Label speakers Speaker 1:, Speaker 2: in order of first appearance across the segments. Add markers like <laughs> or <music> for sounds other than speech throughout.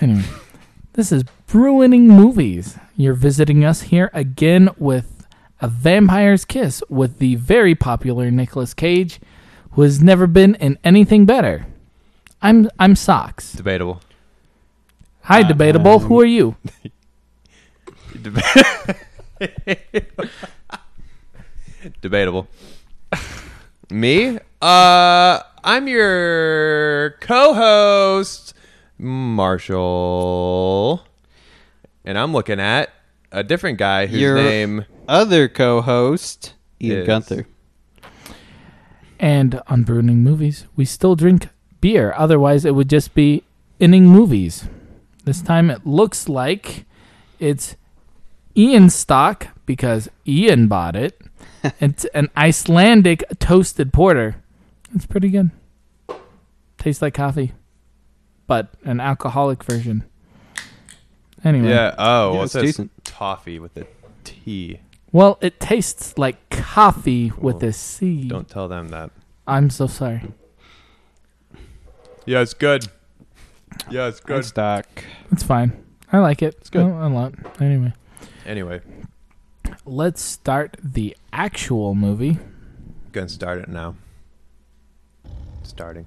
Speaker 1: Anyway, Hmm. this is Bruining Movies. You're visiting us here again with A Vampire's Kiss with the very popular Nicolas Cage, who has never been in anything better. I'm I'm Socks.
Speaker 2: Debatable.
Speaker 1: Hi, Debatable. who are you?
Speaker 2: <laughs> Debatable. Me? Uh, I'm your co-host, Marshall, and I'm looking at a different guy whose
Speaker 3: Your
Speaker 2: name.
Speaker 3: Other co-host, Ian
Speaker 2: Yes.
Speaker 3: Gunther.
Speaker 1: And on Bruining Movies, we still drink beer. Otherwise, it would just be inning movies. This time it looks like it's Ian stock because Ian bought
Speaker 2: <laughs>
Speaker 1: it. it's an Icelandic toasted porter. It's pretty good. Tastes like coffee, but an alcoholic version. Anyway.
Speaker 2: Yeah. Oh, well, it
Speaker 3: it's
Speaker 2: says
Speaker 3: decent.
Speaker 2: toffee with a T.
Speaker 1: Well, it tastes like coffee with a C.
Speaker 2: Don't tell them that.
Speaker 1: I'm so sorry.
Speaker 2: Yeah, it's good. Yeah, it's good.
Speaker 3: Stock.
Speaker 1: It's fine. I like it. It's
Speaker 2: good.
Speaker 1: A lot. Anyway.
Speaker 2: Anyway,
Speaker 1: Let's start the actual movie.
Speaker 2: gonna start it now. Starting.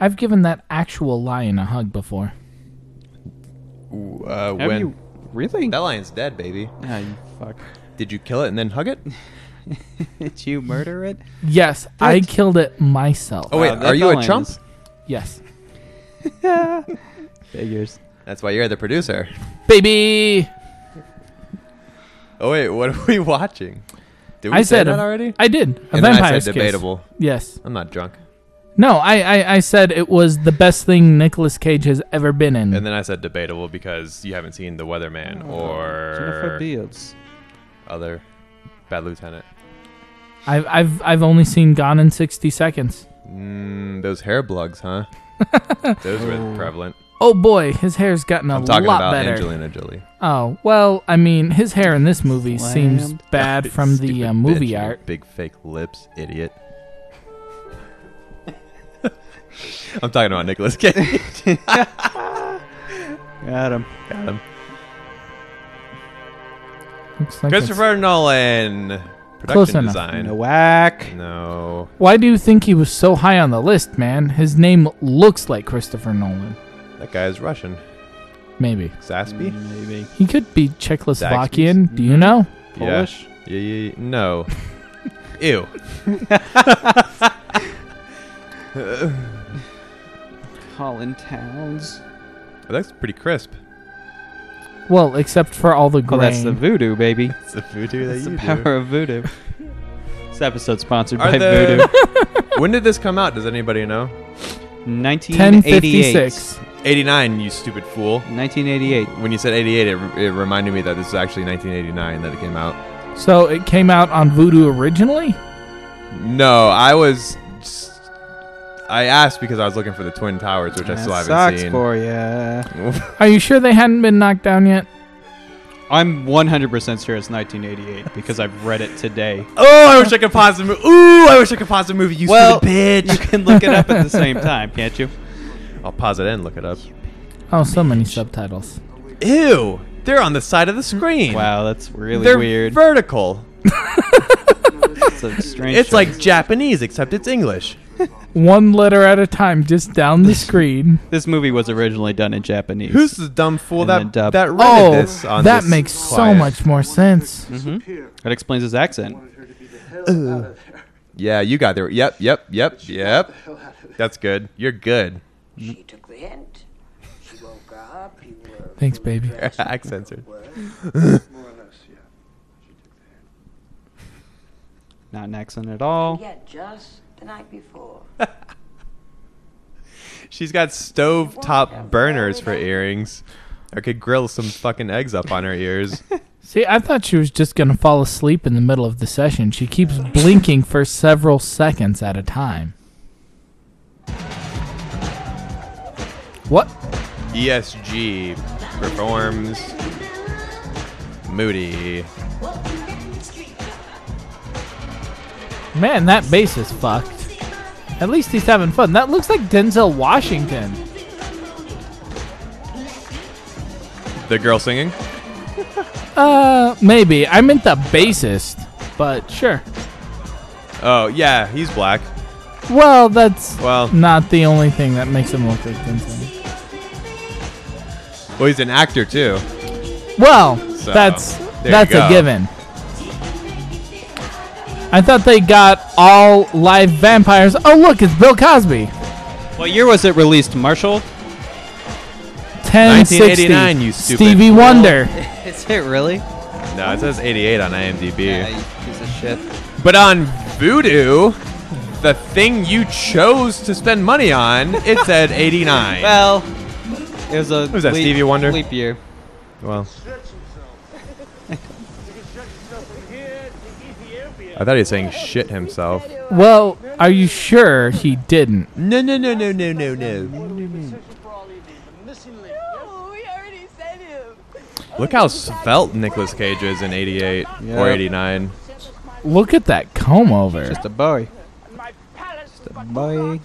Speaker 1: I've given that actual lion a hug before.
Speaker 2: Ooh,
Speaker 3: Have
Speaker 2: uh, when
Speaker 3: you really?
Speaker 2: that lion's dead, baby.
Speaker 3: Ah, you fuck. <laughs>
Speaker 2: Did you kill it and then hug it?
Speaker 3: Did you murder it?
Speaker 1: Yes, I
Speaker 3: That's-
Speaker 1: killed it myself.
Speaker 2: Oh wait,
Speaker 3: Wow, that
Speaker 2: are you
Speaker 3: fella
Speaker 2: a chump?
Speaker 3: is-
Speaker 1: Yes.
Speaker 3: Figures.
Speaker 2: That's why you're the producer.
Speaker 1: Baby!
Speaker 2: Oh wait, what are we <laughs> watching? Did we
Speaker 1: I
Speaker 2: say
Speaker 1: said
Speaker 2: that
Speaker 1: a-
Speaker 2: already?
Speaker 1: I did. A
Speaker 2: and then I
Speaker 1: Vampire's
Speaker 2: said
Speaker 1: Kiss.
Speaker 2: debatable.
Speaker 1: Yes.
Speaker 2: I'm not drunk.
Speaker 1: No, I, I, I said it was the best thing Nicolas Cage has ever been in.
Speaker 2: And then I said debatable because you haven't seen The Weatherman
Speaker 3: Oh, Jennifer
Speaker 2: or
Speaker 3: Beals.
Speaker 2: other Bad Lieutenant.
Speaker 1: I've, I've, I've only seen Gone in 60 Seconds.
Speaker 2: Mm, those hair plugs,
Speaker 1: <laughs>
Speaker 2: huh? those were
Speaker 3: Oh.
Speaker 2: prevalent.
Speaker 1: Oh boy, his hair's gotten a
Speaker 2: I'm talking
Speaker 1: lot
Speaker 2: about
Speaker 1: better.
Speaker 2: Angelina Jolie.
Speaker 1: Oh, well, I mean, his hair in this movie seems
Speaker 3: Slammed.
Speaker 1: bad
Speaker 2: <laughs>
Speaker 1: from the
Speaker 2: Stupid
Speaker 1: uh,
Speaker 2: bitch,
Speaker 1: movie
Speaker 2: you
Speaker 1: art.
Speaker 2: Big fake lips, idiot. <laughs> I'm talking about Nicholas Cage.
Speaker 3: Got him.
Speaker 1: Looks like it's-
Speaker 2: Christopher Nolan. Production
Speaker 1: Close enough.
Speaker 2: design.
Speaker 3: No whack.
Speaker 2: No.
Speaker 1: Why do you think he was so high on the list, man? His name looks like Christopher Nolan.
Speaker 2: That guy is Russian.
Speaker 1: Maybe.
Speaker 2: Zaspy?
Speaker 4: Mm,
Speaker 3: Mm, Maybe.
Speaker 1: He could be Czechoslovakian. Do you
Speaker 2: Mm-hmm.
Speaker 1: know?
Speaker 3: Polish?
Speaker 2: Yeah, yeah, yeah. No. Ew.
Speaker 3: Colin Towns.
Speaker 2: That's pretty crisp.
Speaker 1: Well, except for all the
Speaker 2: Oh,
Speaker 3: Well,
Speaker 1: grain.
Speaker 3: that's the voodoo, baby.
Speaker 2: It's the voodoo
Speaker 3: That's the power of voodoo. this episode sponsored
Speaker 2: Are
Speaker 3: by
Speaker 2: there-
Speaker 3: Voodoo.
Speaker 2: <laughs>
Speaker 1: <laughs>
Speaker 2: When did this come out? Does anybody know? <laughs>
Speaker 3: 1988.
Speaker 1: 1056.
Speaker 2: 89, you stupid fool.
Speaker 3: 1988.
Speaker 2: When you said 88, it, it reminded me that this is actually 1989 that it came out.
Speaker 1: So it came out on Voodoo originally?
Speaker 2: No, I was. Just, I asked because I was looking for the Twin Towers, which I
Speaker 3: That
Speaker 2: still haven't
Speaker 3: sucks
Speaker 2: seen.
Speaker 3: for ya.
Speaker 1: Are you sure they hadn't been knocked down yet?
Speaker 3: I'm 100% sure it's 1988 because I've read it today.
Speaker 2: oh, I wish I could pause the movie. Ooh, I wish I could pause the movie. You
Speaker 3: Well-
Speaker 2: stupid
Speaker 3: You can look it up at the same time, can't you?
Speaker 2: bitch. I'll pause it and look it up.
Speaker 1: Oh, so many subtitles.
Speaker 2: Ew, they're on the side of the screen.
Speaker 3: Wow, that's really
Speaker 2: they're
Speaker 3: weird.
Speaker 2: vertical.
Speaker 3: It's a strange.
Speaker 2: It's
Speaker 3: choice.
Speaker 2: like Japanese, except it's English.
Speaker 1: One letter at a time, just down
Speaker 2: <laughs>
Speaker 1: the screen.
Speaker 3: this movie was originally done in Japanese.
Speaker 2: Who's the dumb fool
Speaker 3: And
Speaker 2: that
Speaker 3: then dub.
Speaker 2: that rented
Speaker 1: Oh,
Speaker 2: this? On
Speaker 1: that
Speaker 2: this
Speaker 1: makes so
Speaker 2: quiet? Mm-hmm.
Speaker 1: much more sense.
Speaker 3: That explains his accent.
Speaker 2: Yeah, you got there. Yep, yep, yep, yep. That's good. You're good. <laughs>
Speaker 5: She took the hint. She woke up. You were
Speaker 1: Thanks, baby.
Speaker 2: Accents are
Speaker 6: More or less, yeah. She took the hand.
Speaker 3: Not an accent at all.
Speaker 5: yet just the night
Speaker 7: <laughs>
Speaker 5: before.
Speaker 2: She's got stovetop burners for earrings. I could grill some fucking eggs up on her ears.
Speaker 1: See, I thought she was just going to fall asleep in the middle of the session. She keeps blinking for several seconds at a time. What?
Speaker 2: ESG E performs Moody.
Speaker 1: Man, that bass is fucked. At least he's having fun. That looks like Denzel Washington.
Speaker 2: The girl singing?
Speaker 1: Uh, maybe. I meant the bassist, but sure.
Speaker 2: Oh, yeah, he's black.
Speaker 1: Well, that's
Speaker 2: Well-
Speaker 1: not the only thing that makes him look like Denzel.
Speaker 2: Well, he's an actor too.
Speaker 1: Well,
Speaker 2: So,
Speaker 1: that's
Speaker 2: there you
Speaker 1: that's a
Speaker 2: go.
Speaker 1: given. I thought they got all live vampires. Oh, look, it's Bill Cosby.
Speaker 3: What year was it released, Marshall?
Speaker 1: 1060.
Speaker 2: 1989, you stupid.
Speaker 1: Stevie Wonder.
Speaker 4: Is it really?
Speaker 2: No, it says 88 on IMDb.
Speaker 4: Yeah, you piece of shit.
Speaker 2: But on Voodoo, the thing you chose to spend money on, it said 89.
Speaker 4: Well, it was a
Speaker 2: was that,
Speaker 4: leap-
Speaker 2: Stevie Wonder?
Speaker 4: leap year.
Speaker 2: Well. I thought he was saying shit himself.
Speaker 1: Well, are you sure he didn't?
Speaker 2: No, no, no, no, no, no, no.
Speaker 7: No, we already said him.
Speaker 2: Look how svelte Nicolas Cage is in 88
Speaker 3: Yeah.
Speaker 2: or 89.
Speaker 1: Look at that comb over.
Speaker 3: Just a boy.
Speaker 4: Boy.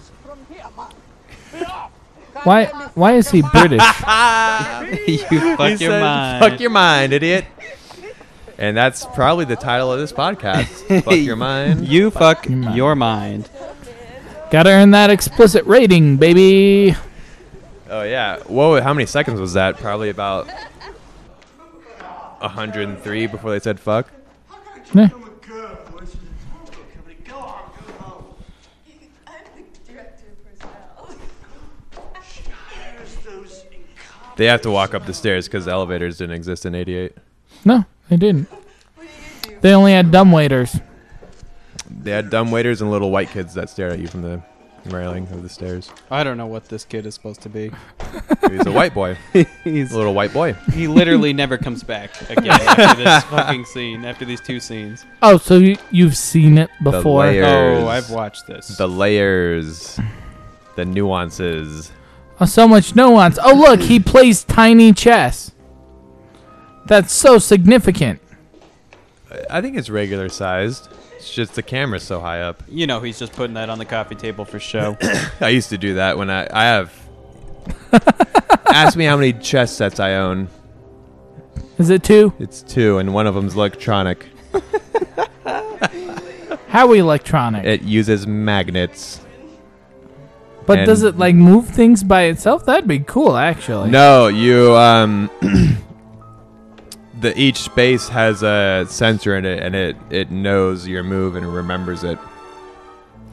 Speaker 1: Why why is he
Speaker 2: <laughs>
Speaker 3: <laughs>
Speaker 1: British?
Speaker 4: you fuck
Speaker 2: He
Speaker 4: your
Speaker 2: said,
Speaker 4: mind.
Speaker 2: Fuck your mind, idiot. And that's probably the title of this podcast. fuck
Speaker 4: <laughs>
Speaker 2: your mind.
Speaker 3: You fuck
Speaker 1: your mind.
Speaker 3: your mind.
Speaker 1: Gotta earn that explicit rating, baby.
Speaker 2: Oh yeah. Whoa, how many seconds was that? Probably about 103 before they said fuck.
Speaker 1: Yeah.
Speaker 7: I'm the director of personnel.
Speaker 2: They have to walk up the stairs because elevators didn't exist in 88.
Speaker 1: No, they didn't. They only had dumb waiters.
Speaker 2: They had dumb waiters and little white kids that stared at you from the railing of the stairs.
Speaker 3: I don't know what this kid is supposed to be.
Speaker 2: He was a white
Speaker 4: <laughs>
Speaker 2: boy.
Speaker 3: He's
Speaker 2: a little white boy.
Speaker 3: he literally never comes back again after this fucking scene, after these two scenes.
Speaker 1: Oh, so you, you've seen it before?
Speaker 2: layer. There's
Speaker 3: Oh, I've watched this.
Speaker 2: The layers, the nuances.
Speaker 1: Oh, so much nuance. Oh, look, he plays tiny chess. That's so significant.
Speaker 2: I think it's regular sized. It's just the camera's so high up.
Speaker 3: you know, he's just putting that on the coffee table for
Speaker 2: <coughs>
Speaker 3: show.
Speaker 2: I used to do that when I I have. <laughs> Ask me how many chess sets I own.
Speaker 1: Is it two?
Speaker 2: It's two, and one of them's electronic.
Speaker 1: How electronic?
Speaker 2: It uses magnets.
Speaker 1: but does
Speaker 2: and-
Speaker 1: it like move things by itself? That'd be cool, actually.
Speaker 2: No, you um. <clears throat> the each space has a sensor in it, and it it knows your move and remembers it.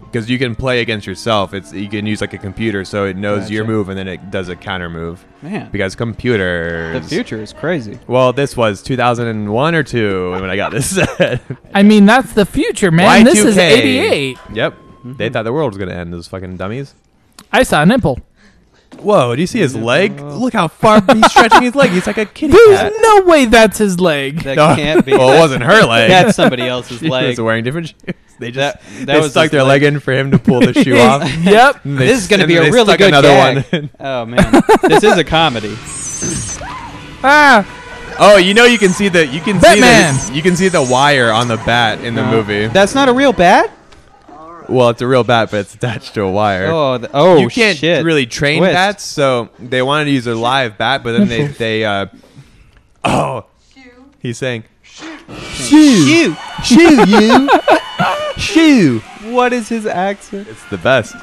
Speaker 2: Because you can play against yourself. It's you can use like a computer, so it knows your
Speaker 3: Gotcha.
Speaker 2: move, and then it does a counter move.
Speaker 3: Man,
Speaker 2: Because computers.
Speaker 3: the future is crazy.
Speaker 2: Well, this was 2001 or two when I got this <laughs> set.
Speaker 1: I mean, that's the future, man. This is
Speaker 2: Y2K.
Speaker 1: 88.
Speaker 2: Yep. They thought the world was gonna end. Those fucking dummies.
Speaker 1: I saw a nipple.
Speaker 2: Whoa! Do you see his leg? Look how far
Speaker 4: <laughs>
Speaker 2: he's stretching his leg. He's like a kitty
Speaker 1: There's no way that's his leg.
Speaker 4: That
Speaker 2: No. <laughs>
Speaker 4: can't be.
Speaker 2: well, it wasn't her leg. <laughs>
Speaker 3: That's somebody else's
Speaker 2: she
Speaker 3: leg.
Speaker 2: was wearing different shoes. They just
Speaker 3: That, that
Speaker 2: they
Speaker 3: was
Speaker 2: stuck
Speaker 3: his
Speaker 2: their leg. in for him to pull the shoe off.
Speaker 1: <laughs> yep.
Speaker 2: And they
Speaker 4: <laughs> This is gonna
Speaker 2: and
Speaker 4: be a
Speaker 2: they
Speaker 4: really
Speaker 2: stuck
Speaker 4: good
Speaker 2: another
Speaker 4: gag.
Speaker 2: one.
Speaker 3: <laughs>
Speaker 2: <laughs>
Speaker 3: Oh man, this is a comedy.
Speaker 1: Ah,
Speaker 2: oh, you know you can see the you can
Speaker 1: Batman.
Speaker 2: see the you can see the wire on the bat in the movie.
Speaker 4: That's not a real bat.
Speaker 2: well, it's a real bat, but it's attached to a wire.
Speaker 4: Oh, th- oh
Speaker 2: you can't
Speaker 4: shit.
Speaker 2: really train
Speaker 4: Twist.
Speaker 2: bats, so they wanted to use a live bat, but then <laughs> they they uh oh he's saying shoo
Speaker 4: You.
Speaker 2: shoo <laughs> you shoo.
Speaker 4: What is his accent?
Speaker 2: It's the best.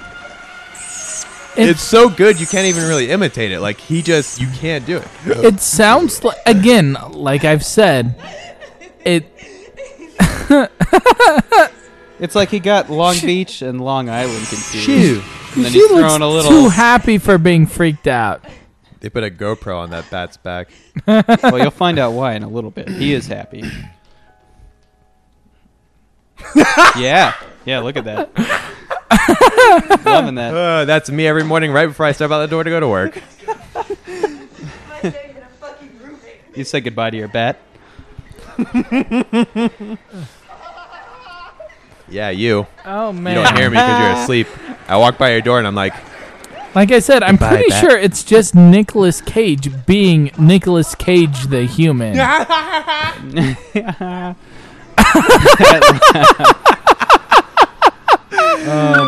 Speaker 1: It-
Speaker 2: It's, so good you can't even really imitate it. Like he just you can't do it. <gasps>
Speaker 1: it sounds like again, like I've said, it.
Speaker 4: It's like he got Long Beach and Long Island confused. And then
Speaker 1: She
Speaker 4: he's
Speaker 1: looks
Speaker 4: throwing a little.
Speaker 1: too happy for being freaked out.
Speaker 2: They put a GoPro on that bat's back.
Speaker 4: well, you'll find
Speaker 3: Find out why in a little bit. He is
Speaker 2: <laughs>
Speaker 3: happy. yeah, yeah. Look at that. Loving that.
Speaker 2: Uh, that's me every morning right before I step out the door to go to work.
Speaker 7: My day in a fucking roommate.
Speaker 3: You said goodbye to your bat.
Speaker 2: Yeah, you.
Speaker 1: Oh
Speaker 2: You
Speaker 1: man!
Speaker 2: don't hear me because <laughs> you're asleep. I walk by your door and I'm like, <laughs>
Speaker 1: Like I said, I'm
Speaker 2: Goodbye,
Speaker 1: pretty
Speaker 2: Bat.
Speaker 1: sure it's just Nicolas Cage being Nicolas Cage the human.
Speaker 3: Oh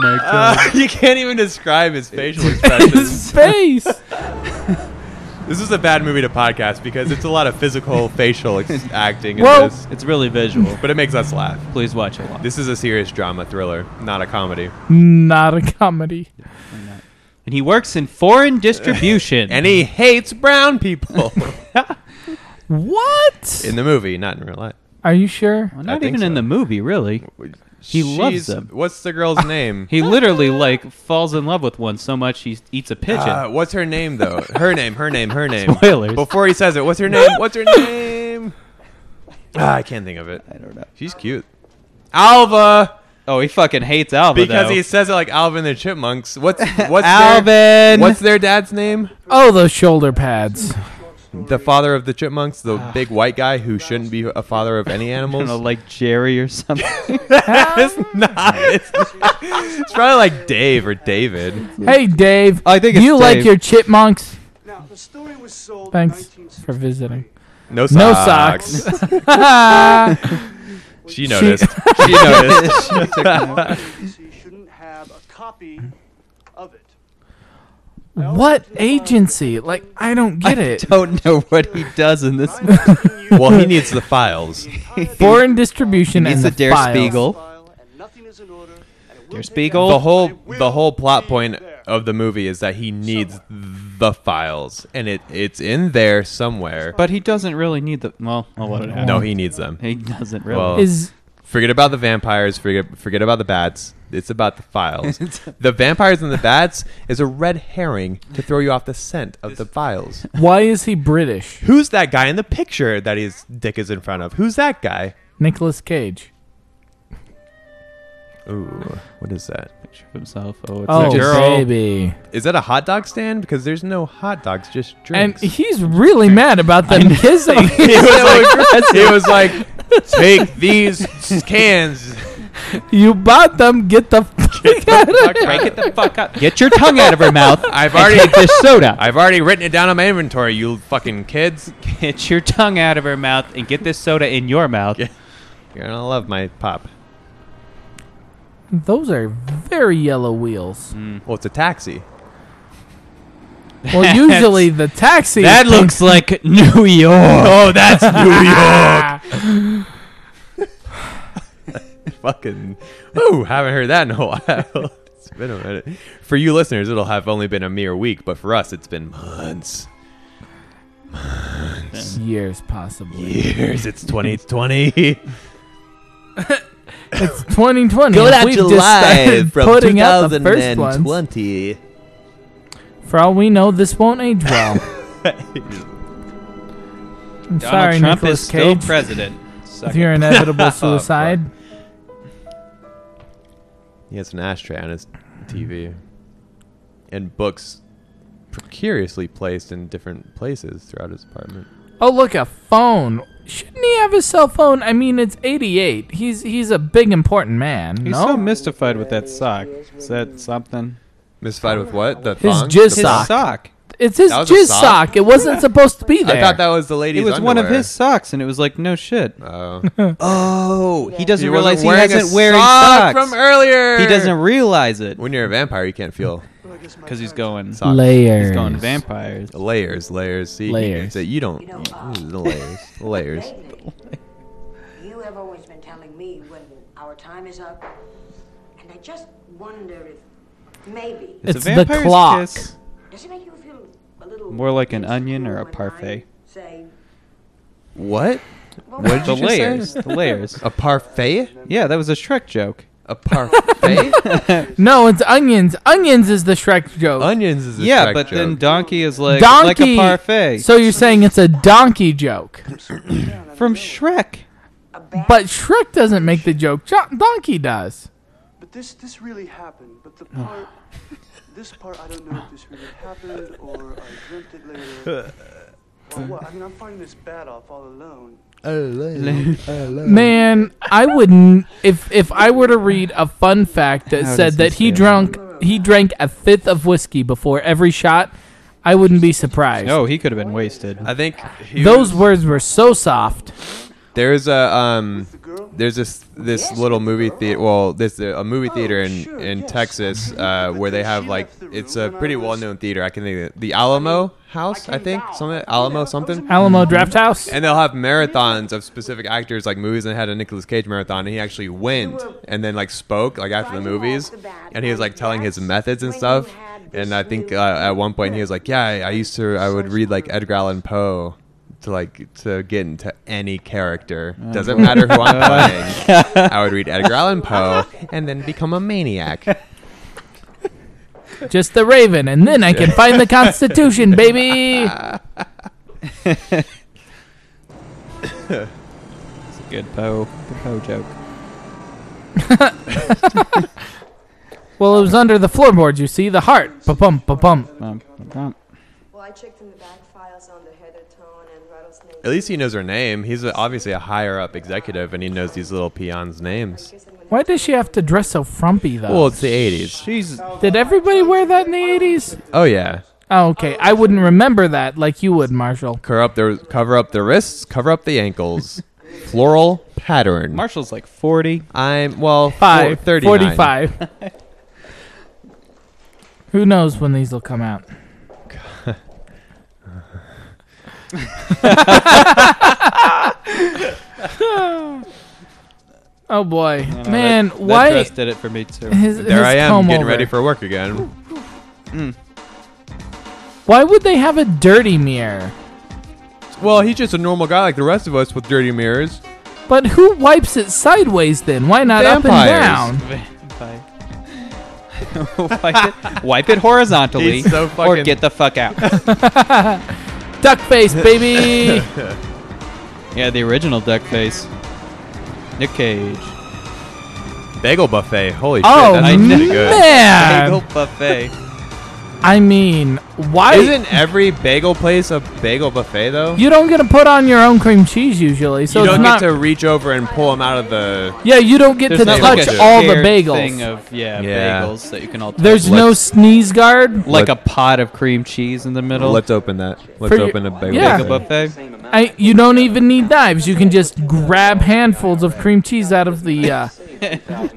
Speaker 3: my god.
Speaker 2: you can't even describe his facial expressions.
Speaker 1: His face.
Speaker 2: this is a bad movie to podcast because it's a lot of physical
Speaker 4: <laughs>
Speaker 2: facial ex- acting in
Speaker 1: Well-
Speaker 2: this,
Speaker 4: It's really visual.
Speaker 2: but it makes us laugh.
Speaker 4: Please watch a lot.
Speaker 2: This is a serious drama thriller, not a comedy.
Speaker 1: Not a comedy.
Speaker 4: And he works in foreign distribution.
Speaker 2: And he hates brown
Speaker 4: <laughs>
Speaker 2: people
Speaker 1: What?
Speaker 2: in the movie, not in real life.
Speaker 1: Are you sure?
Speaker 4: Well,
Speaker 2: I
Speaker 4: not
Speaker 2: think
Speaker 4: even in
Speaker 2: so.
Speaker 4: the movie, really. He loves them.
Speaker 2: What's the girl's name?
Speaker 4: <laughs> He literally like falls in love with one so much he eats a pigeon.
Speaker 2: Uh, what's her name though? Her name, her name, her name.
Speaker 4: Spoilers.
Speaker 2: Before he says it, what's her name? What's
Speaker 4: <laughs>
Speaker 2: her name? Ah, I can't think of it. I don't know. She's cute. Alva,
Speaker 4: oh, he fucking hates Alvin
Speaker 2: because
Speaker 4: though.
Speaker 2: he says it like Alvin and the Chipmunks. What's
Speaker 4: <laughs>
Speaker 2: what's Their,
Speaker 4: Alvin.
Speaker 2: what's their dad's name?
Speaker 1: Oh, those shoulder pads.
Speaker 2: The father of the Chipmunks, the
Speaker 6: Ah.
Speaker 2: big white guy who shouldn't be a father of
Speaker 6: <laughs>
Speaker 2: any
Speaker 4: I don't know,
Speaker 2: animals.
Speaker 4: like Jerry or something.
Speaker 2: it's not.
Speaker 6: <laughs>
Speaker 2: It's, not. It's probably like Dave or David.
Speaker 1: Hey, Dave.
Speaker 3: I think
Speaker 1: do
Speaker 3: it's
Speaker 1: you like
Speaker 3: Dave.
Speaker 1: your chipmunks?
Speaker 6: Now, the story was sold in
Speaker 1: Thanks for
Speaker 6: 1963.
Speaker 1: <laughs> visiting.
Speaker 2: No socks.
Speaker 1: No socks.
Speaker 2: <laughs> She noticed. she noticed.
Speaker 6: Martin agency shouldn't have a copy of it.
Speaker 1: what agency? Like, I don't get it.
Speaker 4: don't know what he does in this.
Speaker 2: <laughs> well, he needs the files.
Speaker 1: Foreign distribution
Speaker 4: He needs
Speaker 1: and
Speaker 4: the
Speaker 1: the
Speaker 4: Der
Speaker 1: files.
Speaker 4: Spiegel.
Speaker 6: File, and nothing is in order, and it will
Speaker 4: Der
Speaker 6: take
Speaker 4: Spiegel.
Speaker 2: the
Speaker 6: effort,
Speaker 2: whole
Speaker 6: and it will
Speaker 2: the whole plot
Speaker 6: be
Speaker 2: point
Speaker 6: there.
Speaker 2: of the movie is that he needs the files and it it's in there somewhere
Speaker 4: But he doesn't really need the. Well, I'll let it happen.
Speaker 2: no he needs them
Speaker 4: he doesn't really.
Speaker 2: Well-
Speaker 1: Is
Speaker 2: forget about the vampires forget forget about the bats it's about the files the vampires and the bats is a red herring to throw you off the scent of the files
Speaker 1: why is he British?
Speaker 2: who's that guy in the picture that his dick is in front of who's that guy
Speaker 1: Nicholas Cage.
Speaker 2: ooh what is that
Speaker 4: picture of himself. Oh, it's
Speaker 1: Oh,
Speaker 4: a girl.
Speaker 1: baby.
Speaker 2: is that a hot dog stand because there's no hot dogs just
Speaker 1: And
Speaker 2: <laughs> drinks
Speaker 1: he's really mad about them kissing.
Speaker 2: <laughs> he was like, he was like <laughs> take these cans
Speaker 1: you bought them. Get
Speaker 4: <laughs>
Speaker 1: the fuck out of here.
Speaker 2: Break it the fuck up.
Speaker 4: Get your tongue out of her <laughs> mouth.
Speaker 2: I've <laughs>
Speaker 4: and
Speaker 2: already-
Speaker 4: take this soda.
Speaker 2: I've already written it down on my inventory, you fucking kids.
Speaker 4: Get your tongue out of her mouth and get this soda in your mouth.
Speaker 2: Yeah. You're gonna love my pop.
Speaker 1: Those are very yellow wheels.
Speaker 2: Well, it's a taxi.
Speaker 1: Well, usually the taxi.
Speaker 4: That looks like New York.
Speaker 2: Oh, <laughs> that's New York. fucking. Ooh, haven't heard that in a while. <laughs> it's been a minute. For you listeners, it'll have only been a mere week, but for us, it's been months, <laughs>
Speaker 1: years possibly.
Speaker 2: years. It's 2020.
Speaker 1: 2020. we've
Speaker 3: <laughs>
Speaker 1: just started putting out the first ones. For all we know, this won't
Speaker 4: <laughs>
Speaker 1: age well. I'm
Speaker 4: Donald
Speaker 1: sorry,
Speaker 4: Trump
Speaker 1: Nicolas
Speaker 4: is still
Speaker 1: Cage.
Speaker 4: president. Suck
Speaker 1: If your
Speaker 4: it. <laughs>
Speaker 1: inevitable suicide.
Speaker 2: He has an ashtray on his TV, and books precariously placed in different places throughout his apartment.
Speaker 1: oh, look, a phone. Shouldn't he have his cell phone? I mean, it's 88. He's he's a big important man.
Speaker 3: He's
Speaker 1: no,
Speaker 3: so mystified with that sock. Is that something?
Speaker 2: Misfied with what? The
Speaker 1: His
Speaker 2: thong?
Speaker 1: jizz
Speaker 2: The
Speaker 1: sock.
Speaker 2: thong?
Speaker 3: Sock.
Speaker 1: it's his
Speaker 2: That was a
Speaker 1: jizz
Speaker 2: sock?
Speaker 1: sock. It wasn't supposed to be there.
Speaker 2: I thought that was the
Speaker 3: It
Speaker 2: lady's.
Speaker 3: was one of
Speaker 2: underwear.
Speaker 3: his socks, and it was like, no shit.
Speaker 2: <laughs> Oh.
Speaker 3: Oh, he doesn't
Speaker 2: You
Speaker 3: realize
Speaker 2: realize
Speaker 3: he hasn't wearing socks.
Speaker 2: from earlier.
Speaker 3: he doesn't realize it
Speaker 2: When you're a vampire, you can't feel
Speaker 6: Well, I guess my
Speaker 4: because he's
Speaker 6: parents-
Speaker 4: going
Speaker 2: sock.
Speaker 1: Layers.
Speaker 4: he's going vampires.
Speaker 2: Layers, layers. See,
Speaker 1: Layers.
Speaker 2: That you don't. Mm,
Speaker 5: You know, uh,
Speaker 2: the layers,
Speaker 6: <laughs>
Speaker 2: layers.
Speaker 5: Lately, you have always been telling me when our time is up, and I just wonder if maybe
Speaker 1: It's,
Speaker 3: a
Speaker 1: the
Speaker 3: vampire's
Speaker 1: clock.
Speaker 3: kiss.
Speaker 5: does it make you feel a little
Speaker 4: More like an
Speaker 5: insecure
Speaker 4: onion or a
Speaker 5: when I
Speaker 4: parfay?
Speaker 5: Say,
Speaker 2: What?
Speaker 5: well,
Speaker 2: What did
Speaker 4: The
Speaker 2: you just
Speaker 4: layers,
Speaker 2: say?
Speaker 4: the layers.
Speaker 1: <laughs>
Speaker 2: A parfait?
Speaker 3: yeah that was a shrek joke
Speaker 2: <laughs> A parfait?
Speaker 1: No, it's onions. Onions is the Shrek joke.
Speaker 2: Onions is a
Speaker 3: yeah
Speaker 2: Shrek
Speaker 3: but then
Speaker 2: joke.
Speaker 3: donkey is like like
Speaker 1: donkey
Speaker 3: a parfait
Speaker 1: So you're saying it's a donkey joke,
Speaker 3: from shrek
Speaker 5: a bad
Speaker 1: but Shrek doesn't make the joke. Jo- donkey does.
Speaker 6: But this this really happened. But the part, this part, I don't know if this really happened or I dreamt it later. Or what? I mean, I'm fighting this battle off all alone.
Speaker 1: Man, I wouldn't if if I were to read a fun fact that
Speaker 4: How
Speaker 1: said
Speaker 4: does
Speaker 1: that
Speaker 4: he
Speaker 1: he
Speaker 4: say
Speaker 1: drunk he drank a fifth of whiskey before every shot, I wouldn't be surprised.
Speaker 4: No, he could have been wasted.
Speaker 2: I think he
Speaker 1: Those
Speaker 2: was-
Speaker 1: words were so soft.
Speaker 2: There's a um,
Speaker 6: The girl?
Speaker 2: there's this this
Speaker 5: Yes,
Speaker 2: little movie theater. Well, this uh, a movie
Speaker 6: Oh,
Speaker 2: theater in
Speaker 6: sure,
Speaker 2: in
Speaker 6: yes. <laughs>
Speaker 2: Texas uh, where they
Speaker 6: She
Speaker 2: have like
Speaker 6: left the
Speaker 2: it's
Speaker 6: room
Speaker 2: a
Speaker 6: when I
Speaker 2: pretty
Speaker 6: was-
Speaker 2: well known theater. I can think of it. the Alamo House. I
Speaker 6: came
Speaker 2: think
Speaker 6: down.
Speaker 2: something
Speaker 6: I
Speaker 2: Alamo
Speaker 6: was
Speaker 2: something.
Speaker 6: amazed.
Speaker 1: Alamo Draft House.
Speaker 2: And they'll have marathons of specific actors, like movies. And they had a Nicolas Cage marathon, and he actually went and then like spoke like after the
Speaker 5: Right
Speaker 2: movies,
Speaker 5: off the bat,
Speaker 2: and he was like telling his
Speaker 5: that's
Speaker 2: methods and
Speaker 5: when you
Speaker 2: stuff.
Speaker 5: had this
Speaker 2: And I think uh,
Speaker 5: new
Speaker 2: at one point he was like, "Yeah, I, I used to. I would read like Edgar Allan Poe to like to get into any character. Doesn't matter who I'm playing. I would read Edgar Allan Poe and then become a maniac."
Speaker 1: just the Raven, and then I can
Speaker 2: <laughs>
Speaker 1: find the Constitution, baby.
Speaker 4: Good Poe. Good Poe joke.
Speaker 1: Well, it was under the floorboards. You see the heart. Pa pum pa pum.
Speaker 4: Um, um,
Speaker 7: Well, I checked in the back files on the heather tone and rattlesnake.
Speaker 2: At least he knows her name. He's obviously a higher up executive, and he knows these little peons' names.
Speaker 1: Why does she have to dress so frumpy though?
Speaker 2: Well, it's the '80s.
Speaker 4: she's
Speaker 1: Did everybody wear that in the eighties?
Speaker 2: Oh yeah.
Speaker 1: Oh, okay, I wouldn't remember that like you would, Marshall.
Speaker 2: cover up their cover up the wrists, cover up the
Speaker 1: <laughs>
Speaker 2: ankles. Floral pattern.
Speaker 4: Marshall's like 40.
Speaker 2: I'm well
Speaker 1: Five,
Speaker 2: four- 39.
Speaker 1: 45. <laughs> Who knows when these will come
Speaker 2: <laughs>
Speaker 1: out? oh boy, man!
Speaker 4: that,
Speaker 1: why
Speaker 4: That dress did it for me too.
Speaker 1: his,
Speaker 2: There
Speaker 1: his
Speaker 2: I am
Speaker 1: comb
Speaker 2: getting
Speaker 1: over.
Speaker 2: ready for work again.
Speaker 1: Why would they have a dirty mirror?
Speaker 2: Well, he's just a normal guy like the rest of us with dirty mirrors.
Speaker 1: But who wipes it sideways then? Why not
Speaker 2: Vampires.
Speaker 1: up and down?
Speaker 4: <laughs> Bye. <laughs> wipe, it, wipe it horizontally
Speaker 2: He's so
Speaker 4: or
Speaker 2: fucking-
Speaker 4: get the fuck out. <laughs>
Speaker 1: Duck face,
Speaker 2: <laughs>
Speaker 1: baby.
Speaker 4: yeah, the original duck face. Nick Cage.
Speaker 2: Bagel buffet. Holy
Speaker 1: oh
Speaker 2: shit, that's pretty good.
Speaker 1: man!
Speaker 4: buffet.
Speaker 1: I mean, why
Speaker 2: Isn't every bagel place a bagel buffet though?
Speaker 1: You don't get to put on your own cream cheese usually, so
Speaker 2: You
Speaker 1: it's
Speaker 2: don't
Speaker 1: not.
Speaker 2: get to reach over and pull them out of the.
Speaker 1: yeah, you don't get to touch
Speaker 4: There's not like a
Speaker 1: all the
Speaker 4: shared
Speaker 1: bagels.
Speaker 4: Thing of, yeah,
Speaker 2: Yeah.
Speaker 4: bagels that you can all touch.
Speaker 1: There's no
Speaker 2: Let's-
Speaker 1: sneeze guard.
Speaker 2: Let-
Speaker 4: like a pot of cream cheese in the middle.
Speaker 2: Let's open that. Let's
Speaker 1: For your-
Speaker 2: open a bagel
Speaker 1: yeah.
Speaker 4: Bagel
Speaker 2: buffet.
Speaker 4: buffet.
Speaker 1: I, you don't even need knives. You can just grab handfuls of cream cheese out of the
Speaker 4: <laughs>
Speaker 1: uh,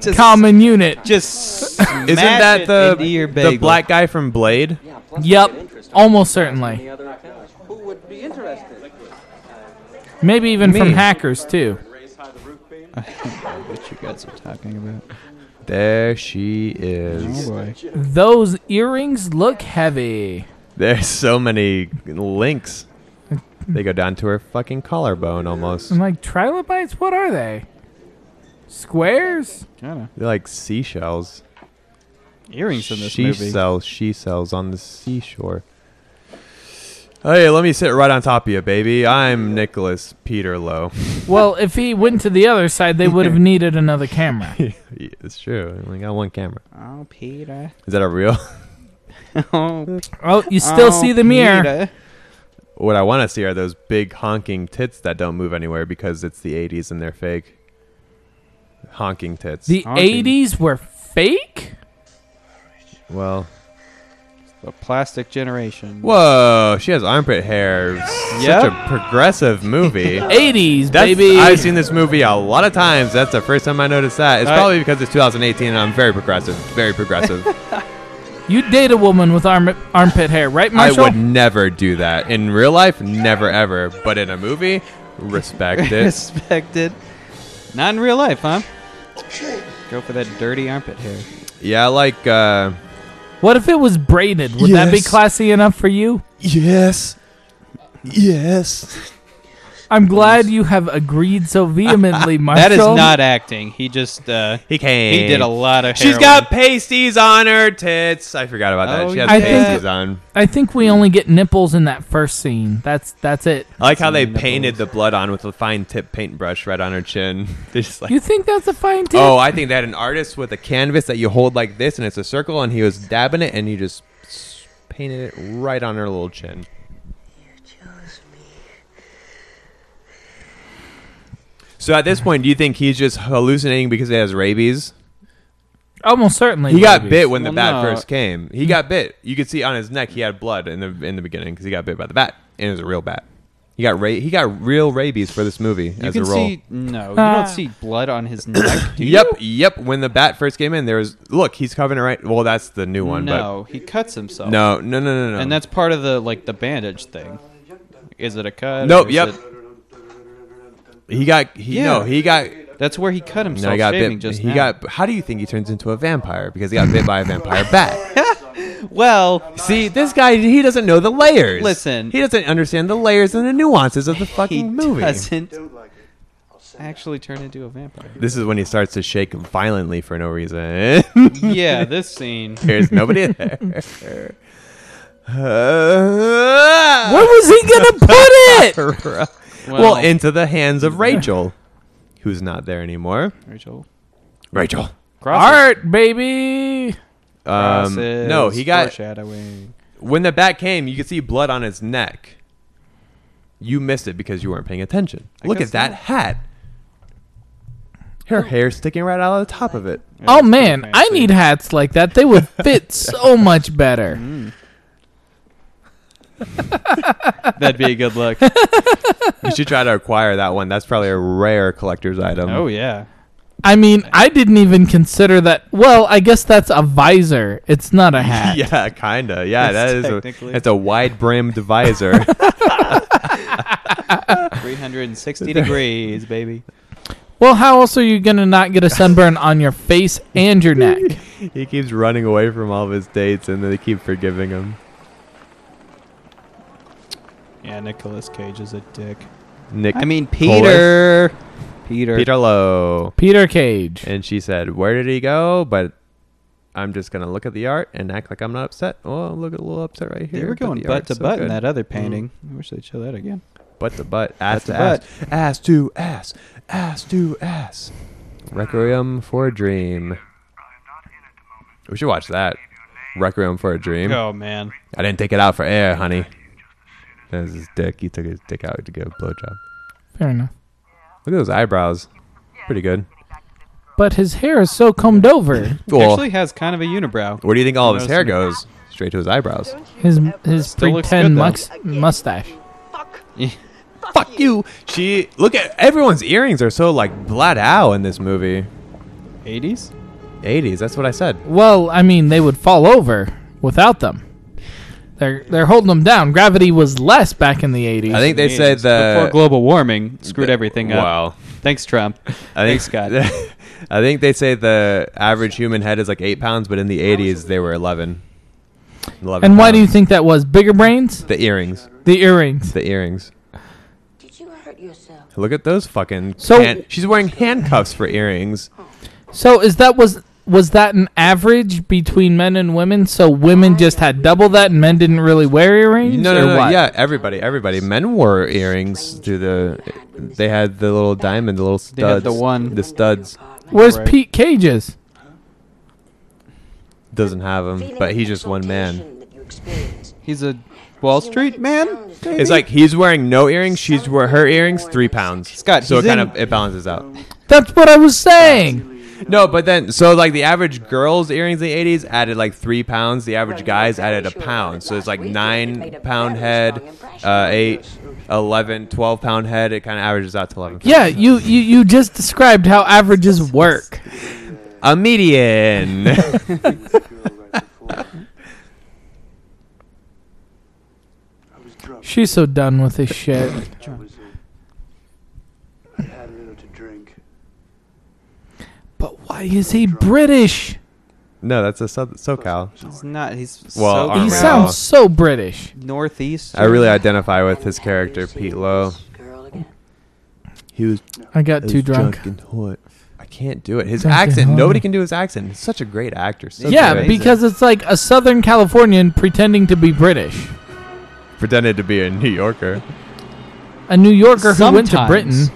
Speaker 4: Just,
Speaker 1: common unit.
Speaker 4: just
Speaker 2: Isn't that the
Speaker 4: into your bagel.
Speaker 2: the black guy from Blade?
Speaker 1: Yep, almost certainly. Maybe even from hackers too.
Speaker 4: What you guys are talking about?
Speaker 2: There she is.
Speaker 4: boy.
Speaker 1: Those earrings look heavy.
Speaker 2: There's so many links. They go down to her fucking collarbone almost.
Speaker 1: I'm like trilobites. What are they? Squares?
Speaker 4: Kinda.
Speaker 2: They're like seashells.
Speaker 4: Earrings in this
Speaker 2: she
Speaker 4: movie.
Speaker 2: sells, she sells on the seashore. Hey, let me sit right on top of you, baby. I'm Nicholas Peter Lowe. <laughs>
Speaker 1: Well, if he went to the other side, they would have needed another <laughs> camera.
Speaker 2: it's true. I only got one camera.
Speaker 4: Oh,
Speaker 2: <laughs>
Speaker 4: Peter.
Speaker 2: Is that a real?
Speaker 4: Oh,
Speaker 1: Oh, you still
Speaker 4: oh,
Speaker 1: see the mirror.
Speaker 4: Peter.
Speaker 2: what I want to see are those big honking tits that don't move anywhere because it's the 80s and they're fake. Honking tits.
Speaker 1: The
Speaker 4: Haunting.
Speaker 1: 80s were fake?
Speaker 2: well,
Speaker 4: The plastic generation.
Speaker 2: Whoa, she has armpit hair. Such
Speaker 4: Yeah.
Speaker 2: a progressive <laughs> movie.
Speaker 4: Uh,
Speaker 1: 80s,
Speaker 2: That's,
Speaker 1: baby.
Speaker 2: I've seen this movie a lot of times. That's the first time I noticed that. It's
Speaker 4: All right.
Speaker 2: probably because it's 2018 and I'm very progressive. Very <laughs> progressive.
Speaker 1: you date a woman with arm- armpit hair, right,
Speaker 2: I
Speaker 1: Marshall?
Speaker 2: would never do that. In real life, never ever. But in a movie, <laughs> respect it.
Speaker 4: Respected. Not in real life, huh? Go for that dirty armpit hair.
Speaker 2: Yeah, I like, uh,
Speaker 1: What if it was braided? Would that be
Speaker 2: Yes.
Speaker 1: classy enough for you?
Speaker 2: yes. Yes.
Speaker 1: I'm glad you have agreed so vehemently, Marshall.
Speaker 4: <laughs> That is not acting. He just uh,
Speaker 2: He came.
Speaker 4: he did a lot of.
Speaker 2: She's
Speaker 4: heroin.
Speaker 2: got pasties on her tits. I forgot about that.
Speaker 4: Oh,
Speaker 2: she has
Speaker 1: yeah. I think-
Speaker 2: pasties on.
Speaker 1: I think we only get nipples in that first scene. That's that's it.
Speaker 2: I like how they
Speaker 4: Nipples.
Speaker 2: painted the blood on with a fine tip paintbrush right on her chin. <laughs> They're just like,
Speaker 1: You think that's a fine tip?
Speaker 2: oh, I think they had an artist with a canvas that you hold like this, and it's a circle, and he was dabbing it, and he just s- painted it right on her little chin. So at this point, do you think he's just hallucinating because he has rabies?
Speaker 1: Almost certainly.
Speaker 2: He got
Speaker 1: rabies.
Speaker 2: bit when the
Speaker 4: Well,
Speaker 2: bat
Speaker 4: no.
Speaker 2: first came. He got bit. You could see on his neck he had blood in the in the beginning because he got bit by the bat, and it was a real bat. He got ra- he got real rabies for this movie
Speaker 4: You
Speaker 2: as
Speaker 4: can
Speaker 2: a role.
Speaker 4: see no, you
Speaker 1: Ah.
Speaker 4: don't see blood on his neck. Do you?
Speaker 2: Yep, yep. When the bat first came in, there was look. He's covering it right. Well, that's the new one,
Speaker 4: No, he cuts
Speaker 2: but
Speaker 4: himself.
Speaker 2: no, no, no, no, no.
Speaker 4: and that's part of the like the bandage thing. Is it a cut?
Speaker 2: Nope,
Speaker 4: or is
Speaker 2: yep.
Speaker 4: it-
Speaker 2: he got. He,
Speaker 4: Yeah.
Speaker 2: No, he got.
Speaker 4: that's where he cut
Speaker 2: No,
Speaker 4: himself.
Speaker 2: he got
Speaker 4: shaving
Speaker 2: bit.
Speaker 4: just
Speaker 2: he
Speaker 4: now.
Speaker 2: got. How do you think he turns into a vampire? Because he got bit by a vampire
Speaker 4: <laughs>
Speaker 2: bat.
Speaker 4: well.
Speaker 2: See, this guy, he doesn't know the layers.
Speaker 4: Listen.
Speaker 2: he doesn't understand the layers and the nuances of the fucking
Speaker 4: <laughs> He
Speaker 2: movie.
Speaker 4: doesn't
Speaker 6: Don't like it. I'll send it.
Speaker 4: actually turn into
Speaker 2: <laughs>
Speaker 4: a vampire.
Speaker 2: This is when he starts to shake violently for no reason. <laughs>
Speaker 4: yeah, this scene.
Speaker 2: There's
Speaker 4: <laughs>
Speaker 2: nobody there. <laughs> Uh, <laughs>
Speaker 1: Where was he gonna put it?
Speaker 2: well,
Speaker 4: Well-
Speaker 2: into the hands of Rachel, who's not there anymore.
Speaker 4: Rachel.
Speaker 2: Rachel.
Speaker 4: Cross it.
Speaker 1: Art, baby.
Speaker 2: Um,
Speaker 4: Crosses,
Speaker 2: no, he got
Speaker 4: foreshadowing.
Speaker 2: when the bat came. You could see blood on his neck. You missed it because you weren't paying attention. Look
Speaker 4: guess
Speaker 2: at that
Speaker 4: not. Oh.
Speaker 2: hat. Her hair sticking right out of the top of it.
Speaker 1: oh man, I
Speaker 4: fancy.
Speaker 1: need hats like that. They would fit
Speaker 2: <laughs>
Speaker 1: so much better.
Speaker 2: Mm.
Speaker 4: That'd be a good
Speaker 2: <laughs>
Speaker 4: look.
Speaker 2: You should try to acquire that one. That's probably a rare collector's item.
Speaker 4: oh yeah.
Speaker 1: I mean, I didn't even consider that. Well, I guess that's a visor. It's not a hat.
Speaker 2: <laughs> <laughs> yeah, kinda. Yeah,
Speaker 4: That's
Speaker 2: that is. A,
Speaker 4: technically-
Speaker 2: that's a wide
Speaker 4: <laughs>
Speaker 2: brimmed visor. <laughs>
Speaker 4: 360 degrees, baby.
Speaker 1: Well, how else are you gonna not get a sunburn on your face and your neck?
Speaker 2: <laughs> he keeps running away from all of his dates, and they keep forgiving him.
Speaker 4: Yeah, Nicolas Cage is a dick.
Speaker 2: Nick,
Speaker 4: I mean, Peter.
Speaker 2: Peter.
Speaker 4: Peter.
Speaker 2: Peter Lowe.
Speaker 1: Peter Cage.
Speaker 2: And she said, "Where did he go?" But I'm just gonna look at the art and act like I'm not upset. Oh, look at a little upset right here.
Speaker 4: They were
Speaker 2: but
Speaker 4: going
Speaker 2: the
Speaker 4: butt
Speaker 2: art's
Speaker 4: to
Speaker 2: so
Speaker 4: butt in
Speaker 2: good.
Speaker 4: that other painting. Mm. I wish they'd show that again.
Speaker 2: butt to butt, ass
Speaker 4: Butt to
Speaker 2: to ass, ass to ass, ass to ass. Requiem for a Dream. We should watch that. Requiem for a Dream.
Speaker 4: Oh, man.
Speaker 2: I didn't take it out for air, honey. That was his dick. He took his dick out to get a blowjob.
Speaker 1: Fair enough.
Speaker 2: Look at those eyebrows. Pretty good.
Speaker 1: But his hair is so combed
Speaker 2: <laughs>
Speaker 1: over.
Speaker 2: Well,
Speaker 4: He actually has kind of a unibrow.
Speaker 2: where do you think all of his
Speaker 4: Gross.
Speaker 2: hair goes? Straight to his eyebrows.
Speaker 1: His his
Speaker 4: Still looks
Speaker 1: pretend
Speaker 4: good, though.
Speaker 1: mux- mustache.
Speaker 2: Fuck you. She look at everyone's earrings are so like flat out in this movie.
Speaker 4: 80s?
Speaker 2: 80s. That's what I said.
Speaker 1: Well, I mean, they would fall over without them. They're they're holding them down. Gravity was less back in the
Speaker 2: I
Speaker 1: eighties.
Speaker 2: think they
Speaker 4: 80s.
Speaker 2: said
Speaker 4: Before
Speaker 2: the
Speaker 4: global warming screwed everything up.
Speaker 2: Wow.
Speaker 4: Thanks, Trump.
Speaker 2: <laughs> I think
Speaker 4: Thanks, Scott.
Speaker 2: <laughs> I think they say the average human head is like eight pounds, but in the 80s they were 11. 11
Speaker 1: And why do you
Speaker 2: pounds.
Speaker 1: think that was? Bigger brains,
Speaker 2: the earrings?
Speaker 1: the earrings.
Speaker 2: The earrings.
Speaker 5: Did you hurt yourself?
Speaker 2: Look at those fucking.
Speaker 1: So-
Speaker 2: hand- she's wearing handcuffs for earrings.
Speaker 1: So is that was was that an average between men and women? So women just had double that, and men didn't really wear earrings.
Speaker 2: No,
Speaker 1: or
Speaker 2: no, no.
Speaker 1: what?
Speaker 2: Yeah, everybody, everybody. Men wore earrings to the. They had the little diamond, the little studs.
Speaker 4: had the one-
Speaker 2: The studs.
Speaker 1: Where's
Speaker 4: Right.
Speaker 1: Pete Cage's?
Speaker 2: doesn't have him, but he's just one man.
Speaker 4: He's a Wall Street man?
Speaker 2: It's like he's wearing no earrings. She's wear her earrings three pounds.
Speaker 4: Scott,
Speaker 2: so it
Speaker 4: he's
Speaker 2: kind
Speaker 4: in-
Speaker 2: of it balances out.
Speaker 1: That's what I was saying.
Speaker 2: No, but then so like the average girl's earrings in the eighties added like three pounds. The average guy's added a pound. So it's like nine pound head, uh, eight, 11, 12 pound head. It kind of averages out to eleven.
Speaker 1: Yeah, you, you you just described how averages work.
Speaker 2: A median.
Speaker 6: with the girl right before. I was drunk.
Speaker 1: She's so done with this shit.
Speaker 6: I was in. I had a little to drink.
Speaker 1: But why is he British?
Speaker 2: no, that's a so- SoCal.
Speaker 4: He's not. He's
Speaker 2: Well,
Speaker 4: so
Speaker 1: He
Speaker 2: Armand.
Speaker 1: sounds so British.
Speaker 4: northeast.
Speaker 2: I really identify with his character, Pete Lowe. He was
Speaker 1: I got too drunk.
Speaker 2: and hot. I can't do it. His
Speaker 1: Drunk and
Speaker 2: accent.
Speaker 1: hot.
Speaker 2: Nobody can do his accent. He's such a great actor. So
Speaker 1: yeah,
Speaker 2: good.
Speaker 1: because it's like a Southern Californian pretending to be British.
Speaker 2: pretended to be a New Yorker.
Speaker 1: A New Yorker who went to
Speaker 4: Sometimes.
Speaker 1: Britain.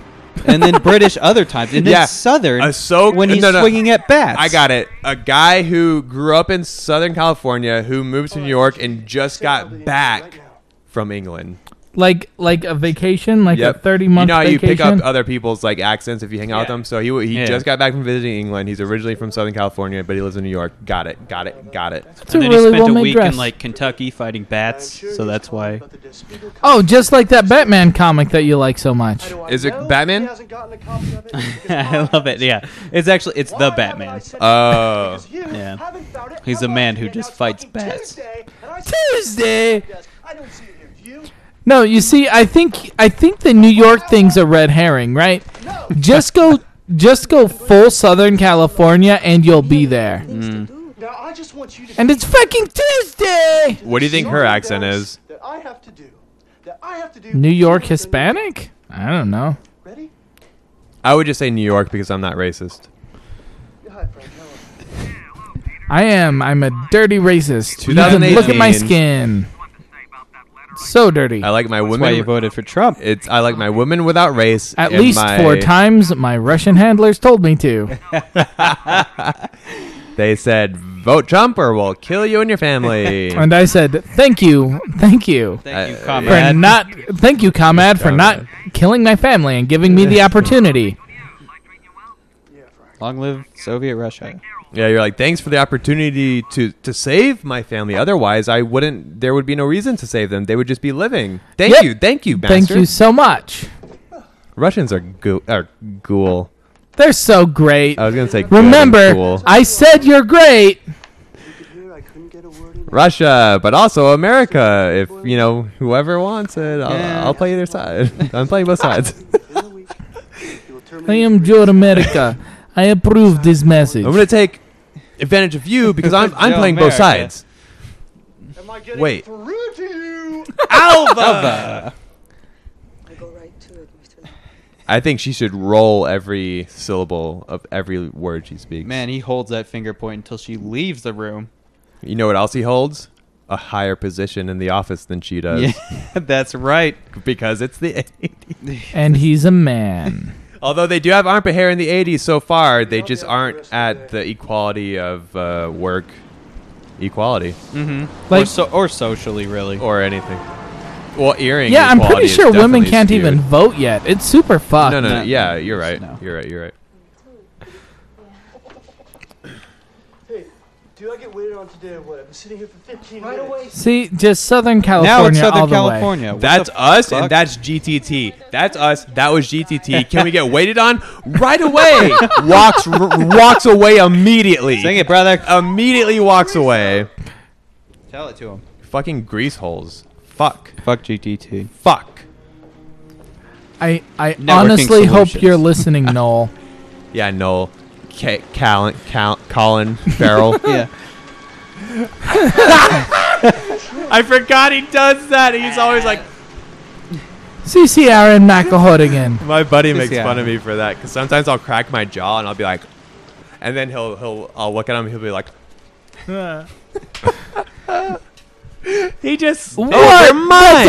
Speaker 4: and then British other times, and
Speaker 2: Yeah.
Speaker 4: then Southern
Speaker 2: A so-
Speaker 4: when he's
Speaker 2: no, no.
Speaker 4: swinging at bats.
Speaker 2: I got it. A guy who grew up in Southern California who moved to New York and just got back from England.
Speaker 1: like like a vacation, like a
Speaker 2: Yep.
Speaker 1: thirty month
Speaker 2: You know how you
Speaker 1: vacation.
Speaker 2: pick up other people's like accents if you hang out with them. So he he
Speaker 3: Yeah.
Speaker 2: just got back from visiting England. He's originally from Southern California, but he lives in New York. Got it. Got it. Got it.
Speaker 1: it's a
Speaker 3: And then
Speaker 1: really
Speaker 3: he spent
Speaker 1: well
Speaker 3: a
Speaker 1: made
Speaker 3: week
Speaker 1: dress.
Speaker 3: in like Kentucky fighting bats, so that's why.
Speaker 1: oh, just like that Batman comic that you like so much.
Speaker 2: Is it Batman?
Speaker 3: <laughs> I love it. Yeah, it's actually it's the Batman.
Speaker 2: Oh.
Speaker 3: Yeah.
Speaker 6: yeah.
Speaker 3: He's a man who just fights bats.
Speaker 1: Tuesday.
Speaker 6: I don't see it if you.
Speaker 1: No, you see, I think I think the New York thing's a red herring, right? Just go, <laughs> just go full Southern California, and you'll be there.
Speaker 6: Now I just want you to.
Speaker 1: And it's fucking Tuesday.
Speaker 2: What do you think her
Speaker 6: Northern
Speaker 2: accent
Speaker 6: dance
Speaker 2: is?
Speaker 6: That I have to do. That I have to do.
Speaker 1: New York Hispanic? I don't know.
Speaker 6: Ready?
Speaker 2: I would just say New York because I'm not racist.
Speaker 6: Hi, Frank. How are you?
Speaker 1: I am. I'm a dirty racist. You can Look at my
Speaker 2: 2018.
Speaker 1: skin. So dirty.
Speaker 2: I like my
Speaker 3: That's why you
Speaker 2: women.
Speaker 3: voted for Trump.
Speaker 2: It's I like my women without race.
Speaker 1: At
Speaker 2: and
Speaker 1: least
Speaker 2: my-
Speaker 1: four times my Russian handlers told me
Speaker 2: <laughs>
Speaker 1: to.
Speaker 2: They said vote Trump or we'll kill you and your family.
Speaker 1: <laughs> And I said, "Thank you. Thank you."
Speaker 3: Thank you,
Speaker 2: Uh,
Speaker 1: For
Speaker 3: comrade.
Speaker 1: not thank you, comrade, for not killing my family and giving me the opportunity.
Speaker 6: Yeah, Frank.
Speaker 3: Long live Soviet Russia.
Speaker 2: yeah, you're like thanks for the opportunity to to save my family. Otherwise, I wouldn't. There would be no reason to save them. They would just be living. Thank
Speaker 1: Yep.
Speaker 2: you, thank you,
Speaker 1: Thank
Speaker 2: bastard.
Speaker 1: you so much.
Speaker 2: Russians are goo- are ghoul.
Speaker 1: They're so great.
Speaker 2: I was gonna say good and
Speaker 1: Remember,
Speaker 2: ghoul.
Speaker 1: I said you're great.
Speaker 6: Here I couldn't get a word in.
Speaker 2: Russia, but also America. If you know whoever wants it, I'll,
Speaker 3: Yeah.
Speaker 2: I'll play their side. <laughs> I'm playing both sides.
Speaker 6: <laughs> In a week, you will terminate
Speaker 1: I am Joe America. I approve this message.
Speaker 2: I'm gonna take advantage of you because
Speaker 1: <laughs>
Speaker 2: I'm I'm
Speaker 3: Joe
Speaker 2: playing both
Speaker 3: America.
Speaker 2: sides.
Speaker 6: Am I getting
Speaker 2: Wait.
Speaker 6: through to you? <laughs>
Speaker 7: I go right to it, Mr. Lee.
Speaker 2: I think she should roll every syllable of every word she speaks.
Speaker 3: Man, he holds that finger point until she leaves the room.
Speaker 2: You know what else he holds? A higher position in the office than she does
Speaker 3: Yeah, <laughs> that's right.
Speaker 2: <laughs> because it's the 80s.
Speaker 1: And he's a man.
Speaker 2: Although they do have armpit hair in the 80s so far, they just aren't at the equality of uh, work equality
Speaker 3: or,
Speaker 1: Like
Speaker 3: so, or socially, really.
Speaker 2: or anything. Well, earring.
Speaker 1: Yeah, I'm pretty
Speaker 2: equality is
Speaker 1: sure women
Speaker 2: definitely
Speaker 1: can't
Speaker 2: skewed.
Speaker 1: even vote yet. It's super fucked.
Speaker 2: No, no,
Speaker 3: No.
Speaker 2: no. Yeah, you're right.
Speaker 3: No.
Speaker 2: You're right. You're right.
Speaker 6: Hey, do I get waited on today or what? I've been sitting here for 15
Speaker 7: Right
Speaker 6: minutes.
Speaker 7: away.
Speaker 1: See, just Southern
Speaker 3: now
Speaker 1: California
Speaker 3: it's
Speaker 1: all
Speaker 3: Southern
Speaker 1: the way.
Speaker 3: California. What
Speaker 2: That's
Speaker 3: the
Speaker 2: us
Speaker 3: fuck?
Speaker 2: and that's GTT. That's us. That was GTT. Can we get waited on
Speaker 3: <laughs>
Speaker 2: right away? walks r- walks away immediately.
Speaker 3: Sing it, brother.
Speaker 2: Immediately walks away.
Speaker 3: Tell it to him.
Speaker 2: Fucking grease holes. Fuck.
Speaker 3: Fuck GTT.
Speaker 2: Fuck.
Speaker 1: I, I
Speaker 3: Networking
Speaker 1: honestly hope
Speaker 3: solutions.
Speaker 1: you're listening, Noel. <laughs>
Speaker 2: Yeah, Noel. K- Callan, Cal-
Speaker 3: <laughs>
Speaker 2: Colin Farrell.
Speaker 3: Yeah.
Speaker 2: I forgot he does that. He's always like,
Speaker 1: CC Aaron McElhood again.
Speaker 2: my buddy makes
Speaker 3: yeah.
Speaker 2: fun of me for that because sometimes I'll crack my jaw and I'll be like, and then he'll he'll I'll look at him. He'll be like, <laughs> he just
Speaker 1: What?
Speaker 2: they're
Speaker 1: That's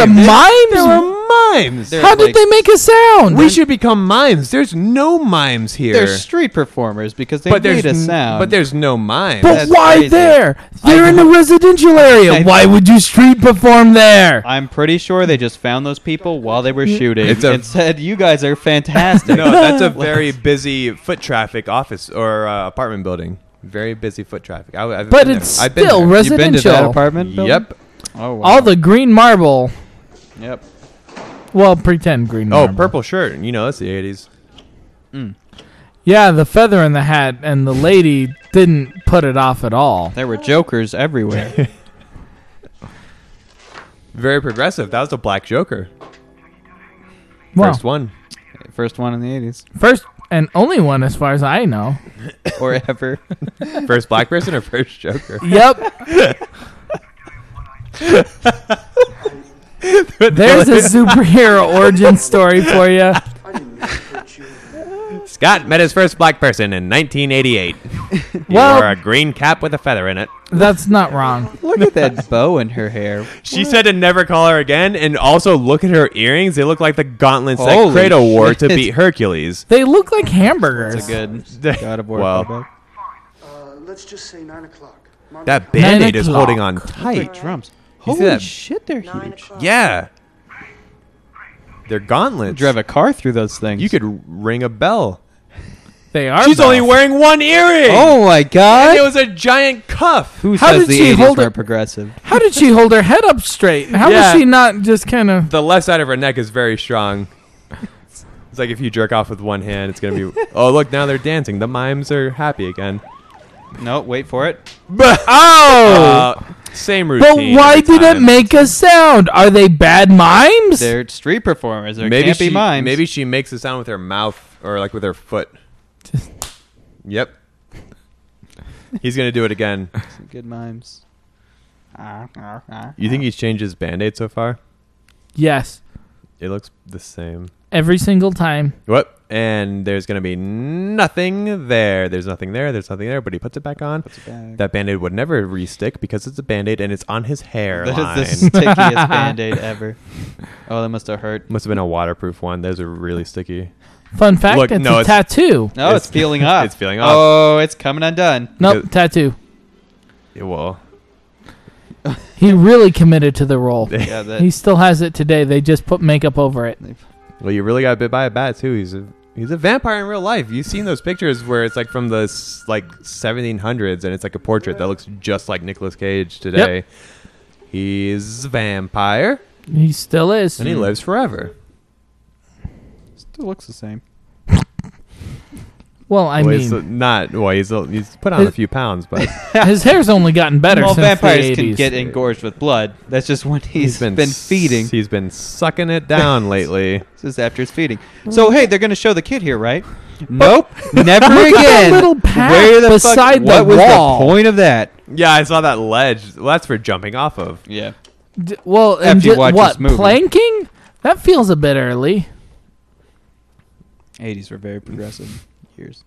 Speaker 1: a
Speaker 2: mimes.
Speaker 1: mime?
Speaker 2: There were mimes.
Speaker 3: They're
Speaker 1: How did
Speaker 3: like-
Speaker 1: they make a sound?
Speaker 2: we should become mimes. There's no mimes here.
Speaker 3: They're street performers because they
Speaker 2: but there's
Speaker 3: made a
Speaker 2: n-
Speaker 3: sound.
Speaker 2: But there's no mimes.
Speaker 1: But
Speaker 3: That's
Speaker 1: why
Speaker 3: crazy.
Speaker 1: there? They're in a residential
Speaker 3: I-
Speaker 1: area. Why would you street perform there?
Speaker 3: I'm pretty sure they just found those people while they were shooting
Speaker 2: It's a-
Speaker 3: and said, "You guys are fantastic."
Speaker 2: no,
Speaker 3: <laughs>
Speaker 2: that's
Speaker 4: <laughs>
Speaker 2: a very busy foot traffic office or uh, apartment building. Very busy foot traffic. I, I've
Speaker 1: But
Speaker 2: been
Speaker 1: it's
Speaker 2: there. I've been
Speaker 1: still
Speaker 2: there.
Speaker 1: res-
Speaker 3: you been to that
Speaker 1: residential.
Speaker 3: apartment? building?
Speaker 2: Yep.
Speaker 3: Oh, wow.
Speaker 1: All the green marble.
Speaker 3: Yep.
Speaker 1: Well, pretend green
Speaker 2: Oh,
Speaker 1: marble.
Speaker 2: purple shirt. You know, that's the 80s.
Speaker 1: Yeah, the feather in the hat and the lady didn't put it off at all.
Speaker 3: There were jokers everywhere.
Speaker 2: <laughs> Very progressive. That was the Black Joker.
Speaker 1: Well,
Speaker 2: First one.
Speaker 3: First one in the
Speaker 2: <laughs>
Speaker 3: 80s
Speaker 1: first and only one as far as I know.
Speaker 3: or ever.
Speaker 2: First black person or first Joker? <laughs>
Speaker 1: Yep. There's a superhero
Speaker 2: <laughs>
Speaker 1: origin story for you.
Speaker 6: I didn't mean to hurt you.
Speaker 2: Scott met his first black person in 1988. He
Speaker 1: Well-
Speaker 2: wore a green cap with a feather in it.
Speaker 1: That's not wrong.
Speaker 3: Look at that bow in her hair.
Speaker 2: She said to never call her again, and also look at her earrings. They look like the gauntlets
Speaker 3: Holy
Speaker 2: that Kratos wore to
Speaker 3: shit.
Speaker 2: beat Hercules.
Speaker 1: They look like hamburgers.
Speaker 3: It's a
Speaker 2: <laughs>
Speaker 3: good God of War
Speaker 2: Well.
Speaker 3: callback.
Speaker 6: Uh, let's just say 9 o'clock. Mom,
Speaker 2: That
Speaker 6: come.
Speaker 2: band
Speaker 1: Nine
Speaker 2: aid is
Speaker 1: o'clock.
Speaker 2: holding on tight.
Speaker 3: Drums.
Speaker 2: You see
Speaker 3: Holy
Speaker 2: that?
Speaker 3: shit, they're
Speaker 7: Nine
Speaker 3: huge.
Speaker 7: o'clock.
Speaker 2: Yeah. They're gauntlets.
Speaker 3: Drive a car through those things.
Speaker 2: you could ring a bell.
Speaker 1: They are.
Speaker 2: She's
Speaker 1: buff.
Speaker 2: only wearing one earring.
Speaker 4: Oh my
Speaker 2: and it
Speaker 4: god!
Speaker 2: was a giant cuff.
Speaker 4: Who
Speaker 1: How
Speaker 4: says
Speaker 1: did
Speaker 4: the
Speaker 1: she
Speaker 4: eighties
Speaker 1: hold
Speaker 4: were
Speaker 1: it-
Speaker 4: progressive?
Speaker 1: How did she hold her head up straight? How
Speaker 2: Yeah.
Speaker 1: was she not just kind of?
Speaker 2: The left side of her neck is very strong. It's like if you jerk off with one hand,
Speaker 1: <laughs>
Speaker 2: it's gonna be. Oh look, now they're dancing. The mimes are happy again.
Speaker 3: No, wait for it.
Speaker 1: Oh,
Speaker 2: Uh, same
Speaker 1: but
Speaker 2: routine.
Speaker 1: why
Speaker 2: every
Speaker 1: did it
Speaker 2: time.
Speaker 1: make a sound? Are they bad mimes?
Speaker 3: They're street performers. There
Speaker 2: Maybe
Speaker 3: can't
Speaker 2: she
Speaker 3: be mimes.
Speaker 2: maybe she makes a sound with her mouth or like with
Speaker 1: <laughs>
Speaker 2: her foot. yep. He's gonna do it again.
Speaker 4: Some good mimes.
Speaker 3: Ah,
Speaker 2: You think he's changed his band aid so far?
Speaker 1: yes,
Speaker 2: It looks the same.
Speaker 1: every single time.
Speaker 2: What? And there's gonna be nothing there. There's nothing there. There's nothing there. But he puts it back on.
Speaker 4: back.
Speaker 2: That band aid would never restick because it's a band aid and it's on his
Speaker 3: <laughs>
Speaker 2: hair.
Speaker 3: That is the stickiest <laughs> band aid ever. Oh, that must have hurt.
Speaker 2: <laughs> Must have been a waterproof one. Those are really sticky.
Speaker 1: Fun fact:
Speaker 2: Look,
Speaker 1: it's
Speaker 2: no,
Speaker 1: a
Speaker 2: it's-
Speaker 1: tattoo.
Speaker 3: No, Oh, it's, <laughs>
Speaker 2: It's-
Speaker 3: peeling off.
Speaker 2: it's peeling off.
Speaker 3: Oh, it's coming <laughs> undone.
Speaker 1: Nope, tattoo.
Speaker 2: It will.
Speaker 1: He really committed to the role.
Speaker 3: Yeah, that,
Speaker 1: He still has it today. They just put makeup over it.
Speaker 2: Well, you really got bit by a bat too. He's a he's a vampire in real life. You've seen those pictures where it's like from the s- like 1700s, and it's like a portrait that looks just like Nicolas Cage today. He's a vampire,
Speaker 1: He still is.
Speaker 2: and
Speaker 3: Hmm.
Speaker 2: he lives forever.
Speaker 4: Still looks the same.
Speaker 1: Well, I
Speaker 2: well, he's
Speaker 1: mean,
Speaker 3: <laughs>
Speaker 2: uh, not well. He's uh, he's put on a few pounds, but
Speaker 1: <laughs> his hair's only gotten better
Speaker 3: well,
Speaker 1: since
Speaker 3: vampires
Speaker 1: the 80s.
Speaker 3: can get engorged with blood. That's just what <laughs> he's been,
Speaker 2: s-
Speaker 3: feeding.
Speaker 2: He's been sucking it
Speaker 3: <laughs>
Speaker 2: down lately.
Speaker 3: This is after his feeding. So hey, they're gonna show the kid here, right? Nope, <laughs> never
Speaker 1: <laughs> Look at that
Speaker 3: again.
Speaker 1: little patch
Speaker 3: Where the fuck-
Speaker 1: beside the
Speaker 3: what was
Speaker 1: wall.
Speaker 3: the point of that?
Speaker 2: Yeah, I saw that ledge. Well, that's for jumping off of.
Speaker 3: Yeah,
Speaker 1: D- well, and
Speaker 3: After you
Speaker 1: ju-
Speaker 3: watch
Speaker 1: what
Speaker 3: this movie.
Speaker 1: planking? That feels a bit early.
Speaker 4: Eighties were
Speaker 3: <laughs>
Speaker 4: very progressive years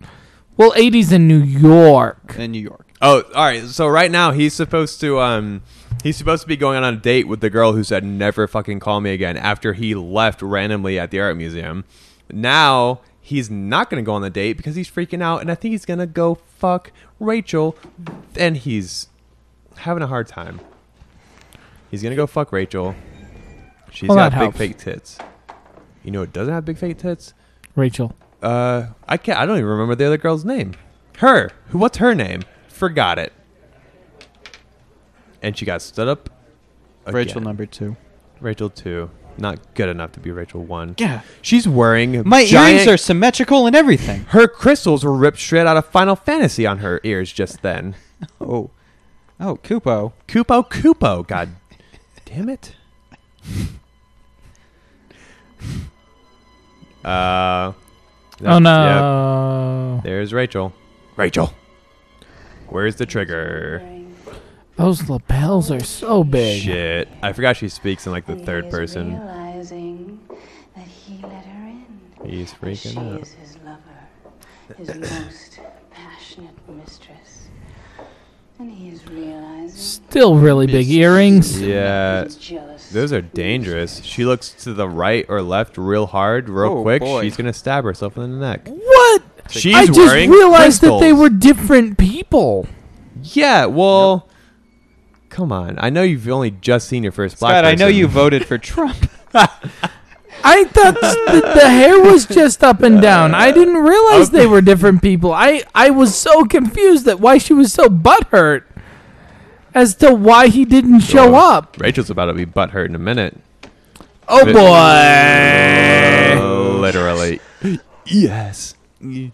Speaker 1: Well, 80s in New York.
Speaker 4: in New York.
Speaker 2: Oh, all right. So right now he's supposed to um he's supposed to be going on a date with the girl who said never fucking call me again after he left randomly at the art museum. Now he's not going to go on the date because he's freaking out and I think he's going to go fuck Rachel and he's having a hard time. He's going to go fuck Rachel. She's
Speaker 1: Well,
Speaker 2: got
Speaker 1: that
Speaker 2: big
Speaker 1: helps.
Speaker 2: fake tits. You know it doesn't have big fake tits?
Speaker 1: Rachel.
Speaker 2: Uh, I can't. I don't even remember the other girl's name. Her. Who? What's her name? Forgot it. And she got stood up. again.
Speaker 4: Rachel number two.
Speaker 2: Rachel two. Not good enough to be Rachel one.
Speaker 4: Yeah.
Speaker 2: She's wearing
Speaker 3: my
Speaker 2: giant,
Speaker 3: earrings are symmetrical and everything.
Speaker 2: Her crystals were ripped straight out of Final Fantasy on her ears just then.
Speaker 4: Oh, oh, Kupo.
Speaker 2: Kupo, Kupo. God,
Speaker 3: <laughs>
Speaker 2: damn it. Uh.
Speaker 1: oh
Speaker 2: that's- yep.
Speaker 1: no,
Speaker 2: There's Rachel. Rachel. Where's the trigger?
Speaker 1: those lapels are so big.
Speaker 2: Shit. I forgot she speaks in like the third person.
Speaker 7: Realizing that he let her in.
Speaker 2: He's
Speaker 7: she
Speaker 2: freaking out.
Speaker 7: is his lover,
Speaker 4: <coughs>
Speaker 7: his most passionate mistress. And he is realizing
Speaker 1: Still really big earrings.
Speaker 2: Yeah.
Speaker 7: he's jealous.
Speaker 2: Those are dangerous. She looks to the right or left real hard, real
Speaker 4: Oh,
Speaker 2: quick.
Speaker 4: boy.
Speaker 2: She's gonna stab herself in the neck.
Speaker 1: What?
Speaker 2: She's
Speaker 1: I just
Speaker 2: wearing
Speaker 1: realized that they
Speaker 2: crystals.
Speaker 1: were different people.
Speaker 2: Yeah, well Come on. I know you've only just seen your first black
Speaker 3: Scott, I know
Speaker 2: person.
Speaker 3: you voted
Speaker 2: <laughs>
Speaker 3: for Trump.
Speaker 1: I thought the, the hair was just up and down. I didn't realize they were different people. I, I was so confused that why she was so butthurt as to why he didn't show
Speaker 2: Oh,
Speaker 1: up.
Speaker 2: Rachel's about to be butthurt in a minute.
Speaker 1: Oh
Speaker 2: It-
Speaker 1: boy.
Speaker 2: Literally. yes. You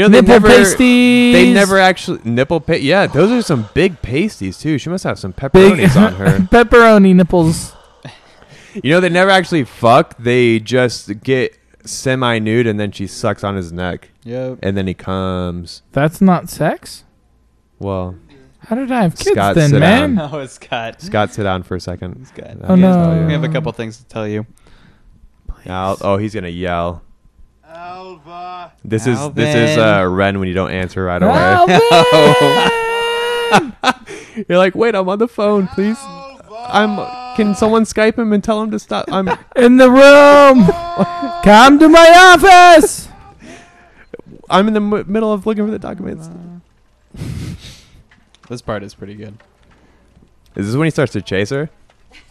Speaker 2: know they
Speaker 1: Nipple
Speaker 2: never
Speaker 1: pasties.
Speaker 2: they never actually nipple pa- yeah those are some big pasties too she must have some
Speaker 1: big
Speaker 2: pepperonis on
Speaker 1: <laughs>
Speaker 2: her
Speaker 1: pepperoni nipples.
Speaker 2: you know they never actually fuck they just get semi nude and then she sucks on his neck
Speaker 4: Yep.
Speaker 3: <laughs>
Speaker 2: and then he comes
Speaker 1: That's not sex.
Speaker 2: well
Speaker 1: How did I have kids
Speaker 2: Scott,
Speaker 1: then,
Speaker 2: sit
Speaker 1: man?
Speaker 2: down.
Speaker 3: oh, Scott.
Speaker 2: Scott sit down for a second
Speaker 4: Scott.
Speaker 2: I'll
Speaker 1: Oh,
Speaker 2: tell
Speaker 1: no.
Speaker 2: you.
Speaker 3: We have a couple things to tell you.
Speaker 2: I'll- oh he's gonna yell
Speaker 6: Alva.
Speaker 2: this is this is uh
Speaker 4: Alvin.
Speaker 2: Ren when you don't answer right away <laughs> Oh.
Speaker 1: Alvin!
Speaker 2: you're like wait I'm on the phone please I'm can someone Skype him and tell him to stop I'm
Speaker 1: In the room. Come to my office.
Speaker 2: I'm in the m- middle of looking for the documents
Speaker 3: This part is pretty good.
Speaker 2: Is this when he starts to chase her?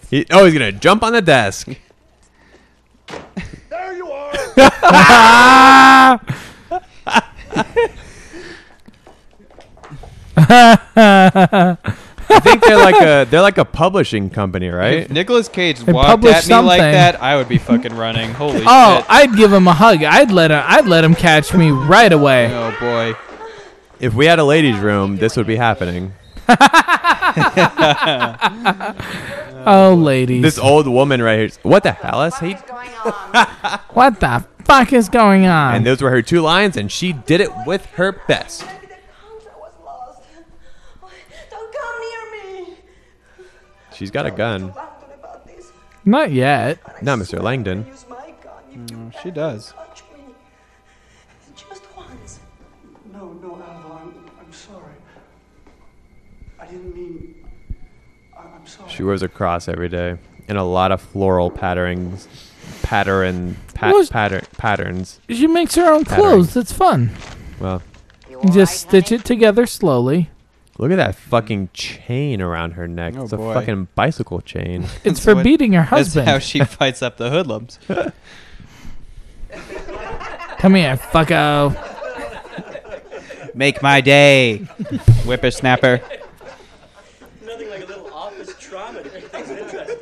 Speaker 2: He, oh, he's gonna jump on the desk. <laughs> I think they're like a they're like a publishing company, right?
Speaker 3: If Nicolas Cage
Speaker 1: They
Speaker 3: walked
Speaker 1: published
Speaker 3: at me like
Speaker 1: something.
Speaker 3: that, I would be fucking
Speaker 1: <laughs>
Speaker 3: running. Holy
Speaker 1: Oh,
Speaker 3: shit.
Speaker 1: I'd give him a hug. I'd let him. I'd let him catch me right away.
Speaker 3: oh boy.
Speaker 2: If we had a ladies' room, this would be happening.
Speaker 1: Oh, ladies,
Speaker 2: This old woman right here. What the hell is he?
Speaker 5: What's going on?
Speaker 1: what the fuck is going on?
Speaker 2: And those were her two lines, and she did it with her best.
Speaker 8: Maybe the contract was lost. Don't come near me.
Speaker 2: She's got a gun.
Speaker 8: Langdon about this.
Speaker 1: Not yet.
Speaker 2: Not Mr. Langdon.
Speaker 8: Use my gun if you
Speaker 2: Mm.
Speaker 4: She does.
Speaker 8: touch me. Just once.
Speaker 6: No, no, Alva, I'm, I'm sorry. I didn't mean. I, I'm sorry.
Speaker 2: She wears a cross every day, and a lot of floral patterings, pattern, pat,
Speaker 1: What?
Speaker 2: pattern, patterns.
Speaker 1: She makes her own clothes. It's fun.
Speaker 2: Well,
Speaker 5: You
Speaker 1: You
Speaker 5: all
Speaker 1: Just
Speaker 5: right,
Speaker 1: stitch
Speaker 5: honey?
Speaker 1: it together slowly.
Speaker 2: look at that fucking chain around her neck.
Speaker 4: Oh,
Speaker 2: it's a
Speaker 4: boy.
Speaker 2: fucking bicycle chain.
Speaker 1: It's
Speaker 3: So
Speaker 1: for
Speaker 3: it-
Speaker 1: beating her
Speaker 3: That's how
Speaker 1: husband. <laughs>
Speaker 3: she fights up the hoodlums.
Speaker 1: Come here, fucko.
Speaker 4: Make my day,
Speaker 3: <laughs>
Speaker 4: whippersnapper.
Speaker 9: Nothing like a little office drama to keep things interesting.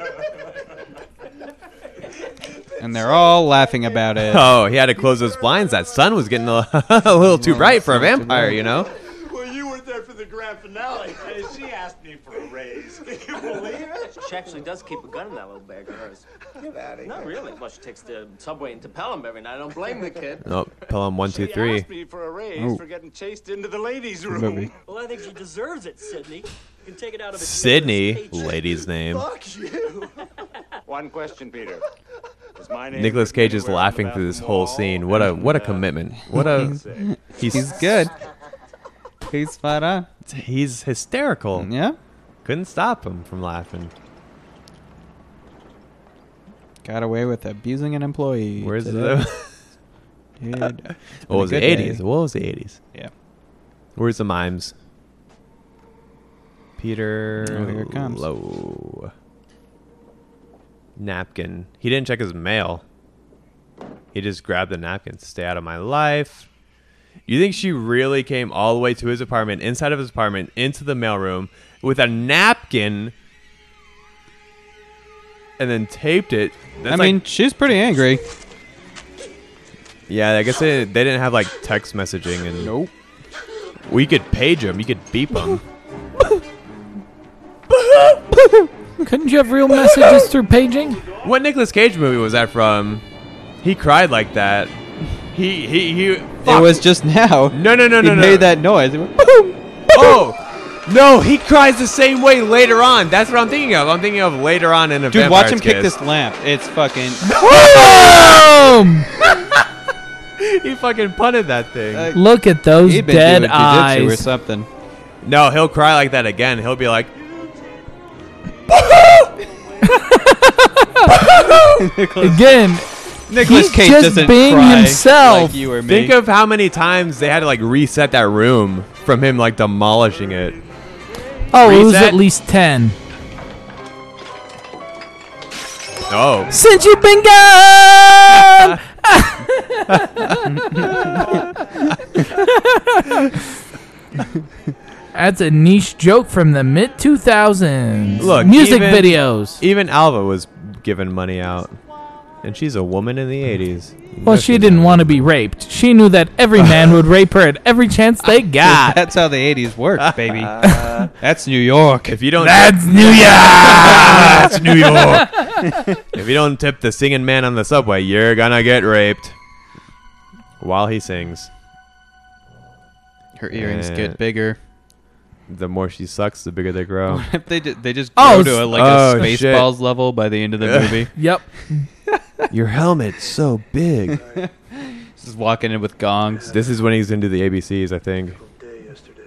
Speaker 4: And they're all laughing about it.
Speaker 2: Oh, he had to close those blinds. That sun was getting a, <laughs> a little too bright for a vampire, you know?
Speaker 9: Well, you were there for the grand finale. she asked me for a raise. <laughs> Can you believe it? She actually does keep a gun in that little bag of hers. Get out of here. Not really. Well, she takes the subway into Pelham every night. I don't blame the <laughs> kid.
Speaker 2: Oh, Pelham one, two,
Speaker 9: She
Speaker 2: three. Oh.
Speaker 9: asked me for a raise for getting chased into the ladies' room. Well, I think she deserves it, Sydney. You can take it out of
Speaker 2: Sydney, lady's name.
Speaker 9: <laughs> One question, Peter. Is my name
Speaker 2: Nicolas
Speaker 9: written
Speaker 2: Cage is
Speaker 9: anywhere on the
Speaker 2: laughing through this
Speaker 9: bathroom
Speaker 2: whole
Speaker 9: wall?
Speaker 2: scene. What a what a commitment. What a <laughs>
Speaker 4: He's
Speaker 2: he's
Speaker 4: good. He's spot on.
Speaker 2: he's hysterical.
Speaker 4: Yeah.
Speaker 2: Couldn't stop him from laughing.
Speaker 4: Got away with abusing an employee.
Speaker 2: Where's
Speaker 4: today.
Speaker 2: <laughs> the <laughs>
Speaker 4: Dude.
Speaker 2: What was
Speaker 4: Good
Speaker 2: the eighties?
Speaker 4: day.
Speaker 2: What was the eighties?
Speaker 4: Yeah.
Speaker 2: Where's the mimes? Peter
Speaker 4: Oh, here it comes.
Speaker 2: Low. Napkin. He didn't check his mail. He just grabbed the napkin. Stay out of my life. You think she really came all the way to his apartment, inside of his apartment, into the mailroom with a napkin and then taped it? That's
Speaker 4: I
Speaker 2: like-
Speaker 4: mean, she's pretty angry.
Speaker 2: yeah, I guess they, they didn't have like text messaging and
Speaker 4: Nope.
Speaker 2: we could page him, you could beep him.
Speaker 1: Couldn't you have real messages through paging?
Speaker 2: What Nicolas Cage movie was that from? He cried like that. He he he.
Speaker 4: It
Speaker 2: fuck.
Speaker 4: was just now.
Speaker 2: no no no
Speaker 4: he
Speaker 2: no no.
Speaker 4: made that noise. He went, "Boom."
Speaker 2: Oh no! He cries the same way later on. That's what I'm thinking of. I'm thinking of later on in a
Speaker 3: Dude, watch
Speaker 2: Vampire's
Speaker 3: him kick
Speaker 2: <laughs>
Speaker 4: <laughs>
Speaker 2: Kiss.
Speaker 3: this lamp. It's fucking.
Speaker 1: Boom!
Speaker 2: He fucking punted that thing.
Speaker 4: Uh,
Speaker 1: Look at those
Speaker 4: He'd been
Speaker 1: dead
Speaker 4: doing jujitsu or
Speaker 1: eyes.
Speaker 4: something.
Speaker 2: no, he'll cry like that again. He'll be like,
Speaker 1: Again,
Speaker 4: Nicholas
Speaker 1: He's
Speaker 4: Cage
Speaker 1: just
Speaker 4: doesn't
Speaker 1: being
Speaker 4: cry
Speaker 1: himself.
Speaker 4: Like you or me.
Speaker 2: think of how many times they had to like reset that room from him like demolishing it.
Speaker 1: oh, it was
Speaker 2: Reset.
Speaker 1: at least ten.
Speaker 2: Oh,
Speaker 1: Since you've been gone. <laughs> That's a niche joke from the mid 2000s.
Speaker 2: Look,
Speaker 1: music
Speaker 2: even-
Speaker 1: videos.
Speaker 2: even Alva was giving money out, and she's a woman in the '80s.
Speaker 1: Well, she didn't want to be raped. She knew that every man
Speaker 2: <laughs>
Speaker 1: would rape her at every chance they
Speaker 2: Ah.
Speaker 1: got.
Speaker 4: That's how the 80s
Speaker 2: <laughs>
Speaker 4: worked, baby. That's New York.
Speaker 2: If you don't, <laughs>
Speaker 1: New York.
Speaker 2: That's New York. <laughs> if you don't tip the singing man on the subway, you're gonna get raped. While he sings,
Speaker 4: Her earrings
Speaker 2: Yeah.
Speaker 4: get bigger. <laughs>
Speaker 2: the more she sucks, the bigger they grow.
Speaker 4: If they ju- they just
Speaker 1: Oh,
Speaker 4: go to a, like
Speaker 2: oh,
Speaker 4: a
Speaker 2: shit.
Speaker 4: Spaceballs level by the end of the movie.
Speaker 1: Yep.
Speaker 2: <laughs> Your helmet's so big.
Speaker 4: just walking in
Speaker 2: <laughs>
Speaker 4: with gongs.
Speaker 2: this is when he's into the ABCs, I think.
Speaker 6: Day yesterday.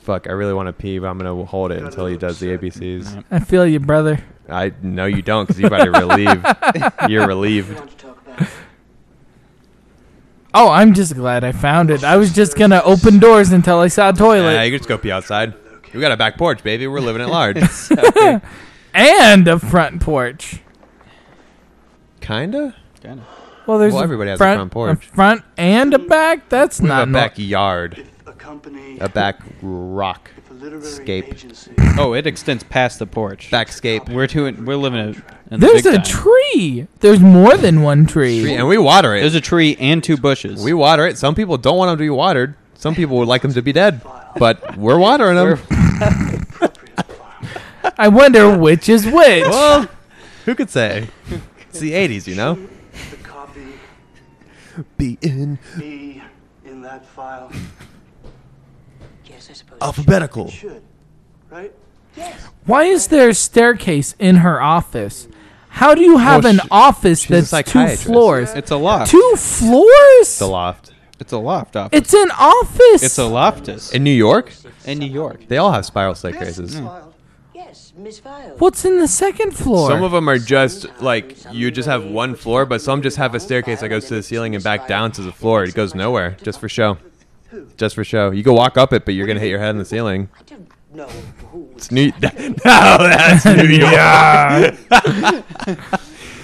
Speaker 2: Fuck, I really want to pee, but I'm gonna hold it until he does the ABCs.
Speaker 1: I feel you, brother.
Speaker 2: I no, you don't, because you're about to <laughs> relieve. You're
Speaker 5: You
Speaker 2: relieved.
Speaker 5: want to talk about it?
Speaker 1: Oh, I'm just glad I found it. I was just gonna open doors until I saw a <laughs> toilet.
Speaker 2: Yeah, you can just go pee outside. We got a back porch, baby. We're living at large.
Speaker 1: and a front porch.
Speaker 2: Kinda.
Speaker 4: Kinda.
Speaker 1: Well, there's
Speaker 2: Well,
Speaker 1: a
Speaker 2: everybody has a
Speaker 1: front,
Speaker 2: front porch.
Speaker 1: a front and a back. That's
Speaker 2: We
Speaker 1: not
Speaker 2: have a
Speaker 1: nor-
Speaker 2: backyard,
Speaker 6: A company,
Speaker 2: a back rock,
Speaker 6: a literary
Speaker 2: scape. <laughs>
Speaker 6: agency.
Speaker 4: Oh, it extends past the porch.
Speaker 2: backscape,
Speaker 4: We're doing. We're living in. in the
Speaker 1: There's
Speaker 4: big
Speaker 1: a
Speaker 4: time.
Speaker 1: tree. There's more than one tree.
Speaker 2: and we water it.
Speaker 4: There's a tree and two bushes.
Speaker 2: We water it. Some people don't want them to be watered. Some people would like them to be dead, but we're watering them.
Speaker 1: I wonder which
Speaker 2: <laughs>
Speaker 1: is which.
Speaker 2: <laughs> well, who could say? It's the '80s, you know.
Speaker 6: The copy
Speaker 2: Be in
Speaker 6: B in that file.
Speaker 5: Yes, I suppose.
Speaker 2: alphabetical.
Speaker 6: Should, right?
Speaker 1: Why is there a staircase in her office? How do you have
Speaker 2: Oh,
Speaker 1: an
Speaker 2: she-
Speaker 1: office
Speaker 2: she's a
Speaker 1: that's two
Speaker 2: psychiatrist.
Speaker 1: floors?
Speaker 4: It's a loft.
Speaker 1: Two floors?
Speaker 2: The loft
Speaker 4: It's a loft office.
Speaker 1: It's an office.
Speaker 4: It's a loftus
Speaker 2: in New York.
Speaker 4: in New York.
Speaker 2: They all have spiral staircases. Mm.
Speaker 5: Yes, Miss Vile.
Speaker 1: What's in the second floor?
Speaker 2: Some of them are just like you just have one floor, but some just have a staircase that goes to the ceiling and back down to the floor. It goes nowhere, just for show. Just for show. You can walk up it, but you're gonna hit your head on the ceiling.
Speaker 5: I don't know who.
Speaker 2: It's New. <laughs> no, that's New York.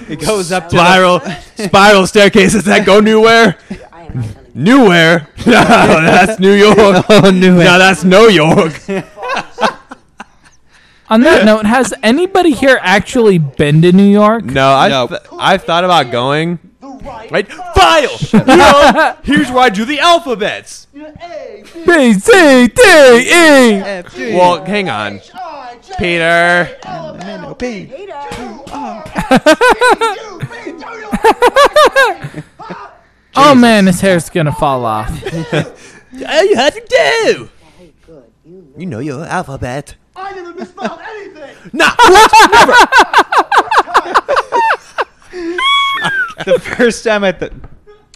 Speaker 4: It goes
Speaker 2: <laughs>
Speaker 4: up
Speaker 2: Spiral, spiral staircases that go nowhere.
Speaker 5: I am not telling you.
Speaker 2: Nowhere. <laughs> No, that's New York. <laughs> Oh, New No, that's New <laughs> York.
Speaker 1: On
Speaker 2: <laughs>
Speaker 1: that note, has anybody here actually been to New York?
Speaker 2: No, I
Speaker 4: No.
Speaker 2: th- I've thought about going. Right, <laughs> file. You know, here's where I do the alphabets.
Speaker 1: B C D E.
Speaker 2: Well, hang on, Peter. <laughs>
Speaker 1: Oh man, his hair's gonna fall off.
Speaker 2: All you had to do.
Speaker 5: Good. You
Speaker 2: You know your alphabet.
Speaker 6: I never misspelled anything.
Speaker 2: Nah.
Speaker 4: <laughs> the first time I th-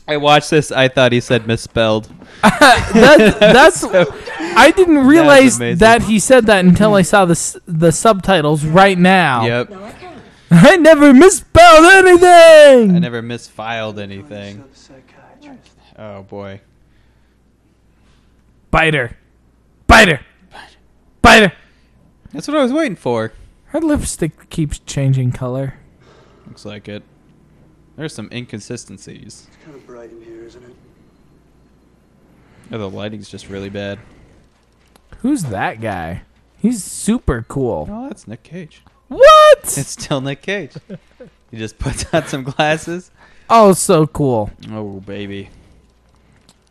Speaker 4: I watched this, I thought he said misspelled. <laughs>
Speaker 1: That, that's. I didn't realize
Speaker 4: amazing. Mm-hmm.
Speaker 1: that he said that until I saw the s- the subtitles right now.
Speaker 4: Yep.
Speaker 5: know I can't.
Speaker 1: <laughs> I never misspelled
Speaker 4: I
Speaker 1: anything.
Speaker 4: never misfiled anything.
Speaker 6: The psychiatrist.
Speaker 4: Oh boy.
Speaker 1: Biter, biter, biter.
Speaker 4: That's what I was waiting for.
Speaker 1: Her lipstick keeps changing color.
Speaker 4: Looks like it. There's some inconsistencies.
Speaker 6: It's kind of bright in here, isn't it?
Speaker 4: Oh, the lighting's just really bad.
Speaker 1: Who's that guy? He's super cool.
Speaker 4: Oh, that's Nick Cage.
Speaker 1: What?
Speaker 4: <laughs> It's still Nick Cage. he just puts on some glasses.
Speaker 1: Oh, so cool.
Speaker 4: Oh baby.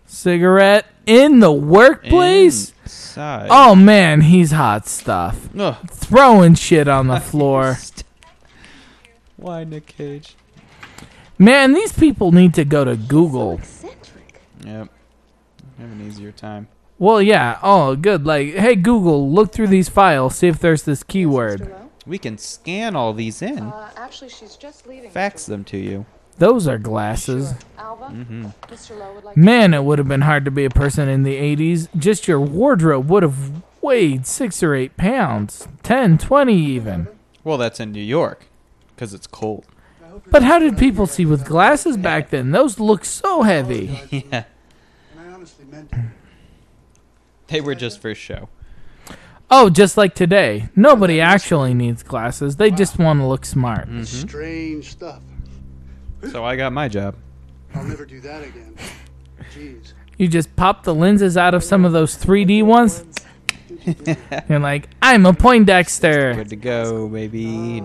Speaker 1: Cigarette in the workplace.
Speaker 4: Inside.
Speaker 1: Oh man, he's hot stuff.
Speaker 4: Ugh.
Speaker 1: Throwing shit on
Speaker 4: <laughs>
Speaker 1: the floor.
Speaker 4: Why Nick Cage?
Speaker 1: Man, these people need to go to Google.
Speaker 7: Eccentric.
Speaker 4: Yep. I have an easier time.
Speaker 1: Well, yeah. Oh, good. Like, hey Google, look through these files, see if there's this keyword.
Speaker 4: We can scan all these in,
Speaker 7: Uh, actually, she's just leaving.
Speaker 4: fax them to you.
Speaker 1: Those are glasses.
Speaker 7: Alva,
Speaker 2: Mm-hmm.
Speaker 7: Mr. Lowe would like
Speaker 1: Man, it would have been hard to be a person in the 80s. Just your wardrobe would have weighed 6 or 8 pounds, ten, twenty even.
Speaker 4: Well, that's in New York, because it's cold. <laughs>
Speaker 1: But how did people see with glasses back then? Those look so heavy.
Speaker 4: Yeah.
Speaker 6: And I honestly meant
Speaker 2: Mm-hmm.
Speaker 6: it.
Speaker 4: They were just for show.
Speaker 1: Oh, just like today. Nobody actually needs glasses. They just want to look smart.
Speaker 6: Mm. strange stuff.
Speaker 4: So I got my job.
Speaker 6: I'll never do that again. Jeez.
Speaker 1: You just pop the lenses out of some of those 3D ones. You're like, I'm a Poindexter.
Speaker 4: Good to go, baby.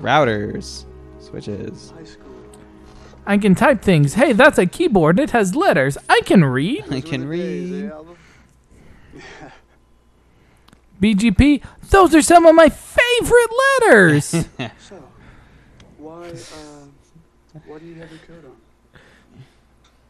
Speaker 4: Routers, switches.
Speaker 6: High school.
Speaker 1: I can type things. Hey, that's a keyboard. It has letters. I can read.
Speaker 4: I can read.
Speaker 1: BGP. Those are some of my favorite letters.
Speaker 6: So, <laughs> why, uh, why do you have your coat on?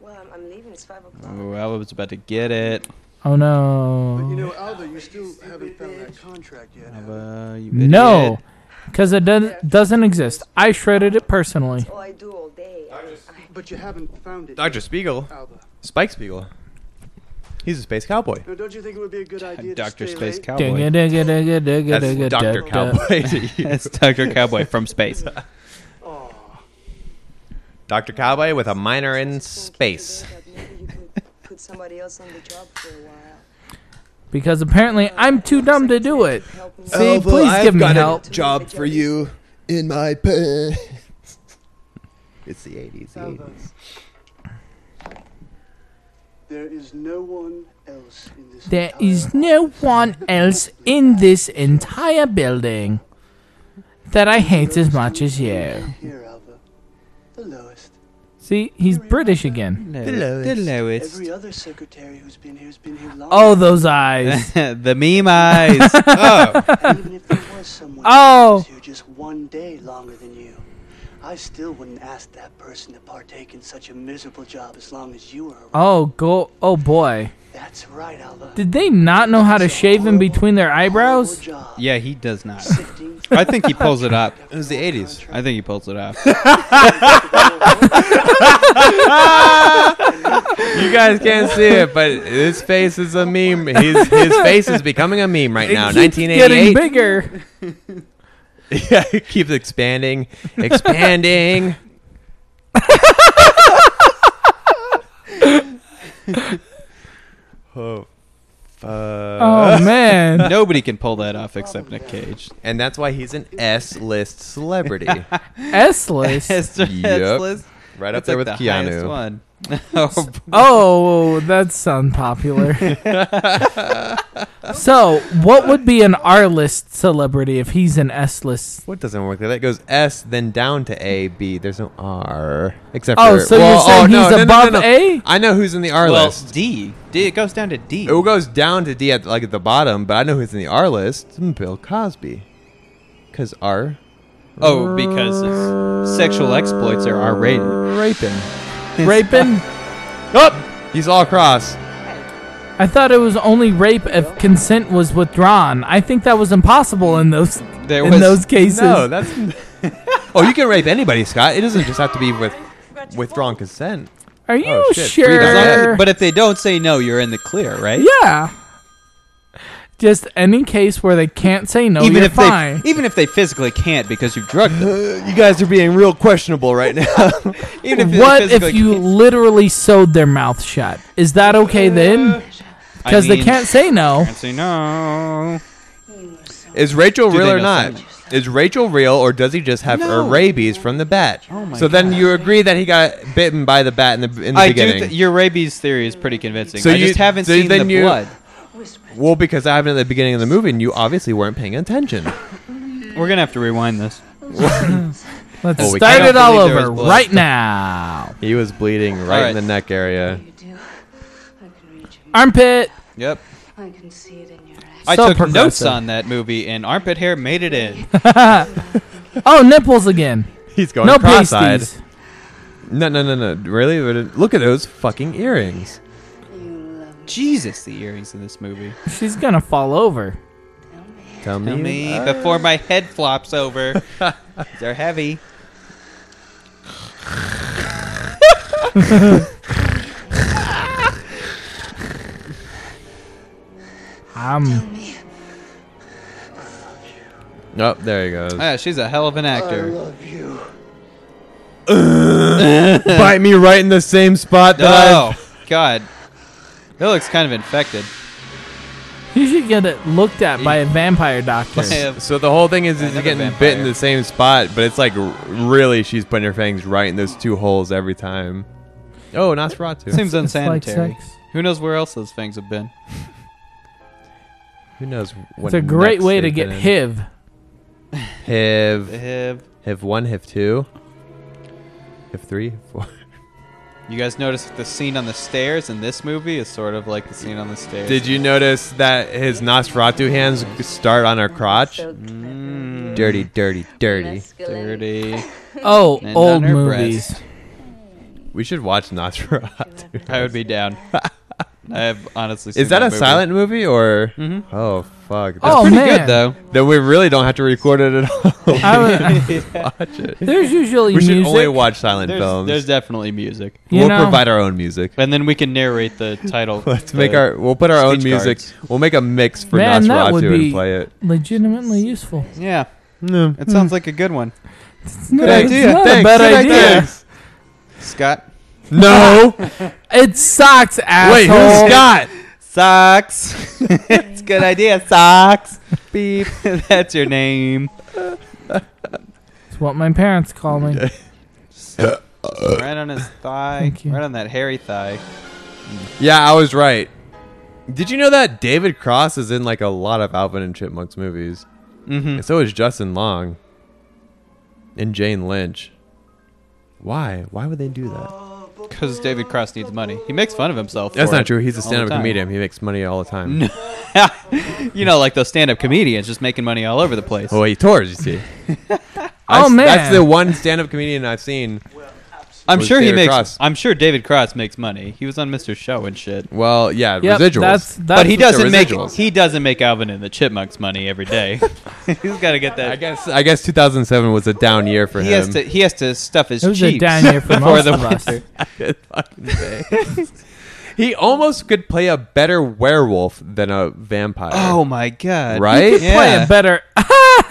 Speaker 8: Well, I'm, I'm leaving. It's five o'clock.
Speaker 4: Oh, I was about to get it.
Speaker 1: Oh
Speaker 6: But you
Speaker 1: no.
Speaker 6: know, Alva, you still haven't found that contract yet. have you?
Speaker 4: Uh, you
Speaker 1: No.
Speaker 4: idiot.
Speaker 1: Because it does, doesn't exist. I shredded it personally.
Speaker 8: Oh, I do all day. I mean, I,
Speaker 6: But you haven't found it,
Speaker 2: Dr. Spiegel.
Speaker 6: Alva.
Speaker 2: Spike Spiegel. He's a space cowboy.
Speaker 6: Now, don't you think it would be a good idea
Speaker 4: Doctor
Speaker 6: to stay
Speaker 4: Space
Speaker 6: late?
Speaker 1: Ding
Speaker 4: <laughs> Cowboy.
Speaker 1: a ding a ding a ding a
Speaker 2: That's
Speaker 1: ding a
Speaker 2: Dr.
Speaker 1: ding a-
Speaker 2: Cowboy <laughs> to you.
Speaker 4: That's Doctor Cowboy
Speaker 2: <laughs>
Speaker 4: from space.
Speaker 2: Dr. Cowboy with a minor in space.
Speaker 8: that maybe you could put somebody else on the job for a while. Uh,
Speaker 1: Because apparently I'm too dumb to do it.
Speaker 2: <laughs>
Speaker 8: Help me.
Speaker 1: See, please give me help.
Speaker 8: job for
Speaker 2: you in my pants.
Speaker 10: It's the 80s. The
Speaker 6: Alva.
Speaker 10: 80s.
Speaker 6: There is no one else in this.
Speaker 1: There
Speaker 6: entire
Speaker 1: is no one else in this entire building that I hate as much as you.
Speaker 6: Here, Alva. The lowest.
Speaker 1: See, he's British again.
Speaker 4: The
Speaker 10: lowest.
Speaker 4: lowest.
Speaker 6: Every other secretary who's been here has been here longer.
Speaker 1: Oh, those eyes.
Speaker 4: <laughs>
Speaker 2: <laughs>
Speaker 4: the meme eyes.
Speaker 6: And even if there was someone
Speaker 1: <laughs> Oh.
Speaker 6: who was here just one day longer than you, I still wouldn't ask that person to partake in such a miserable job as long as you were around.
Speaker 1: Oh, go. Oh, boy.
Speaker 6: That's right, Alva.
Speaker 1: Did they not know how to shave in between their
Speaker 6: Horrible
Speaker 1: eyebrows?
Speaker 6: job.
Speaker 4: Yeah, he does not.
Speaker 6: Sifting through
Speaker 4: I think he pulls it up.
Speaker 6: every
Speaker 2: It was the 80s.
Speaker 4: I think he pulls it up.
Speaker 2: <laughs> You guys can't see it, but his face is a meme. His his face is becoming a meme right now.
Speaker 1: Getting
Speaker 2: 1988.
Speaker 1: bigger.
Speaker 2: <laughs> Yeah, it keeps expanding, expanding. oh,
Speaker 1: Oh, man.
Speaker 4: Nobody can pull that off except Nick
Speaker 2: <laughs>
Speaker 4: Cage.
Speaker 2: And that's why he's an S
Speaker 1: <laughs>
Speaker 2: list celebrity. right
Speaker 1: S list.
Speaker 4: Esther
Speaker 2: Yep.
Speaker 4: Hetzless.
Speaker 2: up there with
Speaker 4: That's like the highest
Speaker 2: Keanu.
Speaker 4: one. <laughs> oh,
Speaker 1: Oh, that's unpopular. so, what would be an R list celebrity if he's an S list?
Speaker 2: What doesn't work like that? It goes S, then down to A, B. There's no R. Except
Speaker 1: Oh,
Speaker 2: for.
Speaker 1: so you're saying he's above A?
Speaker 2: I know who's in the R
Speaker 4: well,
Speaker 2: list.
Speaker 4: D. D. It goes down to D.
Speaker 2: It goes down to D at like at the bottom, but I know who's in the R list. Hmm, Bill Cosby. Because R.
Speaker 4: Oh, because it's sexual exploits are R rated.
Speaker 2: Raping.
Speaker 1: Raping? Oh!
Speaker 2: Up! He's all across.
Speaker 1: I thought it was only rape if consent was withdrawn. I think that was impossible in those
Speaker 4: There
Speaker 1: in
Speaker 4: was-
Speaker 1: those cases.
Speaker 2: No, that's. <laughs> oh, you can rape anybody, Scott. It doesn't just have to be with withdrawn consent.
Speaker 1: Are you
Speaker 2: Oh, shit. Free
Speaker 4: As long as-
Speaker 1: sure?
Speaker 4: but if they don't say no, you're in the clear, right?
Speaker 1: yeah. Just any case where they can't say no, Oh,
Speaker 4: even
Speaker 1: you're
Speaker 4: if
Speaker 1: fine.
Speaker 4: they even if they physically can't because you've drugged them.
Speaker 2: Uh, You guys are being real questionable right now.
Speaker 4: <laughs> Even if they
Speaker 1: what if
Speaker 4: physically
Speaker 1: you
Speaker 4: can't-
Speaker 1: literally sewed their mouth shut? Is that okay then?
Speaker 4: Uh, I
Speaker 1: Because they
Speaker 4: mean,
Speaker 1: can't say no.
Speaker 4: can't say no.
Speaker 2: Is Rachel
Speaker 4: they
Speaker 2: real or
Speaker 4: know
Speaker 2: not? Is Rachel real or does he just have uh,
Speaker 4: No.
Speaker 2: rabies from the bat? Oh my so then you agree that he got bitten by the bat in the in the
Speaker 4: I do.
Speaker 2: beginning.
Speaker 4: Th- your rabies theory is pretty convincing.
Speaker 2: So
Speaker 4: I
Speaker 2: you-
Speaker 4: just haven't
Speaker 2: so
Speaker 4: seen
Speaker 2: then
Speaker 4: the
Speaker 2: you-
Speaker 4: blood.
Speaker 2: well, because I happened at the beginning of the movie and you obviously weren't paying attention.
Speaker 4: We're gonna have to rewind this.
Speaker 1: Let's
Speaker 2: Well, we
Speaker 1: start
Speaker 2: cannot
Speaker 1: it all
Speaker 2: believe there
Speaker 1: over
Speaker 2: was blood.
Speaker 1: right now.
Speaker 2: He was bleeding right
Speaker 4: Alright.
Speaker 2: in the neck area.
Speaker 7: You do. I can read you.
Speaker 1: Armpit.
Speaker 4: Yep.
Speaker 7: I can see it in your eyes.
Speaker 4: I
Speaker 1: So
Speaker 4: took notes
Speaker 1: progressive.
Speaker 4: on that movie, and armpit hair made
Speaker 1: <laughs>
Speaker 4: it in.
Speaker 1: Oh, nipples again.
Speaker 2: He's going
Speaker 1: No
Speaker 2: cross-eyed.
Speaker 1: pasties.
Speaker 2: No, no, no, no. Really? But it- Look at those fucking earrings.
Speaker 7: You love me.
Speaker 4: Jesus, the earrings in this movie.
Speaker 1: She's gonna fall over.
Speaker 7: Tell me.
Speaker 2: Tell me.
Speaker 4: Tell me
Speaker 1: Uh.
Speaker 4: before my head
Speaker 1: <laughs>
Speaker 4: flops over. They're heavy.
Speaker 1: I'm
Speaker 2: Oh, there he goes.
Speaker 4: Ah, she's a hell of an actor.
Speaker 6: love you.
Speaker 2: Bite me right in the same spot that I.
Speaker 4: Oh God, it looks kind of infected.
Speaker 1: You should get it looked at by a vampire doctor.
Speaker 4: By
Speaker 2: So the whole thing is, is he's
Speaker 4: Another
Speaker 2: getting
Speaker 4: vampire.
Speaker 2: bit in the same spot, but it's like r- really she's putting her fangs right in those two holes every time. Oh, Nosferatu.
Speaker 4: Seems
Speaker 1: like
Speaker 4: unsanitary.
Speaker 1: sex.
Speaker 4: Who knows where else those things have been?
Speaker 2: Who knows?
Speaker 1: It's
Speaker 2: What
Speaker 1: a great
Speaker 2: next
Speaker 1: way to
Speaker 2: they've
Speaker 1: get
Speaker 2: been in.
Speaker 1: HIV.
Speaker 2: Hiv,
Speaker 4: Have
Speaker 2: hiv one, hiv two, hiv three, hiv four.
Speaker 4: you guys notice the scene on the stairs in this movie is sort of like the scene on the stairs?
Speaker 2: Did you notice that his Nosferatu hands start on her crotch?
Speaker 4: Mm.
Speaker 2: Dirty, dirty, dirty.
Speaker 4: dirty?
Speaker 1: Oh,
Speaker 4: And
Speaker 1: old
Speaker 4: on her
Speaker 1: movies.
Speaker 4: breast.
Speaker 2: We should watch Nosferatu.
Speaker 4: I would
Speaker 2: <laughs>
Speaker 4: be down. I have honestly. Seen
Speaker 2: Is that a
Speaker 4: movie. Mm-hmm.
Speaker 2: silent movie or? Oh fuck! That's
Speaker 1: Oh,
Speaker 2: pretty
Speaker 1: man.
Speaker 4: Good though.
Speaker 2: Then we really don't have to record it at all.
Speaker 1: I
Speaker 2: <laughs>
Speaker 1: would-
Speaker 2: watch it.
Speaker 1: there's usually
Speaker 2: We should
Speaker 1: music.
Speaker 2: only watch silent
Speaker 4: There's,
Speaker 2: films.
Speaker 4: there's definitely music,
Speaker 1: you
Speaker 2: we'll
Speaker 1: know?
Speaker 2: provide our own music.
Speaker 4: and then we can narrate the title.
Speaker 2: <laughs> Let's make our. We'll put our own
Speaker 4: speech
Speaker 2: music.
Speaker 4: cards.
Speaker 2: We'll make a mix for
Speaker 1: Man, that would
Speaker 2: Nosferatu
Speaker 1: be-
Speaker 2: and play it.
Speaker 1: legitimately useful.
Speaker 4: Yeah,
Speaker 2: No.
Speaker 4: it sounds like a good one.
Speaker 1: It's not,
Speaker 2: Good idea.
Speaker 1: It's not
Speaker 2: Thanks.
Speaker 1: a bad
Speaker 2: Hmm. Good
Speaker 1: idea.
Speaker 2: idea.
Speaker 4: Scott
Speaker 1: <laughs>
Speaker 2: No.
Speaker 1: It sucks, asshole.
Speaker 2: Wait, who's Scott? <laughs>
Speaker 4: socks. it's a good idea. <laughs> Socks. Beep. That's your name.
Speaker 2: <laughs>
Speaker 4: <laughs>
Speaker 1: It's what my parents call me.
Speaker 4: right on his thigh,
Speaker 1: Thank you.
Speaker 4: right on that hairy thigh.
Speaker 2: Yeah, I was right. Did you know that David Cross is in like a lot of Alvin and Chipmunks movies? Mm-hmm. And so is Justin Long and Jane Lynch. Why? Why would they do that?
Speaker 4: Because David Cross needs money. He makes fun of himself.
Speaker 2: That's
Speaker 4: for
Speaker 2: not
Speaker 4: it
Speaker 2: true. He's a
Speaker 4: all the
Speaker 2: stand-up
Speaker 4: time.
Speaker 2: comedian. He makes money all the time.
Speaker 4: <laughs> you know, like those stand-up comedians, just making money all over the place.
Speaker 2: Oh, he tours. You
Speaker 4: <laughs>
Speaker 2: see.
Speaker 1: Oh,
Speaker 2: That's- that's
Speaker 1: man.
Speaker 2: the one stand-up comedian I've seen.
Speaker 4: I'm
Speaker 2: was
Speaker 4: sure he
Speaker 2: David
Speaker 4: makes.
Speaker 2: Cross.
Speaker 4: I'm sure David Cross makes money. He was on Mr. Show and shit.
Speaker 2: Well, yeah,
Speaker 1: Yep,
Speaker 2: residuals.
Speaker 1: That's, that's
Speaker 4: But he doesn't make.
Speaker 2: residuals.
Speaker 4: He doesn't make Alvin and the Chipmunks money
Speaker 2: <laughs>
Speaker 4: every day. <laughs> He's got to get
Speaker 2: I
Speaker 4: that.
Speaker 2: guess. I guess 2007 was a down year for
Speaker 4: He
Speaker 2: him.
Speaker 4: has
Speaker 2: <laughs>
Speaker 4: to. He has to stuff his
Speaker 1: It was a
Speaker 4: cheeks <laughs>
Speaker 1: down year for
Speaker 4: before
Speaker 1: most
Speaker 4: the
Speaker 1: of us.
Speaker 4: winter.
Speaker 2: fucking thing. he almost could play a better werewolf than a vampire.
Speaker 4: Oh <laughs> my god!
Speaker 2: right?
Speaker 1: Playing better. <laughs>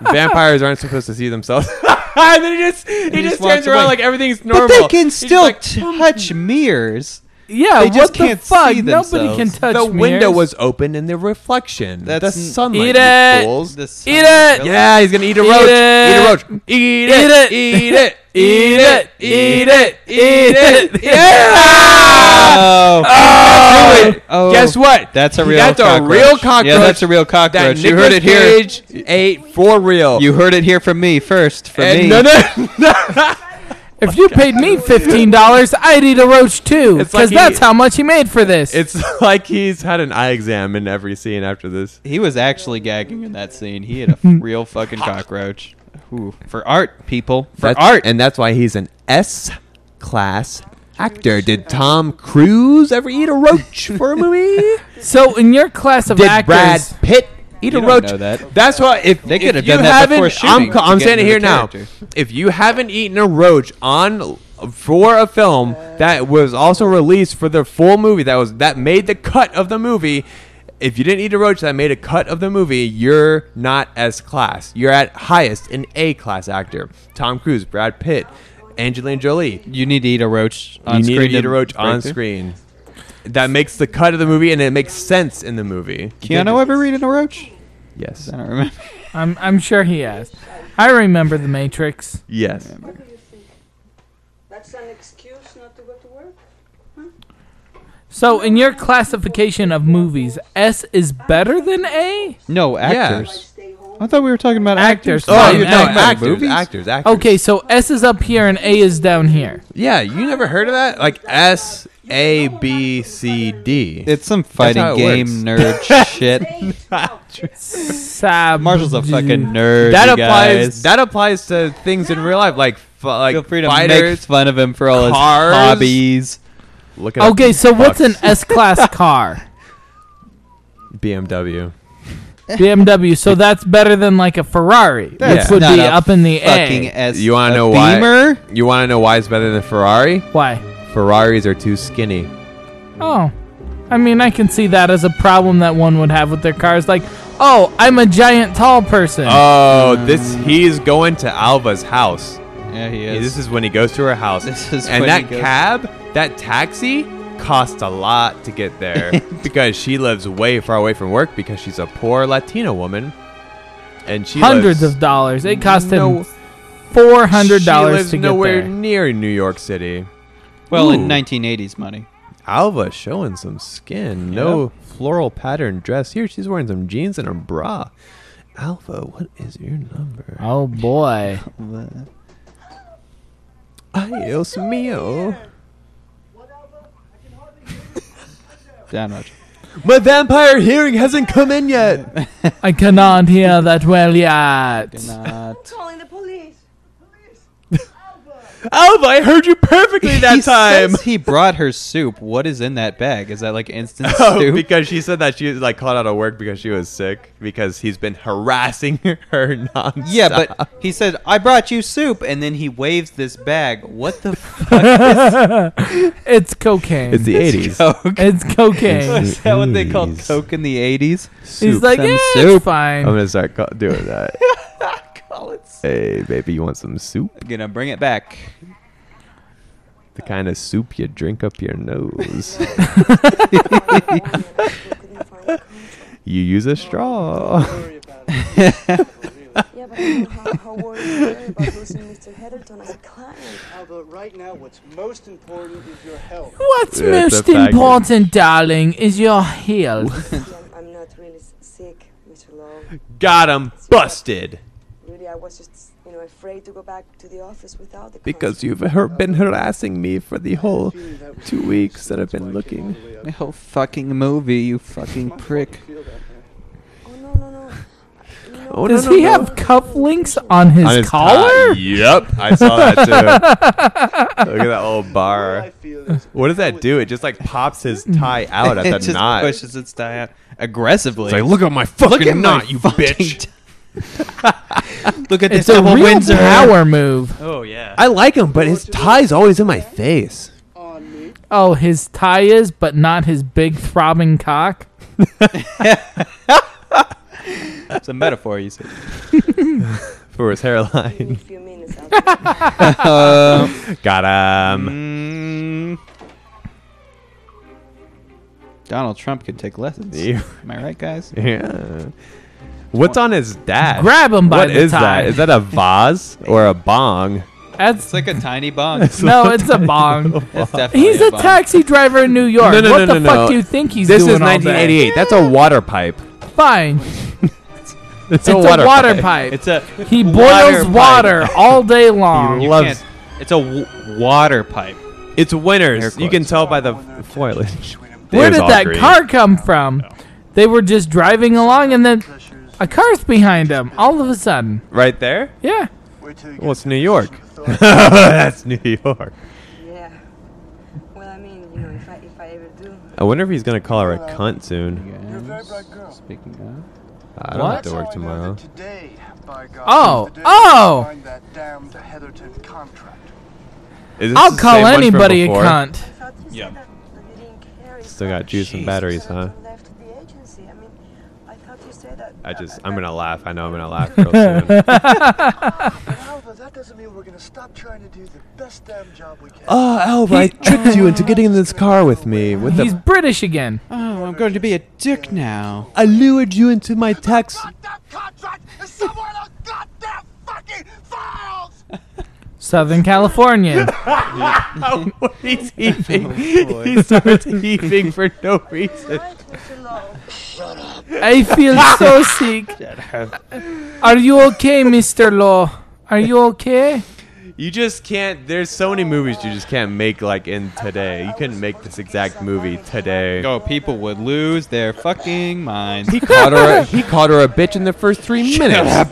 Speaker 2: Vampires aren't supposed to see themselves. <laughs> and then he just he, just,
Speaker 4: walks
Speaker 2: turns around
Speaker 4: away.
Speaker 2: like everything's normal.
Speaker 4: But they can
Speaker 2: He's
Speaker 4: still
Speaker 2: like, "Hmm."
Speaker 4: touch mirrors.
Speaker 1: yeah,
Speaker 4: They just
Speaker 1: what
Speaker 4: can't
Speaker 1: the fuck?
Speaker 4: see
Speaker 1: Nobody can
Speaker 4: themselves.
Speaker 1: touch
Speaker 2: the window
Speaker 1: mirrors.
Speaker 2: was open and the reflection.
Speaker 4: That's
Speaker 2: the
Speaker 4: n-
Speaker 2: sunlight.
Speaker 1: Eat
Speaker 2: you
Speaker 1: it.
Speaker 2: fools.
Speaker 1: Eat it!
Speaker 2: Yeah, he's gonna eat a
Speaker 1: Eat
Speaker 2: roach.
Speaker 1: it.
Speaker 2: Eat a roach. Eat it. Eat it. <laughs> Eat it. Eat it. Eat it. <laughs> Yeah.
Speaker 4: Oh,
Speaker 2: Oh, do it.
Speaker 4: Oh.
Speaker 2: Guess what?
Speaker 4: that's a
Speaker 2: He
Speaker 4: real.
Speaker 2: got the
Speaker 4: cockroach.
Speaker 2: real cockroach.
Speaker 4: Yeah, that's a real
Speaker 2: That
Speaker 4: cockroach. You
Speaker 2: Nicolas
Speaker 4: heard it here.
Speaker 2: Cage ate for real.
Speaker 4: You heard it here from me first. From
Speaker 2: and
Speaker 4: me.
Speaker 2: no, no,
Speaker 1: If you paid me fifteen dollars, I'd eat a roach too,
Speaker 2: It's
Speaker 1: because
Speaker 2: like he-
Speaker 1: that's how much he made for this.
Speaker 2: <laughs> It's like he's had an eye exam in every scene after this.
Speaker 4: He was actually gagging in that scene. He had a real fucking cockroach. Ooh, for art, people. For art.
Speaker 2: and that's why he's an S class actor. Did Tom Cruise ever eat a roach for a movie? <laughs>
Speaker 1: so in your class of
Speaker 2: Did
Speaker 1: actors,
Speaker 2: Brad Pitt eat a
Speaker 4: don't
Speaker 2: roach?
Speaker 4: know that.
Speaker 2: That's why if
Speaker 4: They could
Speaker 2: if
Speaker 4: have
Speaker 2: you
Speaker 4: done that before
Speaker 2: haven't- I'm,
Speaker 4: shooting
Speaker 2: ca-
Speaker 4: to
Speaker 2: I'm
Speaker 4: get
Speaker 2: saying it
Speaker 4: into
Speaker 2: here
Speaker 4: the
Speaker 2: now.
Speaker 4: character.
Speaker 2: If you haven't eaten a roach on for a film that was also released for the full movie that was that made the cut of the movie. If you didn't eat a roach that made a cut of the movie, you're not S class. You're at highest an A class actor. Tom Cruise, Brad Pitt, Angelina Jolie.
Speaker 4: you need to eat a roach on
Speaker 2: You need
Speaker 4: screen.
Speaker 2: to eat a roach
Speaker 4: break
Speaker 2: on
Speaker 4: through.
Speaker 2: screen. That makes the cut of the movie and it makes sense in the movie.
Speaker 4: Keanu ever reading a roach?
Speaker 2: Yes.
Speaker 4: I
Speaker 2: <laughs>
Speaker 4: don't remember.
Speaker 1: I'm I'm sure he has. I remember The Matrix.
Speaker 2: Yes.
Speaker 5: That's an excuse not to go to work?
Speaker 1: So in your classification of movies, S is better than A.
Speaker 4: No actors. I thought we were talking about
Speaker 1: Actors.
Speaker 4: actors.
Speaker 1: Oh,
Speaker 4: No,
Speaker 1: you're
Speaker 4: no,
Speaker 1: talking about
Speaker 2: actors, actors, actors.
Speaker 1: Okay, so S is up here and A is down here.
Speaker 2: Yeah, you never heard of that? Like S A B C D.
Speaker 4: It's some fighting
Speaker 2: how it
Speaker 4: game
Speaker 2: <laughs>
Speaker 4: nerd shit.
Speaker 1: Sab.
Speaker 4: Marshall's a fucking nerd.
Speaker 2: That
Speaker 4: you
Speaker 2: applies.
Speaker 4: guys.
Speaker 2: That applies to things in real life, like f- like
Speaker 4: Feel free to make
Speaker 2: fighters.
Speaker 4: fun of him for all his
Speaker 2: cars.
Speaker 4: hobbies.
Speaker 2: Look at
Speaker 1: Okay, so what's an S
Speaker 4: <laughs>
Speaker 1: class car?
Speaker 2: BMW.
Speaker 1: BMW. So that's better than like a Ferrari,
Speaker 2: That's
Speaker 1: which would
Speaker 4: not
Speaker 1: be
Speaker 4: a
Speaker 1: up in the
Speaker 4: Fucking
Speaker 1: A.
Speaker 4: S.
Speaker 2: You want
Speaker 4: a
Speaker 2: to know why?
Speaker 4: Beamer?
Speaker 2: You want to know why it's better than Ferrari?
Speaker 1: Why?
Speaker 2: Ferraris are too skinny.
Speaker 1: Oh, I mean, I can see that as a problem that one would have with their cars. Like, oh, I'm a giant tall person.
Speaker 2: Oh, this he's going to Alva's house.
Speaker 4: Yeah, he
Speaker 2: Yeah,
Speaker 4: is.
Speaker 2: this is when he goes to her house.
Speaker 4: This is
Speaker 2: and
Speaker 4: when
Speaker 2: that
Speaker 4: he goes-
Speaker 2: cab, that taxi, costs a lot to get
Speaker 4: <laughs>
Speaker 2: there because she lives way far away from work because she's a poor Latina woman, and she
Speaker 1: hundreds
Speaker 2: lives
Speaker 1: of dollars. It cost
Speaker 2: no-
Speaker 1: him four hundred
Speaker 2: She
Speaker 1: dollars
Speaker 2: lives
Speaker 1: to get
Speaker 2: nowhere
Speaker 1: there.
Speaker 2: near New York City.
Speaker 4: well,
Speaker 2: Ooh.
Speaker 4: in 1980s money.
Speaker 2: Alva showing some skin, no floral pattern dress. Here she's wearing some jeans and a bra. Alva, what is your number?
Speaker 1: Oh boy.
Speaker 2: Adios mio.
Speaker 4: Down
Speaker 2: <laughs>
Speaker 4: much.
Speaker 2: My vampire hearing hasn't come in yet.
Speaker 1: I cannot hear that well yet.
Speaker 4: Not.
Speaker 8: Calling the police.
Speaker 2: Alva, I heard you perfectly that
Speaker 4: <laughs> he
Speaker 2: time.
Speaker 4: says he brought her soup. What is in that bag? Is that like instant
Speaker 2: <laughs> <laughs> Oh,
Speaker 4: soup?
Speaker 2: because she said that she was like called out of work because she was sick because he's been harassing <laughs> her nonstop.
Speaker 4: yeah, but he said, "I brought you soup," and then he waves this bag. What
Speaker 2: <laughs>
Speaker 4: the fuck?
Speaker 1: It's cocaine.
Speaker 2: it's the eighties.
Speaker 4: Coke?
Speaker 1: It's cocaine.
Speaker 4: <laughs> Is that what they called
Speaker 2: Jeez.
Speaker 4: Coke in the '80s?
Speaker 1: He's like,
Speaker 4: Some
Speaker 1: yeah,
Speaker 4: soup.
Speaker 1: it's fine.
Speaker 2: I'm gonna start call- doing
Speaker 4: <laughs>
Speaker 2: that.
Speaker 4: Call it. soup.
Speaker 2: hey, baby, you want some soup?
Speaker 4: oh, Gonna bring it back.
Speaker 2: The kind of soup you drink up your nose. you use a straw.
Speaker 6: Worry about it.
Speaker 2: <laughs>
Speaker 8: Yeah, but I don't know how, how worried you were about losing Mr. competitor as a client.
Speaker 6: Alba, right now what's most important is your health.
Speaker 1: What's
Speaker 2: Yeah, it's
Speaker 1: most
Speaker 2: a fact.
Speaker 1: important, darling, is your health.
Speaker 8: I'm, I'm not really s- sick, Mr. Lowe.
Speaker 2: Got him busted
Speaker 8: Really, I was just, you know, afraid to go back to the office without the
Speaker 2: because you've her- been harassing me for the whole
Speaker 6: Feeling that was
Speaker 2: two weeks that I've
Speaker 6: why
Speaker 2: been
Speaker 6: I came all
Speaker 2: looking.
Speaker 6: the way up.
Speaker 4: The whole fucking movie, you fucking
Speaker 6: My fault
Speaker 4: prick.
Speaker 6: to feel that way.
Speaker 8: consent.
Speaker 1: <laughs>
Speaker 8: Oh no, no, no. No,
Speaker 2: Oh,
Speaker 1: Does
Speaker 2: <laughs> no,
Speaker 1: he
Speaker 2: no.
Speaker 1: have
Speaker 8: <laughs>
Speaker 1: cufflinks on his,
Speaker 2: On his
Speaker 1: collar?
Speaker 2: tie. Yep, I saw that too. Look at that little
Speaker 6: All I
Speaker 2: bar.
Speaker 6: feel is
Speaker 2: What does that do? It just like pops his tie out
Speaker 4: <laughs> it
Speaker 2: at the
Speaker 4: just
Speaker 2: knot. It's
Speaker 4: pushes its tie out aggressively.
Speaker 2: like, look at my fucking
Speaker 4: Look at my
Speaker 2: knot, you
Speaker 4: fucking
Speaker 2: bitch.
Speaker 4: t- <laughs> look at
Speaker 1: It's
Speaker 4: this
Speaker 1: a
Speaker 4: double
Speaker 1: real
Speaker 4: Windsor.
Speaker 1: power move.
Speaker 4: Oh yeah.
Speaker 2: I like him, but his tie's always in my face.
Speaker 6: on me.
Speaker 1: Oh, his tie is, but not his big throbbing cock.
Speaker 4: It's a metaphor, you said.
Speaker 2: For his
Speaker 8: give me
Speaker 2: hairline.
Speaker 8: a few minutes. I'll
Speaker 2: <laughs> Got him.
Speaker 4: Mm. Donald Trump could take lessons.
Speaker 2: Yeah.
Speaker 4: Am I right, guys?
Speaker 2: Yeah. What's on his dad?
Speaker 1: Grab him by
Speaker 2: What
Speaker 1: the
Speaker 2: is
Speaker 1: tie.
Speaker 2: that? Is that a vase or a bong?
Speaker 1: That's
Speaker 4: It's like a tiny bong.
Speaker 2: <laughs>
Speaker 4: It's <laughs>
Speaker 1: no, it's a bong.
Speaker 4: definitely
Speaker 1: He's a
Speaker 4: bong.
Speaker 1: taxi driver in New York.
Speaker 2: No, no,
Speaker 1: what
Speaker 2: no,
Speaker 1: the
Speaker 2: no,
Speaker 1: fuck
Speaker 2: no.
Speaker 1: do you think he's
Speaker 2: This
Speaker 1: doing
Speaker 2: is
Speaker 1: all day?
Speaker 2: 1988. That's a water pipe.
Speaker 1: Fine,
Speaker 2: It's,
Speaker 1: it's a water, pipe.
Speaker 4: It's a
Speaker 1: he boils
Speaker 4: water
Speaker 1: water,
Speaker 4: pipe.
Speaker 1: all day long.
Speaker 2: You
Speaker 4: You
Speaker 2: Loves-
Speaker 4: can't- It's a w- water pipe.
Speaker 2: It's winters.
Speaker 4: Air
Speaker 2: You can
Speaker 4: quotes.
Speaker 2: tell by the <laughs> foliage.
Speaker 1: Where
Speaker 2: It was
Speaker 1: did
Speaker 2: all
Speaker 1: that
Speaker 2: green.
Speaker 1: car come from? They were just driving along, and then
Speaker 6: Pressures.
Speaker 1: a car's behind them. All of a sudden,
Speaker 2: Right there?
Speaker 1: yeah.
Speaker 6: Wait till you
Speaker 2: Well,
Speaker 6: get
Speaker 2: it's New York.
Speaker 6: the
Speaker 2: <laughs>
Speaker 6: thought.
Speaker 2: That's New York.
Speaker 8: yeah. Well, I mean, you know, if I if I ever do,
Speaker 2: I wonder if he's going to call her a cunt soon.
Speaker 6: You're a very
Speaker 2: <laughs>
Speaker 6: bright girl.
Speaker 4: Speaking of,
Speaker 2: I don't
Speaker 1: What?
Speaker 2: have to work
Speaker 6: That's how I know
Speaker 2: tomorrow.
Speaker 6: that Today, by God,
Speaker 1: Oh,
Speaker 6: is the day
Speaker 1: oh!
Speaker 6: we signed that damned Heatherton contract.
Speaker 2: Is this
Speaker 1: I'll
Speaker 2: the
Speaker 1: call
Speaker 2: same one from
Speaker 1: anybody a
Speaker 2: before?
Speaker 1: cunt.
Speaker 8: I thought you
Speaker 4: Yeah.
Speaker 8: said that, that you didn't care. if
Speaker 2: Still
Speaker 8: I-
Speaker 2: got juice and
Speaker 4: Jesus.
Speaker 2: batteries, huh?
Speaker 8: I left the agency. I mean, I thought you said that.
Speaker 2: I just,
Speaker 8: that-
Speaker 2: I'm going to
Speaker 8: that-
Speaker 2: laugh. I know
Speaker 8: <laughs>
Speaker 2: I'm going to laugh real <laughs> soon.
Speaker 6: But Alva, that doesn't mean we're going to stop trying to do the best damn job we can.
Speaker 2: Oh, Alba, I tricked you into getting in
Speaker 8: <laughs>
Speaker 2: this car with me. With
Speaker 1: He's
Speaker 2: the,
Speaker 1: British again.
Speaker 4: oh, I'm going to be a
Speaker 1: <laughs>
Speaker 4: dick now.
Speaker 2: I lured you into my
Speaker 8: <laughs>
Speaker 2: taxi.
Speaker 6: That contract is somewhere in those goddamn fucking files!
Speaker 1: Southern
Speaker 2: <laughs>
Speaker 1: California.
Speaker 2: He's <laughs> heaving. he starts heaving for no reason.
Speaker 8: Right, Mr. Lowe.
Speaker 1: I feel so sick. Are you okay, Mr. Law? Are you okay?
Speaker 2: You just can't. There's so many movies you just can't make like in today. You couldn't make this exact movie today.
Speaker 4: Oh, people would lose their fucking minds.
Speaker 2: He called her. A, he called her a bitch in the first three minutes.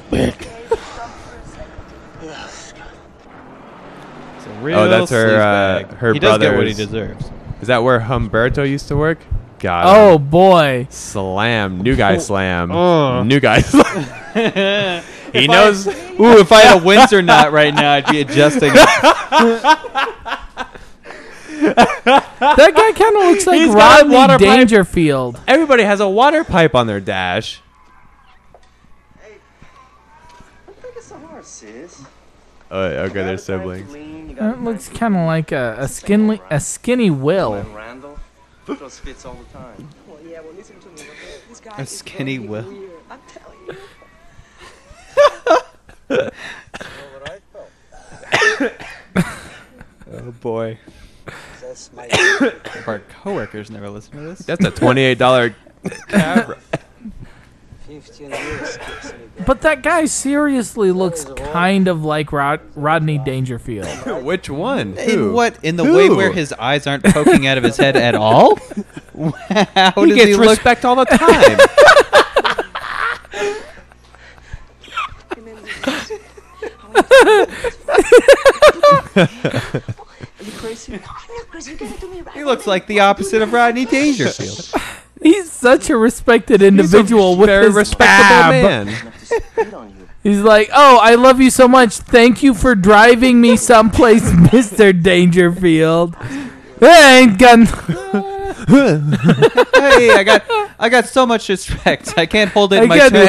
Speaker 4: It's a real
Speaker 2: that's her, uh,
Speaker 4: sleazebag.
Speaker 2: her
Speaker 4: He does get what he
Speaker 2: brother's-
Speaker 4: deserves.
Speaker 2: Is that where Humberto used to work? God.
Speaker 1: Oh boy.
Speaker 2: Slam. New guy slam.
Speaker 4: Oh.
Speaker 2: New guy <laughs> slam.
Speaker 4: <laughs>
Speaker 2: he
Speaker 4: If I-
Speaker 2: knows.
Speaker 4: Ooh, if I <laughs> had a Windsor knot right now, I'd be <laughs> adjusting.
Speaker 1: That guy kind of looks like
Speaker 2: He's got a water
Speaker 1: Rodney
Speaker 2: pipe.
Speaker 1: Dangerfield.
Speaker 2: Everybody has a water pipe on their dash. Uh, okay, they're siblings.
Speaker 9: Lean, you got
Speaker 1: That Uh, looks kind of like a, a skinny a skinny Will.
Speaker 9: Randall. Those fits all the time.
Speaker 8: Well, yeah, well, listen to me. okay? This guy
Speaker 4: A
Speaker 8: is
Speaker 4: skinny
Speaker 8: fucking
Speaker 4: Will.
Speaker 8: weird. I'm telling you.
Speaker 2: Oh boy.
Speaker 4: If Our coworkers never listen to this.
Speaker 2: That's a twenty-eight dollar.
Speaker 1: But that guy seriously looks kind of like Rod- Rodney Dangerfield.
Speaker 2: Which one?
Speaker 4: In
Speaker 2: Who?
Speaker 4: what? In the
Speaker 2: Who?
Speaker 4: way where his eyes aren't poking out of his head at <laughs> all? How
Speaker 2: He
Speaker 4: does
Speaker 2: gets
Speaker 4: he look?
Speaker 2: respect all the time.
Speaker 8: I'm not crazy. You're gonna do me
Speaker 4: <laughs>
Speaker 8: right.
Speaker 4: He looks like the opposite of Rodney Dangerfield.
Speaker 1: He's such a respected individual with
Speaker 2: very
Speaker 1: his
Speaker 2: respectable
Speaker 1: fab.
Speaker 2: man.
Speaker 1: He's like, "Oh, I love you so much. Thank you for <laughs> driving me someplace, Mister Dangerfield." Hey, ain't gun.
Speaker 4: <laughs> hey, I got I got so much respect. I can't hold it
Speaker 1: I
Speaker 4: in my
Speaker 1: get
Speaker 4: two <laughs>
Speaker 1: it.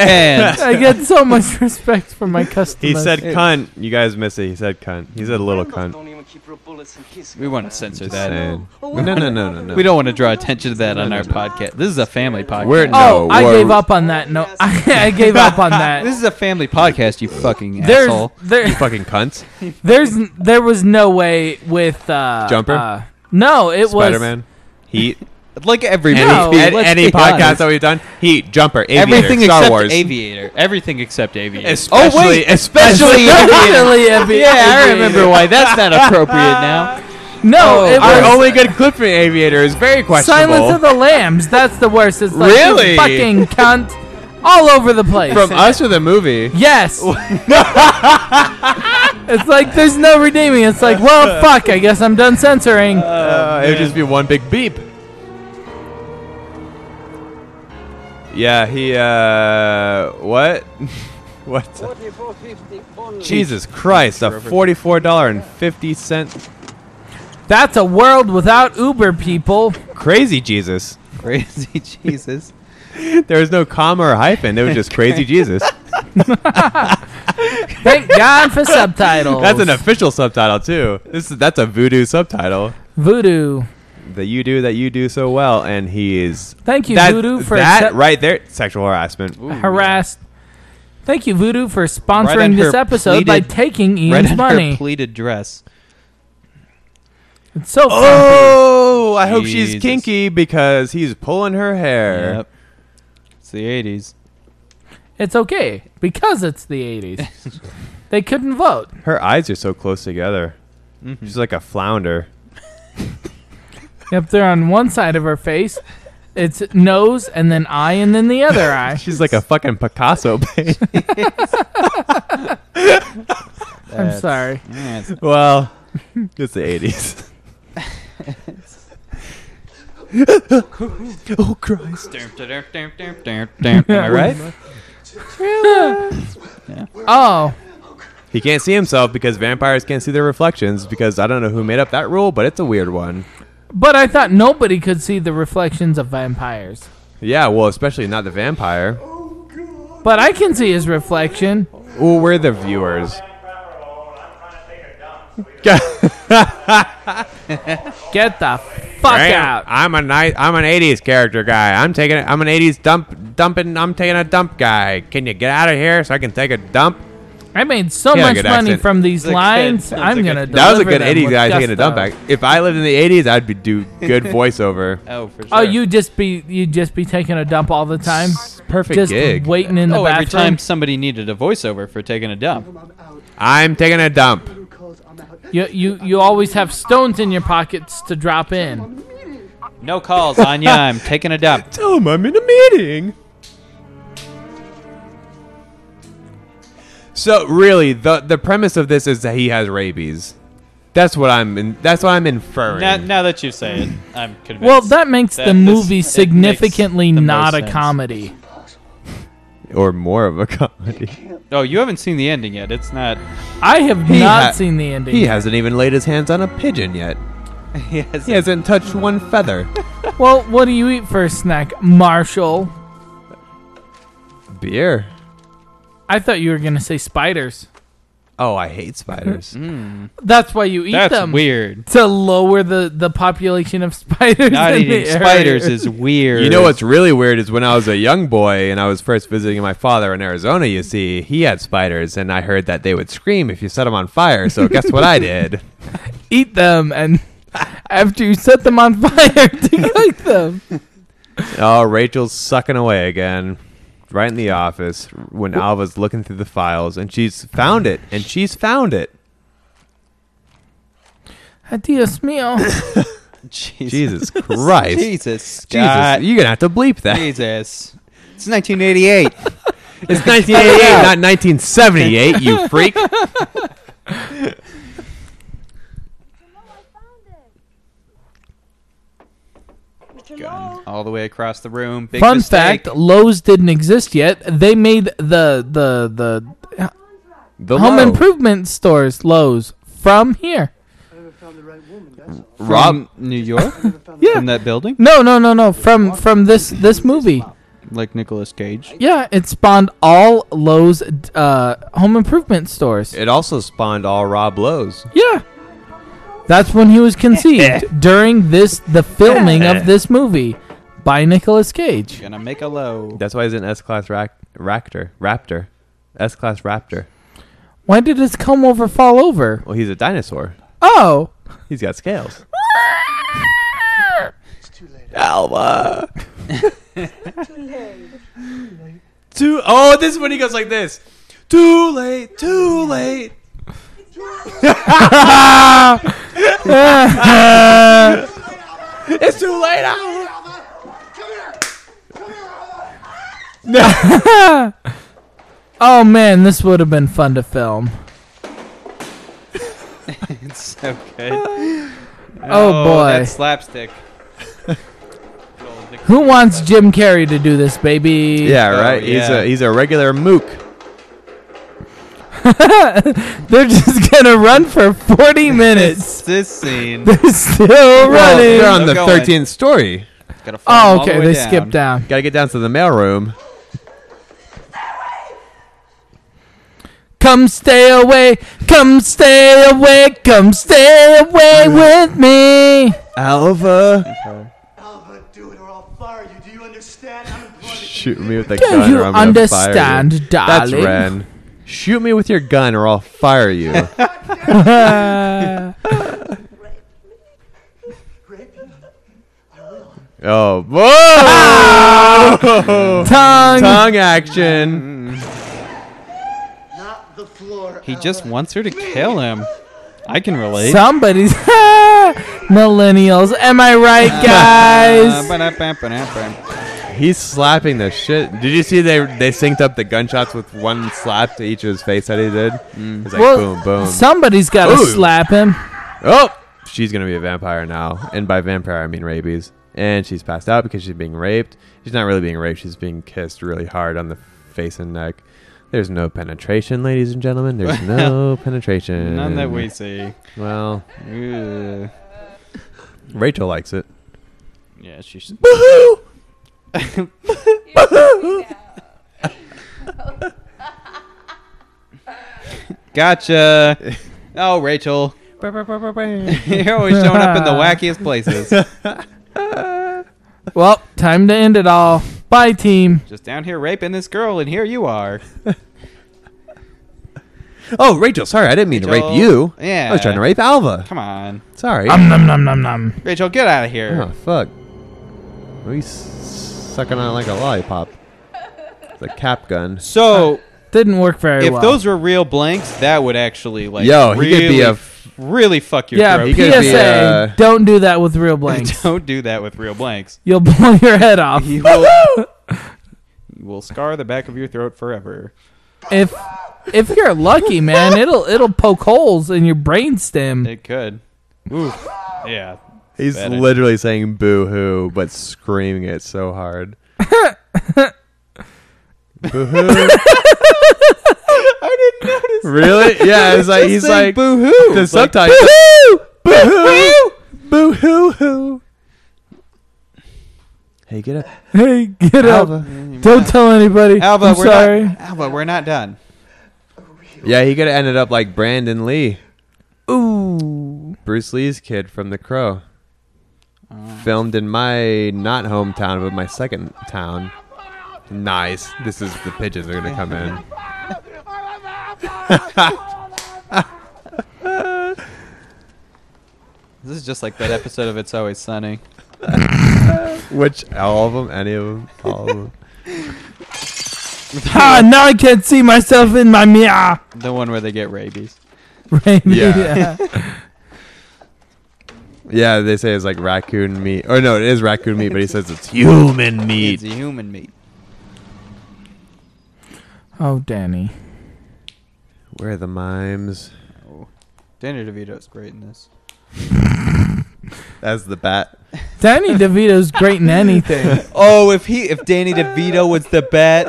Speaker 1: <laughs>
Speaker 4: hands.
Speaker 1: I get so much respect from my customers.
Speaker 2: He said cunt. You guys miss it. He said cunt. He said little cunt.
Speaker 6: Don't even keep real bullets in his
Speaker 4: We want to censor that.
Speaker 2: Saying. No, no, no, no, no.
Speaker 4: We don't want to draw attention to that on our podcast. This is a family podcast.
Speaker 2: We're
Speaker 1: "Oh,
Speaker 2: no.
Speaker 1: I
Speaker 2: we're-
Speaker 1: gave up on that." No, <laughs> I, I gave up on
Speaker 4: This
Speaker 1: that.
Speaker 4: is a family podcast, you fucking
Speaker 1: There's
Speaker 4: <laughs> asshole.
Speaker 1: there,
Speaker 2: Fucking cunts.
Speaker 1: there's there was no way with uh,
Speaker 2: Jumper?
Speaker 1: Uh, no, it
Speaker 2: Spider Man. Heat.
Speaker 4: Like every
Speaker 2: Any,
Speaker 1: No,
Speaker 2: an-
Speaker 4: let's
Speaker 2: any
Speaker 4: be
Speaker 2: podcast
Speaker 4: honest.
Speaker 2: that we've done. Heat. Jumper. Aviator.
Speaker 4: everything
Speaker 2: Star
Speaker 4: except
Speaker 2: Wars.
Speaker 4: Aviator. Everything except Aviator.
Speaker 2: <laughs> Especially,
Speaker 4: oh wait,
Speaker 1: <laughs>
Speaker 2: especially.
Speaker 1: definitely every-
Speaker 4: yeah, I
Speaker 1: every-
Speaker 4: remember why that's <laughs> not appropriate now.
Speaker 1: No, it <laughs> was
Speaker 2: <laughs> Oh, Our only good clip from Aviator is very questionable.
Speaker 1: Silence of the Lambs. That's the worst. It's like
Speaker 2: Really?
Speaker 1: you fucking cunt all over the place.
Speaker 2: from us or the movie. <laughs>
Speaker 1: Yes. <laughs> it's like there's no redeeming. It's like, well, fuck. I guess I'm done censoring.
Speaker 2: Uh, it would just be one big beep. Yeah, he, uh, what? <laughs> what? Jesus Christ, a $44.50
Speaker 1: That's a world without Uber people.
Speaker 2: crazy Jesus.
Speaker 4: Crazy <laughs> Jesus.
Speaker 2: There was no comma or hyphen, it was just <laughs> crazy Jesus.
Speaker 1: Thank God
Speaker 2: <laughs>
Speaker 1: for subtitles.
Speaker 2: That's an official subtitle, too. This is, that's a voodoo subtitle.
Speaker 1: voodoo.
Speaker 2: That you do, that you do so well, and he is.
Speaker 1: Thank you,
Speaker 2: that,
Speaker 1: Voodoo, for
Speaker 2: that
Speaker 1: accept-
Speaker 2: right there, sexual harassment.
Speaker 1: Harassed. Thank you, Voodoo, for sponsoring
Speaker 4: on
Speaker 1: this
Speaker 4: her
Speaker 1: episode by
Speaker 4: pleated-
Speaker 1: taking
Speaker 4: Right
Speaker 1: Ian's
Speaker 4: under her
Speaker 1: money.
Speaker 4: pleated dress.
Speaker 1: it's so funky.
Speaker 2: Oh, I hope she's
Speaker 4: Jesus.
Speaker 2: kinky because he's pulling her hair.
Speaker 4: Yep. It's the '80s.
Speaker 1: It's okay because it's the
Speaker 2: <laughs>
Speaker 1: 80s. they couldn't vote.
Speaker 2: Her eyes are so close together. She's like a flounder.
Speaker 1: Yep, they're on one side of her face. It's nose and then eye and then the
Speaker 2: <laughs>
Speaker 1: other eye.
Speaker 2: She's like a fucking Picasso <laughs> painting.
Speaker 1: I'm sorry.
Speaker 4: Yeah, <laughs> it's-
Speaker 2: well, it's the 80s. <laughs> oh, Christ.
Speaker 4: Am I right?
Speaker 1: Oh,
Speaker 2: He can't see himself because vampires can't see their reflections because I don't know who made up that rule, but it's a weird one.
Speaker 1: but I thought nobody could see the reflections of vampires.
Speaker 2: Yeah, well, especially not the vampire.
Speaker 1: But I can see his reflection.
Speaker 2: Well, we're the viewers.
Speaker 1: Get the fuck
Speaker 2: Damn,
Speaker 1: out.
Speaker 2: I'm a night. I'm an '80s character guy. I'm taking. I'm an '80s dump dumping. I'm taking a dump guy. Can you get out of here so I can take a dump?
Speaker 1: I made so
Speaker 2: Yeah,
Speaker 1: much
Speaker 2: good
Speaker 1: money
Speaker 2: accent.
Speaker 1: from these
Speaker 4: a
Speaker 1: lines.
Speaker 4: kid. Sounds
Speaker 1: I'm
Speaker 4: like
Speaker 1: gonna.
Speaker 4: a-
Speaker 2: That was a
Speaker 1: deliver
Speaker 2: good
Speaker 1: them
Speaker 2: '80s
Speaker 1: with
Speaker 2: guy taking a
Speaker 1: gusto.
Speaker 2: dump back. If I lived in the '80s, I'd be do good voiceover.
Speaker 4: Oh, for sure.
Speaker 1: Oh, you'd just be you'd just be taking a dump all the time,
Speaker 2: Perfect
Speaker 1: just
Speaker 2: gig.
Speaker 1: waiting in the
Speaker 4: Oh, every
Speaker 1: bathroom.
Speaker 4: time somebody needed a voiceover for taking a dump.
Speaker 2: I'm taking a dump.
Speaker 1: You you you always have stones in your pockets to drop in.
Speaker 4: No calls, Anya. I'm taking a dump.
Speaker 2: Tell him I'm in a meeting. So really, the the premise of this is that he has rabies. That's what I'm. In, that's what I'm inferring.
Speaker 4: <laughs> Now, now that you say it, I'm convinced.
Speaker 1: Well, that makes
Speaker 4: That
Speaker 1: the
Speaker 4: is- it
Speaker 1: movie
Speaker 4: makes
Speaker 1: significantly
Speaker 4: the most
Speaker 1: not a
Speaker 4: sense.
Speaker 1: comedy.
Speaker 2: or more of a comedy.
Speaker 4: oh, you haven't seen the ending yet. It's not.
Speaker 1: I have
Speaker 2: He
Speaker 1: not
Speaker 2: ha-
Speaker 1: seen the ending.
Speaker 2: He hasn't even laid his hands on a pigeon yet.
Speaker 4: <laughs> Yes.
Speaker 2: He hasn't touched one
Speaker 4: <laughs>
Speaker 2: feather.
Speaker 1: Well, what do you eat for a snack, Marshall?
Speaker 2: Beer.
Speaker 1: I thought you were gonna say spiders.
Speaker 2: Oh, I hate spiders.
Speaker 4: Mm.
Speaker 1: That's why you eat
Speaker 4: That's
Speaker 1: them.
Speaker 4: weird.
Speaker 1: To lower the, the population of <laughs> spiders.
Speaker 4: Not
Speaker 1: in the <laughs>
Speaker 4: eating spiders
Speaker 1: area.
Speaker 4: is weird.
Speaker 2: You know what's really weird is when I was a young boy and I was first visiting my father in Arizona, you see, he had spiders and I heard that they would scream if you set them on fire. So guess what I did?
Speaker 1: eat them and <laughs> after you set them on fire to
Speaker 4: <laughs>
Speaker 1: cook them.
Speaker 2: Oh, Rachel's sucking away again. Right in the office when Alva's looking through the files and she's found it and she's found it.
Speaker 1: Adios <laughs> mio.
Speaker 4: <laughs> Jesus.
Speaker 2: Jesus Christ. Jesus,
Speaker 4: Jesus. Scott.
Speaker 2: you're going to have to bleep that. <laughs>
Speaker 4: Jesus. It's <laughs> 1988.
Speaker 2: It's 1988, not 1978, you freak.
Speaker 4: All the way across the room. Big
Speaker 1: Fun
Speaker 4: mistake.
Speaker 1: fact, Lowe's didn't exist yet. They made the the the
Speaker 2: The
Speaker 1: home
Speaker 2: low.
Speaker 1: improvement stores Lowe's from here.
Speaker 6: I never found the right woman. That's
Speaker 4: Rob
Speaker 3: New
Speaker 4: <laughs>
Speaker 3: York
Speaker 1: Yeah.
Speaker 4: in that building,
Speaker 1: No, no, no, no. From from this this movie.
Speaker 4: like Nicolas Cage.
Speaker 1: Yeah, it spawned all Lowe's uh, home improvement stores.
Speaker 2: It also spawned all Rob Lowe's.
Speaker 1: Yeah. That's when he was
Speaker 4: <laughs>
Speaker 1: conceived during this the filming of this movie by Nicolas Cage.
Speaker 4: Gonna make a <laughs> low.
Speaker 2: That's why he's an S-class rac- Raptor. Raptor. S-class Raptor.
Speaker 1: Why did his comb over fall over?
Speaker 2: Well, he's a dinosaur.
Speaker 1: Oh,
Speaker 2: He's got scales.
Speaker 6: It's too late.
Speaker 2: Alma. Too oh, this is when he goes like this. Too late. Too late. it's too late. Alma.
Speaker 1: oh man, this would have been fun to film.
Speaker 4: <laughs> Okay.
Speaker 1: Oh, boy.
Speaker 4: that's slapstick.
Speaker 1: Who wants Jim Carrey to do this, baby?
Speaker 2: Oh, Yeah, right. He's
Speaker 4: yeah.
Speaker 2: a he's a regular mook.
Speaker 1: <laughs> They're just gonna run for
Speaker 2: <laughs>
Speaker 1: 40 minutes.
Speaker 4: It's this
Speaker 1: <laughs>
Speaker 4: scene.
Speaker 1: They're still
Speaker 2: Well,
Speaker 1: running.
Speaker 2: they're on the
Speaker 4: They're going.
Speaker 2: thirteenth story.
Speaker 4: Gotta follow him
Speaker 1: oh,
Speaker 4: all the
Speaker 1: okay.
Speaker 4: way
Speaker 1: They
Speaker 4: down.
Speaker 1: skipped down.
Speaker 2: Got to get down to the mailroom.
Speaker 1: Come stay away. Come stay away. Come stay away with me.
Speaker 2: Alva,
Speaker 6: Alva, do it or I'll fire you. Do you understand? I'm employed.
Speaker 2: shoot me with a
Speaker 1: Do
Speaker 2: gun.
Speaker 1: you
Speaker 2: or I'm gonna
Speaker 1: understand,
Speaker 2: fire you.
Speaker 1: darling?
Speaker 2: That's Ren. Shoot me with your gun, or I'll fire you.
Speaker 1: Uh,
Speaker 6: Rape you?
Speaker 2: oh, whoa!
Speaker 1: tongue.
Speaker 2: Tongue action.
Speaker 6: Not the floor.
Speaker 4: He just wants her to kill him. I can relate.
Speaker 1: Somebody's <laughs> millennials. Am I right,
Speaker 2: <laughs>
Speaker 4: Uh,
Speaker 1: guys?
Speaker 4: ba-da-ba-ba-da-ba.
Speaker 2: He's slapping the shit. Did you see they they synced up the gunshots with one slap to each of his face that he did? It's like boom, boom.
Speaker 1: somebody's got to
Speaker 2: Ooh.
Speaker 1: slap him.
Speaker 2: oh, she's gonna be a vampire now, and by vampire I mean rabies. And she's passed out because she's being raped. She's not really being raped. She's being kissed really hard on the face and neck. There's no penetration, ladies and gentlemen.
Speaker 4: <laughs>
Speaker 2: There's no penetration.
Speaker 4: None that we see. Uh,
Speaker 2: Well,
Speaker 4: Ugh.
Speaker 2: Rachel likes
Speaker 4: <laughs>
Speaker 2: it. <laughs>
Speaker 4: Yeah, she's. gotcha. Oh, Rachel. <laughs> You're always showing up in the wackiest places.
Speaker 2: <laughs>
Speaker 1: Well, time to end it all. Bye, team.
Speaker 4: Just down here raping this girl, and here you are.
Speaker 2: Oh, Rachel, sorry, I didn't mean to
Speaker 4: Rachel.
Speaker 2: rape you.
Speaker 4: Yeah.
Speaker 2: I was trying to rape Alva.
Speaker 4: Come on.
Speaker 2: Sorry.
Speaker 1: Um, nom, nom, nom, nom.
Speaker 4: Rachel, get out of here.
Speaker 2: Oh fuck! Are you sucking on like a lollipop? It's a cap gun.
Speaker 4: So,
Speaker 1: Didn't work very
Speaker 4: if
Speaker 1: well.
Speaker 4: those were real blanks, that would actually, like,
Speaker 2: Yo, he
Speaker 4: really,
Speaker 2: could be a f-
Speaker 4: really fuck your
Speaker 1: yeah,
Speaker 4: throat.
Speaker 2: he
Speaker 4: <laughs>
Speaker 2: could be,
Speaker 1: PSA.
Speaker 2: uh,
Speaker 1: Don't do that with real blanks.
Speaker 4: Don't do that with real blanks.
Speaker 1: You'll blow your head off. <laughs>
Speaker 4: You will, you will scar the back of your throat forever.
Speaker 1: if if you're lucky,
Speaker 4: <laughs>
Speaker 1: man, it'll it'll poke holes in your brainstem.
Speaker 4: It could. Ooh. Yeah.
Speaker 2: He's
Speaker 4: Better.
Speaker 2: literally saying "boo hoo" but screaming it so hard. boo hoo! I didn't notice. Really? Yeah, it's like he's like boo hoo. The subtitle. Boo hoo! Boo hoo hoo! Hey, get up,
Speaker 1: <laughs> Hey, get up!
Speaker 2: Alva.
Speaker 1: Don't tell anybody.
Speaker 4: Alva,
Speaker 1: I'm
Speaker 4: we're
Speaker 1: sorry.
Speaker 4: <laughs> not Alva, we're not done.
Speaker 2: Yeah, he could have ended up like Brandon Lee.
Speaker 1: Ooh,
Speaker 2: Bruce Lee's kid from The Crow. Filmed in my not hometown, but my second town. Nice. This is the pigeons are gonna come in.
Speaker 4: This is just like that episode of It's
Speaker 1: <laughs>
Speaker 4: Always Sunny.
Speaker 2: Which all of them, any of them, all of them.
Speaker 1: ha! Now I can't see myself in my mirror.
Speaker 4: The one where they get rabies.
Speaker 1: <laughs> Rainy,
Speaker 2: Yeah.
Speaker 4: <laughs>
Speaker 2: Yeah, they say it's like raccoon meat. Or no, it is raccoon meat, but he says it's human meat.
Speaker 4: It's human meat.
Speaker 1: Oh, Danny.
Speaker 2: Where are the mimes?
Speaker 4: Danny DeVito's great in this.
Speaker 2: That's the bat.
Speaker 1: Danny DeVito's great in
Speaker 4: <laughs>
Speaker 1: anything.
Speaker 4: Oh, if he if Danny DeVito was
Speaker 1: <laughs>
Speaker 4: the bet,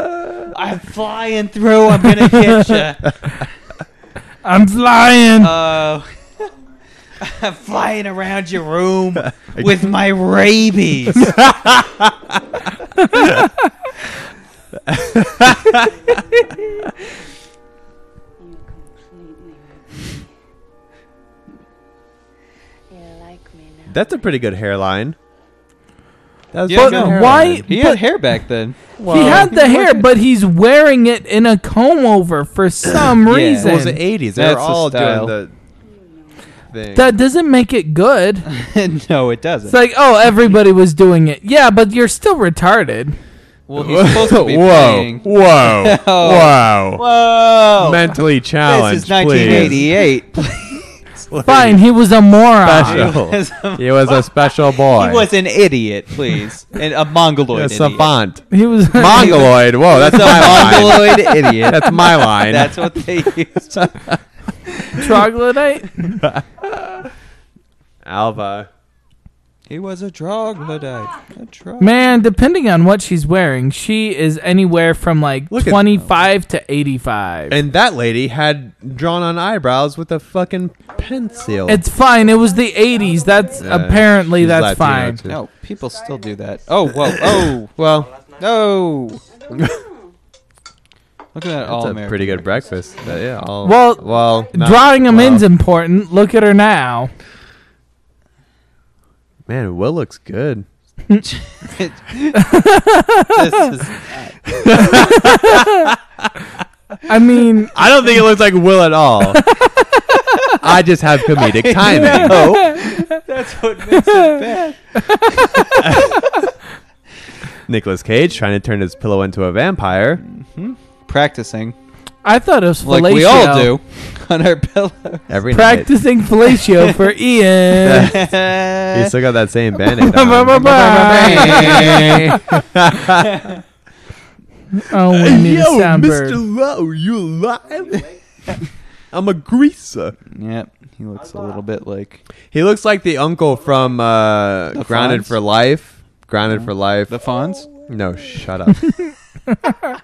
Speaker 4: I'm flying through, I'm gonna hit you. Uh, <laughs>
Speaker 1: I'm flying.
Speaker 4: Oh. flying around
Speaker 1: <laughs>
Speaker 4: your room with my rabies.
Speaker 7: You completely reveal me. You're like me now.
Speaker 2: That's a pretty good hairline. That was
Speaker 4: Yeah,
Speaker 2: a
Speaker 1: But
Speaker 2: good hairline.
Speaker 1: why?
Speaker 4: He had hair back then.
Speaker 1: he had the hair, but he's wearing it in a comb over for some
Speaker 4: Yeah.
Speaker 1: reason.
Speaker 2: Well, it was the 80s. They
Speaker 4: That's
Speaker 2: were
Speaker 4: the
Speaker 2: all
Speaker 4: style.
Speaker 2: doing the thing.
Speaker 1: that doesn't make it
Speaker 2: <laughs>
Speaker 1: good.
Speaker 4: <laughs> no, it doesn't.
Speaker 1: It's like, oh, everybody was doing it. Yeah, but you're still retarded.
Speaker 4: well, he's supposed to be
Speaker 2: whoa,
Speaker 4: playing. <laughs>
Speaker 2: whoa, wow.
Speaker 4: Whoa!
Speaker 2: Mentally
Speaker 4: this
Speaker 2: challenged.
Speaker 4: is <laughs> 1988.
Speaker 2: Please.
Speaker 1: Fine, he was a moron.
Speaker 4: <laughs>
Speaker 2: Special.
Speaker 4: As a-
Speaker 2: he was a special boy.
Speaker 4: <laughs> He was an idiot, please, and a
Speaker 2: a
Speaker 4: mongoloid. idiot. <laughs>
Speaker 2: savant.
Speaker 1: He was
Speaker 2: Mongoloid. Whoa, that's
Speaker 4: It's a
Speaker 2: my line. <laughs>
Speaker 4: mongoloid idiot.
Speaker 2: That's my line.
Speaker 4: That's what they used.
Speaker 1: <laughs> troglodyte.
Speaker 2: Alva.
Speaker 4: He was a troglodyte. A trog-
Speaker 1: Man, depending on what she's wearing, she is anywhere from like
Speaker 2: Look at-
Speaker 1: 25 to 85.
Speaker 2: And that lady had drawn on eyebrows with a fucking pencil.
Speaker 1: it's fine. It was the 80s. That's
Speaker 2: Yeah,
Speaker 1: apparently
Speaker 2: she's
Speaker 1: that's
Speaker 2: Latino,
Speaker 1: fine.
Speaker 2: too.
Speaker 4: No, people still do that. Oh, whoa, oh,
Speaker 2: Well,
Speaker 4: no! Look at that all
Speaker 2: that's a
Speaker 4: American.
Speaker 2: pretty good breakfast. But yeah, all,
Speaker 1: Well,
Speaker 2: well, not-
Speaker 1: Drawing him
Speaker 2: well.
Speaker 1: in's important. Look at her now.
Speaker 2: <laughs> Man, Will looks good. <laughs>
Speaker 4: this is
Speaker 1: I mean,
Speaker 2: I don't think it looks like Will at all. I just have comedic timing. Oh.
Speaker 4: that's what makes it bad.
Speaker 2: <laughs> Nicholas Cage trying to turn his pillow into a vampire.
Speaker 4: Practicing,
Speaker 1: I thought it was
Speaker 4: like
Speaker 1: fellatio.
Speaker 4: we all do, on our pillow.
Speaker 2: Every night.
Speaker 1: Practicing fellatio for Ian.
Speaker 2: <laughs> He's
Speaker 4: <laughs>
Speaker 2: still got that same bandit.
Speaker 1: <laughs>
Speaker 2: <laughs>
Speaker 1: oh, we need a soundbird.
Speaker 2: Lowe, you alive? I'm a greaser.
Speaker 4: yep, he looks a little bit like
Speaker 2: He looks like the uncle from uh,
Speaker 4: The
Speaker 2: Grounded
Speaker 4: Fonz?
Speaker 2: for Life. Grounded for Life.
Speaker 4: the Fonz.
Speaker 2: no, shut up.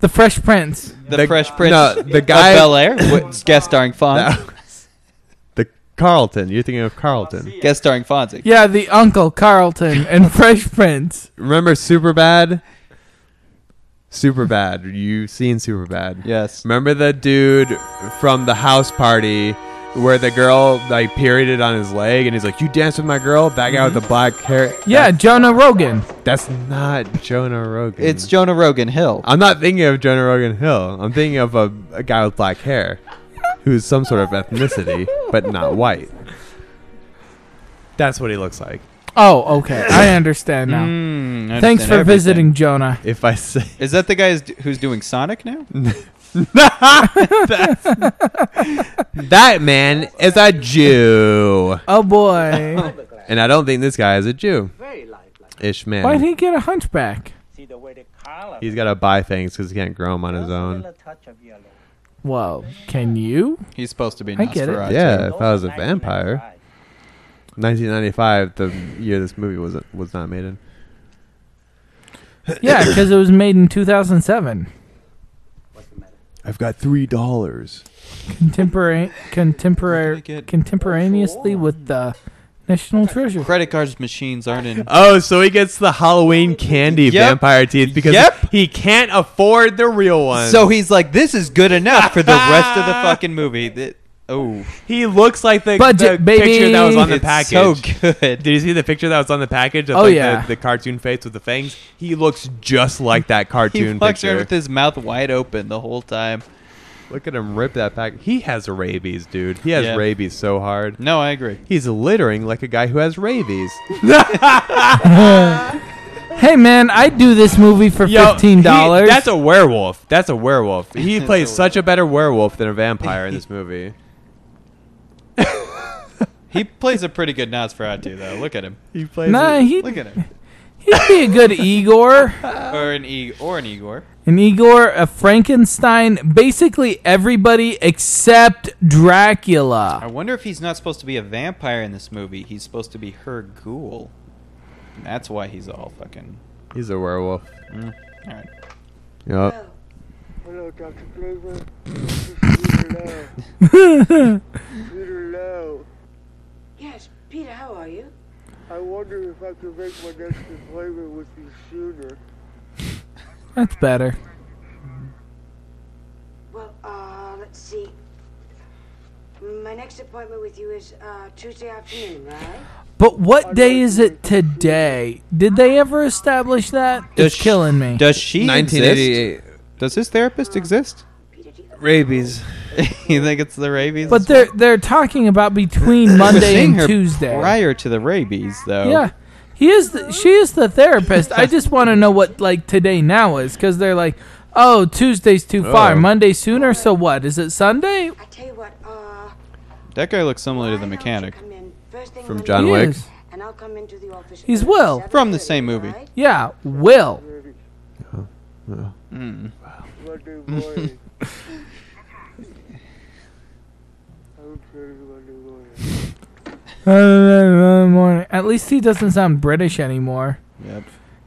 Speaker 1: The Fresh Prince.
Speaker 4: The,
Speaker 2: The-
Speaker 4: Fresh Prince
Speaker 2: no, the guy-
Speaker 4: of Bel Air,
Speaker 1: <laughs>
Speaker 4: guest starring Fonz,
Speaker 2: <laughs> the Carlton. You're thinking of Carlton.
Speaker 4: guest starring Fonzie.
Speaker 1: Yeah, the Uncle Carlton and
Speaker 4: <laughs>
Speaker 1: Fresh Prince.
Speaker 2: Remember Superbad? Superbad. You seen Superbad?
Speaker 4: Yes,
Speaker 2: Remember the dude from the house party where the girl like perioded on his leg and he's like, "You danced with my girl." That guy with the black hair.
Speaker 1: Yeah, Jonah Rogan.
Speaker 2: That's not Jonah Rogan.
Speaker 4: it's Jonah Rogan Hill.
Speaker 2: I'm not thinking of Jonah Rogan Hill. I'm thinking of a, a guy with black hair who's some sort of ethnicity, but not white. That's what he looks like.
Speaker 1: Oh, okay. <laughs> I understand now.
Speaker 4: Mm, I
Speaker 1: Thanks
Speaker 4: understand
Speaker 1: for
Speaker 4: everything.
Speaker 1: visiting, Jonah.
Speaker 2: If I say
Speaker 4: Is that the guy who's d- who's doing Sonic now?
Speaker 2: <laughs> that man is a Jew,
Speaker 1: Oh
Speaker 4: <laughs>
Speaker 1: boy.
Speaker 2: and I don't think this guy is a Jew,
Speaker 9: Very lifelike.
Speaker 2: ish man.
Speaker 1: <laughs> Why'd he get a hunchback?
Speaker 9: See the way the collar.
Speaker 2: He's got to buy things because he can't grow them on his own.
Speaker 9: touch of yellow.
Speaker 1: Whoa. Can you?
Speaker 4: He's supposed to be
Speaker 1: I get it.
Speaker 4: Nosferatu.
Speaker 2: Yeah, if I was a vampire, 1995, the year this movie was was not made in.
Speaker 1: Yeah, because it was made in 2007.
Speaker 2: I've got three dollars.
Speaker 1: Contemporary,
Speaker 4: How
Speaker 1: contemporary,
Speaker 4: did I get-
Speaker 1: contemporaneously with the National Treasure.
Speaker 4: Credit cards machines aren't
Speaker 1: <laughs>
Speaker 4: in. <laughs>
Speaker 2: Oh, so he gets the Halloween candy
Speaker 4: Yep.
Speaker 2: vampire teeth because
Speaker 4: Yep.
Speaker 2: he can't afford the real one.
Speaker 4: So he's like, this is good enough for the
Speaker 1: <laughs>
Speaker 4: rest of the fucking movie. That oh,
Speaker 2: he looks like the,
Speaker 1: Budget,
Speaker 2: the
Speaker 1: baby.
Speaker 2: picture that was on the
Speaker 4: it's
Speaker 2: package.
Speaker 4: so good.
Speaker 2: Did you see the picture that was on the package of
Speaker 1: Oh,
Speaker 2: like
Speaker 1: yeah.
Speaker 2: the, the cartoon face with the fangs? He looks just like that cartoon
Speaker 4: <laughs> He fucks
Speaker 2: picture.
Speaker 4: around with his mouth wide open the whole time.
Speaker 2: Look at him rip that pack. He has rabies, dude. He has
Speaker 4: Yeah.
Speaker 2: rabies so hard.
Speaker 4: No, I agree.
Speaker 2: He's littering like a guy who has rabies. <laughs>
Speaker 1: Hey man, I'd do this movie for
Speaker 2: Yo,
Speaker 1: fifteen dollars.
Speaker 2: he- That's a werewolf. That's a
Speaker 4: <laughs>
Speaker 2: werewolf. He
Speaker 4: That's
Speaker 2: plays
Speaker 4: a
Speaker 2: such a better werewolf than a vampire
Speaker 4: <laughs>
Speaker 2: in this movie.
Speaker 4: He plays a pretty good Nosferatu though. Look
Speaker 1: <laughs>
Speaker 4: at him.
Speaker 2: He plays.
Speaker 1: nah. He'd,
Speaker 4: Look
Speaker 1: he'd
Speaker 4: at him.
Speaker 1: be a good Igor,
Speaker 4: Or an e or an Igor.
Speaker 1: an Igor, a Frankenstein, basically everybody except
Speaker 4: I
Speaker 1: Dracula.
Speaker 4: wonder if he's not supposed to be a vampire in this movie. He's supposed to be her ghoul. And that's why he's all fucking.
Speaker 2: He's a werewolf.
Speaker 4: All right.
Speaker 2: Yep.
Speaker 6: <laughs> Hello, Dr. Clover. I wonder if I could make my next appointment with you sooner.
Speaker 1: That's better.
Speaker 5: Well, uh, let's see. My next appointment with you is uh, Tuesday afternoon, right?
Speaker 1: But what day is it today? Did they ever establish that?
Speaker 4: Does
Speaker 1: It's killing me.
Speaker 4: Does she 1988.
Speaker 2: 1988.
Speaker 4: Does his therapist exist?
Speaker 2: Rabies.
Speaker 4: <laughs> you think it's the rabies?
Speaker 1: But they're they're talking about between Monday
Speaker 4: Seeing
Speaker 1: and
Speaker 4: her
Speaker 1: Tuesday.
Speaker 4: prior to the rabies, though.
Speaker 1: Yeah. He is the, she is the therapist. I just want to know what like today now is cuz they're like, "Oh, Tuesday's too far.
Speaker 2: Oh.
Speaker 1: Monday sooner, so what? Is it Sunday?"
Speaker 5: I tell you what, uh,
Speaker 4: That guy looks similar to the
Speaker 5: why don't you
Speaker 4: mechanic.
Speaker 5: come in first thing
Speaker 2: From
Speaker 5: Monday
Speaker 2: John
Speaker 1: He
Speaker 2: Wick.
Speaker 1: is.
Speaker 5: And I'll come into the office.
Speaker 1: He's
Speaker 5: at
Speaker 1: Will.
Speaker 5: 7:30,
Speaker 4: From the same movie.
Speaker 5: right?
Speaker 1: Yeah, Will.
Speaker 6: Monday morning. I will tell you Monday morning.
Speaker 1: Uh, At least he doesn't sound British anymore.
Speaker 4: Yep.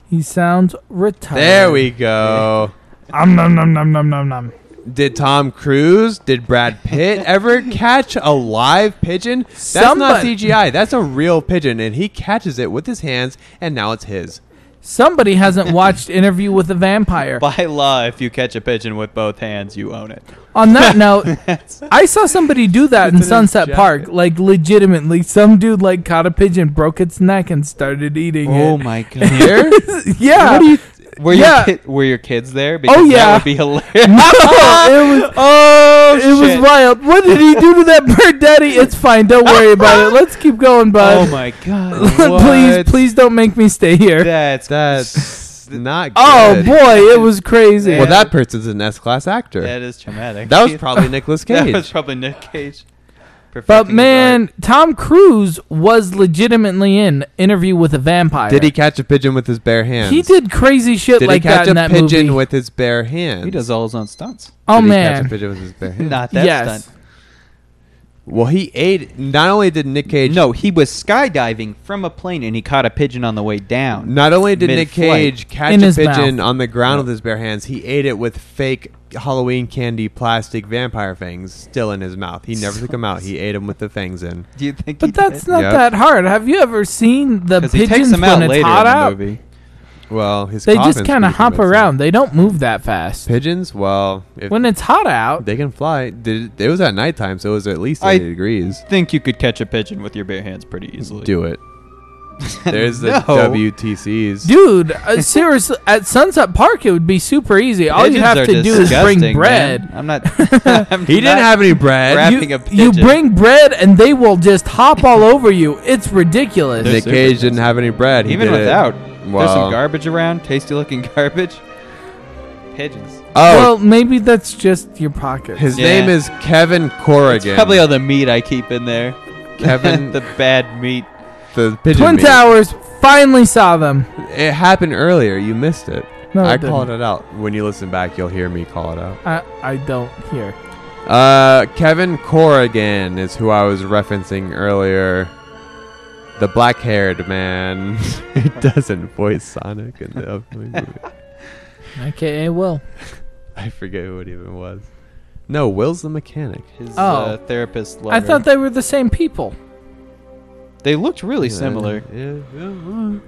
Speaker 1: He sounds retired.
Speaker 2: There
Speaker 4: <laughs>
Speaker 2: we go.
Speaker 1: Um, nom, nom, nom, nom, nom, nom.
Speaker 2: Did Tom Cruise, did
Speaker 1: <laughs>
Speaker 2: Brad Pitt ever catch a live pigeon? That's not
Speaker 1: Somebody-
Speaker 2: CGI. That's a real pigeon, and he catches it with his hands, and now it's his.
Speaker 1: Somebody
Speaker 4: <laughs>
Speaker 1: hasn't watched Interview with the Vampire.
Speaker 4: By law, if you catch a pigeon with both hands, you own it.
Speaker 1: On
Speaker 4: <laughs>
Speaker 1: that note, I saw somebody do that in
Speaker 2: It's an
Speaker 1: Sunset
Speaker 2: injection.
Speaker 1: Park. Like legitimately, some dude like caught a pigeon, broke its neck, and started eating
Speaker 4: Oh
Speaker 1: it. <laughs>
Speaker 4: my god.
Speaker 2: Here?
Speaker 1: yeah.
Speaker 4: Were
Speaker 1: Yeah. Oh,
Speaker 4: your kid, were your kids there? Because
Speaker 1: yeah.
Speaker 4: that would be hilarious.
Speaker 1: <laughs> No, it
Speaker 4: <laughs>
Speaker 1: was oh, it
Speaker 4: shit.
Speaker 1: was wild. What did he do to that bird, Daddy? It's fine. Don't worry
Speaker 4: <laughs>
Speaker 1: about it. Let's keep going,
Speaker 4: oh
Speaker 1: bud. <laughs>
Speaker 4: my god.
Speaker 1: please,
Speaker 2: What?
Speaker 1: please don't make me stay here.
Speaker 4: That's
Speaker 2: That's not good.
Speaker 1: oh boy, it was crazy.
Speaker 2: Well, that person's an S class actor.
Speaker 4: that is traumatic.
Speaker 2: That was probably Nicolas
Speaker 4: <laughs> That
Speaker 2: Cage.
Speaker 4: was probably Nick Cage.
Speaker 1: but
Speaker 4: Perfecting his
Speaker 1: man,
Speaker 4: art.
Speaker 1: Tom Cruise was legitimately in Interview with a Vampire.
Speaker 2: did he catch a pigeon with his bare hands?
Speaker 1: He did crazy shit
Speaker 2: Did
Speaker 1: like
Speaker 2: he catch
Speaker 1: that in
Speaker 2: a
Speaker 1: that
Speaker 2: pigeon
Speaker 1: movie.
Speaker 2: with his bare hands?
Speaker 4: he does all his own stunts.
Speaker 1: oh
Speaker 2: Did he catch a
Speaker 1: man,
Speaker 2: pigeon with his
Speaker 4: <laughs>
Speaker 2: bare hands?
Speaker 4: Not that
Speaker 1: yes.
Speaker 4: stunt.
Speaker 2: Well, he ate. Not only did Nick Cage.
Speaker 4: No, he was skydiving from a plane and he caught a pigeon on the way down.
Speaker 2: Not only did Nick
Speaker 4: Mid-flight.
Speaker 2: Cage catch
Speaker 1: In
Speaker 2: a
Speaker 1: his
Speaker 2: pigeon
Speaker 1: mouth.
Speaker 2: on the ground with his bare hands, he ate it with fake Halloween candy plastic vampire fangs still in his mouth. He never took them out. He ate them with the fangs in.
Speaker 4: Do you think? he
Speaker 1: But that's
Speaker 4: did?
Speaker 1: not
Speaker 2: Yep.
Speaker 1: that hard. Have you ever seen the
Speaker 4: 'Cause he takes
Speaker 1: pigeons
Speaker 4: them out
Speaker 1: when it's
Speaker 4: later
Speaker 1: hot out?
Speaker 4: in the movie.
Speaker 2: Well, his
Speaker 1: They just
Speaker 2: coffin's
Speaker 1: kind of
Speaker 2: pretty
Speaker 1: hop
Speaker 2: convincing.
Speaker 1: around. They don't move that fast.
Speaker 2: Pigeons? Well, if
Speaker 1: When it's hot out,
Speaker 2: they can fly. Did, it was at nighttime, so it was at least
Speaker 4: I-
Speaker 2: 80 degrees.
Speaker 4: Think you could catch a pigeon with your bare hands pretty easily.
Speaker 2: Do
Speaker 4: <laughs>
Speaker 2: it. There's the
Speaker 4: No.
Speaker 2: WTCs.
Speaker 1: dude, uh, seriously, at Sunset Park it would be super easy. All you
Speaker 4: Pigeons
Speaker 1: have
Speaker 4: are
Speaker 1: to do is bring
Speaker 4: disgusting,
Speaker 1: bread.
Speaker 4: man.
Speaker 1: <laughs>
Speaker 4: I'm not. <laughs> I'm
Speaker 2: he
Speaker 4: not
Speaker 2: didn't have any bread.
Speaker 4: grabbing
Speaker 1: You,
Speaker 4: a
Speaker 1: you
Speaker 4: pigeon.
Speaker 1: bring bread and they will just hop
Speaker 2: <laughs>
Speaker 1: all over you. It's ridiculous.
Speaker 2: Nick
Speaker 4: They're
Speaker 2: Cage
Speaker 4: super
Speaker 2: didn't have any bread. He
Speaker 4: even
Speaker 2: did it-
Speaker 4: without. There's
Speaker 2: Wow.
Speaker 4: some garbage around, tasty looking <laughs> garbage. Pigeons.
Speaker 2: Oh,
Speaker 1: Well, maybe that's just your pocket.
Speaker 2: his
Speaker 4: Yeah.
Speaker 2: name is Kevin
Speaker 4: It's
Speaker 2: Corrigan.
Speaker 4: probably all the meat I keep in there.
Speaker 2: Kevin
Speaker 4: <laughs> the bad meat.
Speaker 2: the pigeon.
Speaker 1: Twin
Speaker 2: meat.
Speaker 1: Towers finally saw them.
Speaker 2: It happened earlier. You missed it.
Speaker 1: No,
Speaker 2: I
Speaker 1: it didn't.
Speaker 2: called it out. When you listen back, you'll hear me call it out.
Speaker 1: I, I don't hear.
Speaker 2: Uh, Kevin Corrigan is who I was referencing earlier. The black-haired man. <laughs> it doesn't voice Sonic in
Speaker 1: <laughs>
Speaker 2: the upcoming movie.
Speaker 1: AKA Will.
Speaker 2: I forget what even was. No, Will's the mechanic.
Speaker 4: His
Speaker 1: Oh.
Speaker 4: uh, therapist. Lover.
Speaker 1: I thought they were the same people.
Speaker 4: they looked really similar.
Speaker 2: Yeah, yeah, yeah.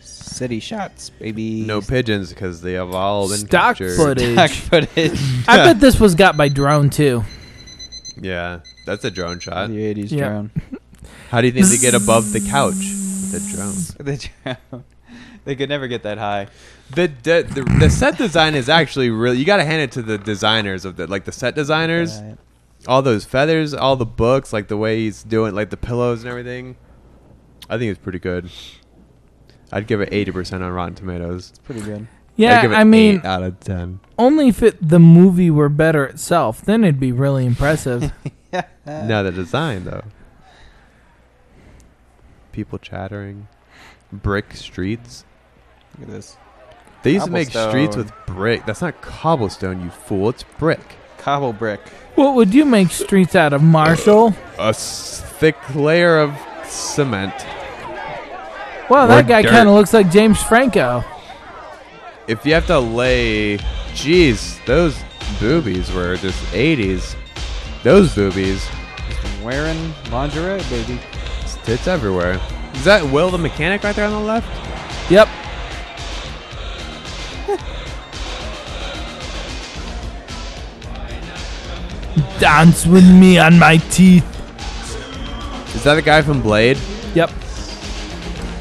Speaker 4: City shots, baby.
Speaker 2: No pigeons because they have all been
Speaker 1: Stock
Speaker 2: captured.
Speaker 1: footage.
Speaker 4: <laughs> Stock footage.
Speaker 1: I bet this was got by drone too.
Speaker 2: Yeah, that's a drone
Speaker 4: the
Speaker 2: shot.
Speaker 4: 80s
Speaker 1: Yeah.
Speaker 4: drone.
Speaker 2: How do you think they get above the couch with a drone?
Speaker 4: <laughs> The drone. They could never get that high.
Speaker 2: The, de- the the set design is actually really. You got to hand it to the designers of the like the set designers.
Speaker 4: Right.
Speaker 2: All those feathers, all the books, like the way he's doing, like the pillows and everything. I think it's pretty good. I'd give it eighty percent on Rotten Tomatoes.
Speaker 4: Pretty <laughs> good.
Speaker 2: I'd
Speaker 1: Yeah,
Speaker 2: give it
Speaker 1: I mean,
Speaker 2: eight out of ten.
Speaker 1: only if it, the movie were better itself, then it'd be really
Speaker 2: <laughs>
Speaker 1: impressive. uh,
Speaker 2: No, the design though. People chattering, brick streets.
Speaker 4: Look at this.
Speaker 2: They used to make streets
Speaker 4: Cobblestone.
Speaker 2: with brick. That's not cobblestone, you fool. It's brick.
Speaker 4: Cobble brick.
Speaker 1: what would you make streets out of, Marshall?
Speaker 2: A s- thick layer of cement.
Speaker 1: Well, that
Speaker 2: Or
Speaker 1: guy
Speaker 2: dirt.
Speaker 1: kind of looks like James Franco.
Speaker 2: If you have to lay, jeez, those boobies were just 80s. Those boobies.
Speaker 3: Wearing lingerie, baby.
Speaker 2: It's tits everywhere. Is that Will the mechanic right there on the left?
Speaker 1: Yep. <laughs> Dance with me on my teeth.
Speaker 2: Is that the guy from Blade?
Speaker 1: Yep.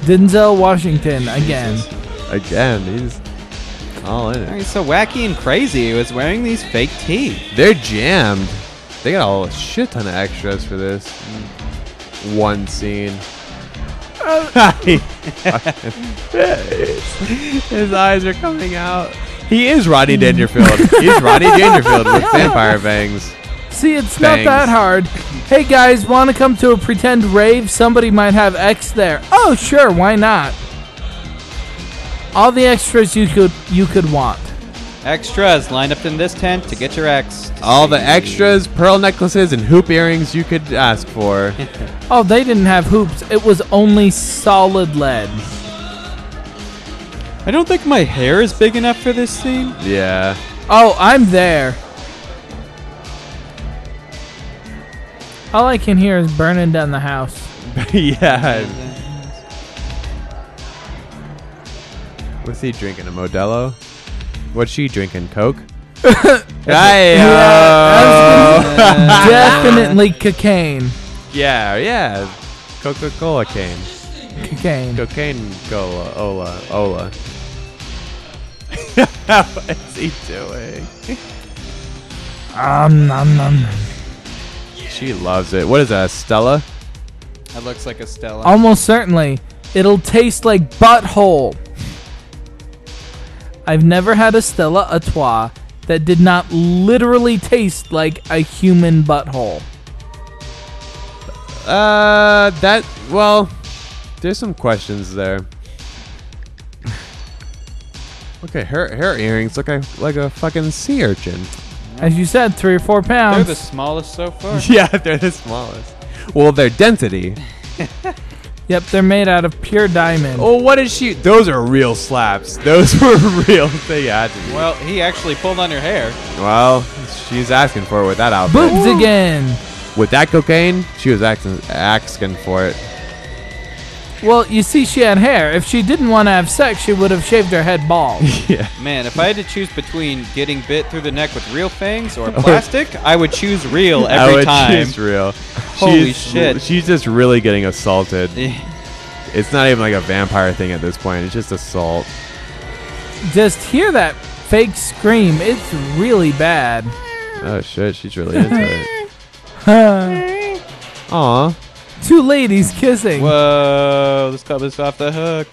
Speaker 1: Denzel Washington again.
Speaker 2: Again, he's all in it.
Speaker 4: He's so wacky and crazy. He was wearing these fake teeth. <laughs>
Speaker 2: They're jammed. They got a shit ton of extras for this one scene. His eyes are coming out. He is Rodney Dangerfield. He's Rodney Dangerfield with vampire fangs.
Speaker 1: See, it's
Speaker 2: Bangs.
Speaker 1: not that hard. Hey guys, want to come to a pretend rave? Somebody might have X there. Oh, sure, why not? All the extras you could you could want.
Speaker 4: Extras lined up in this tent to get your ex.
Speaker 2: All the extras, pearl necklaces, and hoop earrings you could ask for.
Speaker 1: Oh, they didn't have hoops. It was only solid lead.
Speaker 4: I don't think my hair is big enough for this <laughs> scene.
Speaker 2: Yeah.
Speaker 1: Oh, I'm there. All I can hear is burning down the house.
Speaker 4: <laughs>
Speaker 2: yeah. What's he drinking? A Modelo? What's she drinking? Coke? Ayo.
Speaker 1: Definitely cocaine.
Speaker 2: yeah, Oh, yeah. Coca Cola cane.
Speaker 1: Cocaine.
Speaker 2: Cocaine cola. Ola. Ola. <laughs> what is he doing?
Speaker 1: Um, nom, nom.
Speaker 2: She loves it. What is that, Stella?
Speaker 4: That looks like a Stella.
Speaker 1: Almost certainly. It'll taste like butthole. I've never had a Stella Artois that did not literally taste like a human butthole.
Speaker 2: Uh, that. Well, there's some questions there. <laughs> Okay, her her earrings look like, like a fucking sea urchin. <laughs>
Speaker 1: As you said, three or four
Speaker 4: They're the
Speaker 1: pounds.
Speaker 4: smallest so far.
Speaker 2: Yeah, they're the smallest. Well, their density.
Speaker 1: Yep, they're made out of pure diamond.
Speaker 2: Oh, what is she? Those are real slaps. <laughs> Those were real. They had to be.
Speaker 4: Well, he actually pulled on her hair.
Speaker 2: Well, she's asking for it with that outfit.
Speaker 1: Boobs again.
Speaker 2: With that cocaine, she was asking, asking for it.
Speaker 1: Well, you see, she had hair. If she didn't want to have sex, she would have shaved her head bald.
Speaker 4: Man, if I had to choose between getting bit through the neck with real fangs <laughs> or plastic, <laughs> I would choose real
Speaker 2: I
Speaker 4: every
Speaker 2: would
Speaker 4: time.
Speaker 2: choose Oh, real.
Speaker 4: Holy
Speaker 2: she's,
Speaker 4: shit.
Speaker 2: She's just really getting assaulted.
Speaker 4: Eh,
Speaker 2: It's not even like a vampire thing at this point. It's just assault.
Speaker 1: Just hear that fake scream. It's really bad.
Speaker 2: Oh shit, she's really into it.
Speaker 1: <laughs>
Speaker 2: Aw.
Speaker 1: Two ladies kissing.
Speaker 4: Whoa, this club is off the hook.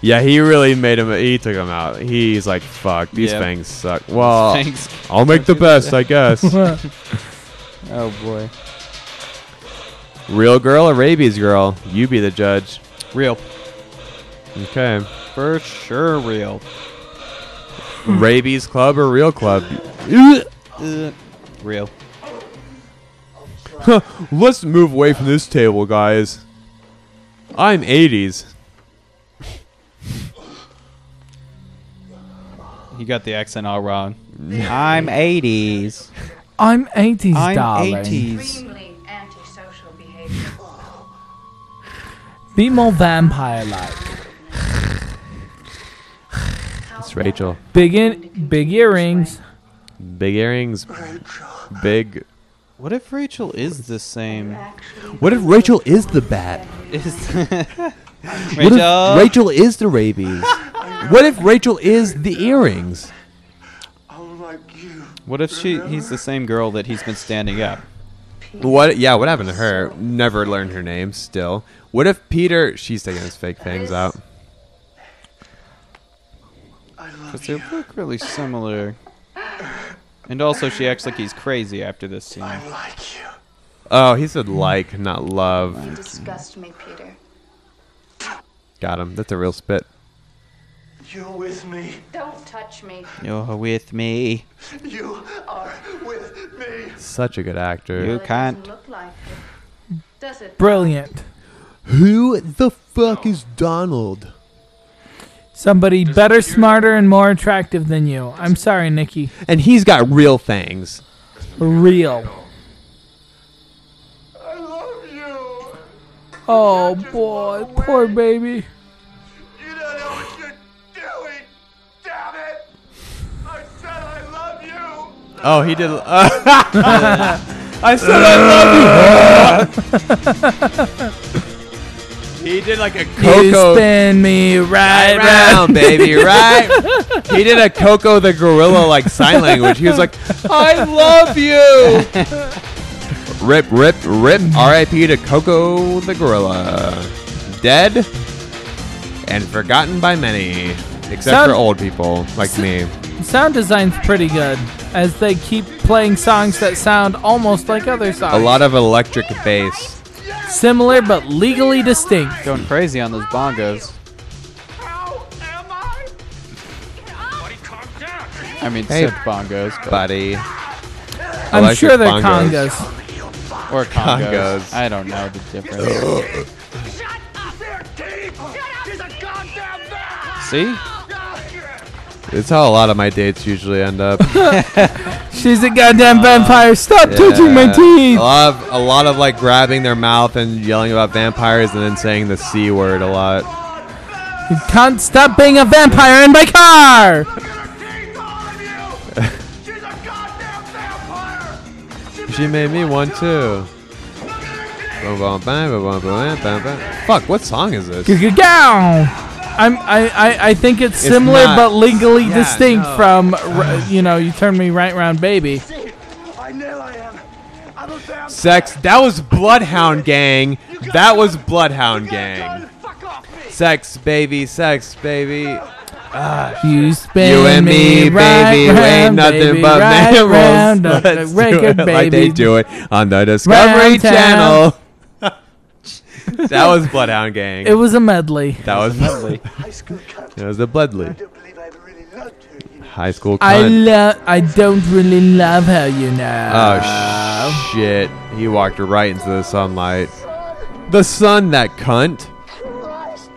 Speaker 2: Yeah, he really made him. He took him out. He's like, fuck, these
Speaker 4: Yeah.
Speaker 2: fangs suck. Well,
Speaker 4: Thanks.
Speaker 2: I'll make the best, I <laughs> guess.
Speaker 4: Oh boy.
Speaker 2: Real girl or rabies girl? You be the judge.
Speaker 4: Real.
Speaker 2: Okay.
Speaker 4: For sure real.
Speaker 2: rabies club or real <laughs> club?
Speaker 4: Uh, real.
Speaker 2: Let's move away from this table, guys. I'm 80s.
Speaker 4: He got the accent all <laughs> wrong. I'm 80s.
Speaker 1: I'm 80s,
Speaker 4: I'm
Speaker 1: darling.
Speaker 4: 80s.
Speaker 7: Extremely antisocial behavior.
Speaker 1: Be more vampire-like.
Speaker 2: It's Rachel.
Speaker 1: Big in, big earrings.
Speaker 2: Big earrings. Big.
Speaker 4: What if Rachel is the same?
Speaker 2: What if Rachel is the bat?
Speaker 4: <laughs> Is
Speaker 2: What
Speaker 4: Rachel?
Speaker 2: if Rachel is the <laughs> rabies? what if Rachel is the earrings?
Speaker 6: Unlike you.
Speaker 4: What if she? He's the same girl that he's been standing up.
Speaker 2: What? Yeah. What happened to her? Never learned her name. Still. What if Peter? She's taking his fake fangs out.
Speaker 4: Because they look really similar. And also, she acts like he's crazy after this scene.
Speaker 6: Like you.
Speaker 2: Oh, he said like, not love.
Speaker 7: You disgust me, Peter.
Speaker 2: Got him. That's a real spit.
Speaker 6: You're with me.
Speaker 7: Don't touch me.
Speaker 4: You're with me.
Speaker 6: You are with me.
Speaker 2: Such a good actor.
Speaker 4: You
Speaker 7: Well, it
Speaker 4: can't.
Speaker 7: doesn't look like it. Does it?
Speaker 1: Brilliant.
Speaker 2: Who the fuck is Donald?
Speaker 1: Somebody better, smarter, and more attractive than you. I'm sorry, Nikki.
Speaker 2: And he's got real fangs.
Speaker 1: real.
Speaker 6: I love you.
Speaker 1: Oh boy, poor baby.
Speaker 6: You don't know what you're doing. Damn it! I said I love you.
Speaker 4: Oh,
Speaker 2: <laughs>
Speaker 4: he did. Uh,
Speaker 3: I said I love
Speaker 4: <laughs>
Speaker 2: <laughs>
Speaker 4: he did like a
Speaker 1: You
Speaker 2: Coco.
Speaker 1: spin me right round.
Speaker 2: Round, <laughs> baby, right? he did a Coco the gorilla like sign language. He was like, "I love you." <laughs> rip, rip, rip. R.I.P. to Coco the gorilla, dead and forgotten by many, except
Speaker 1: Sound-
Speaker 2: for old people like me.
Speaker 1: Sound design's pretty good, as they keep playing songs that sound almost like other songs.
Speaker 2: A lot of electric bass.
Speaker 1: similar but legally distinct.
Speaker 4: going crazy on those bongos.
Speaker 6: How am I? Buddy, calm down.
Speaker 4: I mean,
Speaker 2: Hey,
Speaker 4: synth bongos, but,
Speaker 2: buddy.
Speaker 1: I'm
Speaker 2: Electric
Speaker 1: sure they're
Speaker 2: bongos.
Speaker 1: congas.
Speaker 4: or congos.
Speaker 2: Congos.
Speaker 4: I don't know the difference.
Speaker 6: Shut up! They're deep. Shut up! She's a goddamn man.
Speaker 4: See,
Speaker 2: It's how a lot of my dates usually end <laughs> up.
Speaker 1: She's a goddamn vampire. Stop touching my
Speaker 2: Uh, Yeah. Oh.
Speaker 1: teeth.
Speaker 2: A lot, of, a lot of like grabbing their mouth and yelling about vampires and then saying the c word a lot.
Speaker 1: You can't stop being a vampire in my car.
Speaker 6: Look at her teeth, all of you. She's a goddamn vampire.
Speaker 2: She made me one too. Bum, bum, bam, bum, bum, bam, bam, bam. Fuck, what song is this?
Speaker 1: Go, go, go. I'm, I, I, I think it's, similar
Speaker 2: not- Uh.
Speaker 1: but legally
Speaker 2: Yeah,
Speaker 1: distinct
Speaker 2: no.
Speaker 1: from, r- you know, you turn me right round, baby.
Speaker 6: I know I am. I'm a vampire.
Speaker 2: Sex. That was Bloodhound Gang. That was Bloodhound Gang.
Speaker 6: Fuck off me.
Speaker 2: Sex, baby, sex, baby.
Speaker 1: You spin
Speaker 2: You and me,
Speaker 1: right
Speaker 2: baby,
Speaker 1: round,
Speaker 2: ain't nothing
Speaker 1: baby,
Speaker 2: but
Speaker 1: right
Speaker 2: mammals.
Speaker 1: round on the
Speaker 2: Let's do
Speaker 1: record,
Speaker 2: it like they
Speaker 1: baby.
Speaker 2: do it on the Discovery
Speaker 1: Round town.
Speaker 2: Channel.
Speaker 1: <laughs>
Speaker 2: that was Bloodhound Gang.
Speaker 1: It was a medley.
Speaker 2: that was <laughs> Bloodly.
Speaker 6: High school cunt.
Speaker 2: It was the Bloodly.
Speaker 6: I don't believe I ever really loved her. You know.
Speaker 2: High school
Speaker 1: I
Speaker 2: cunt.
Speaker 1: love. I don't really love how you know.
Speaker 2: Oh shit! He walked right into the sunlight. The sun, that cunt.
Speaker 6: Christ.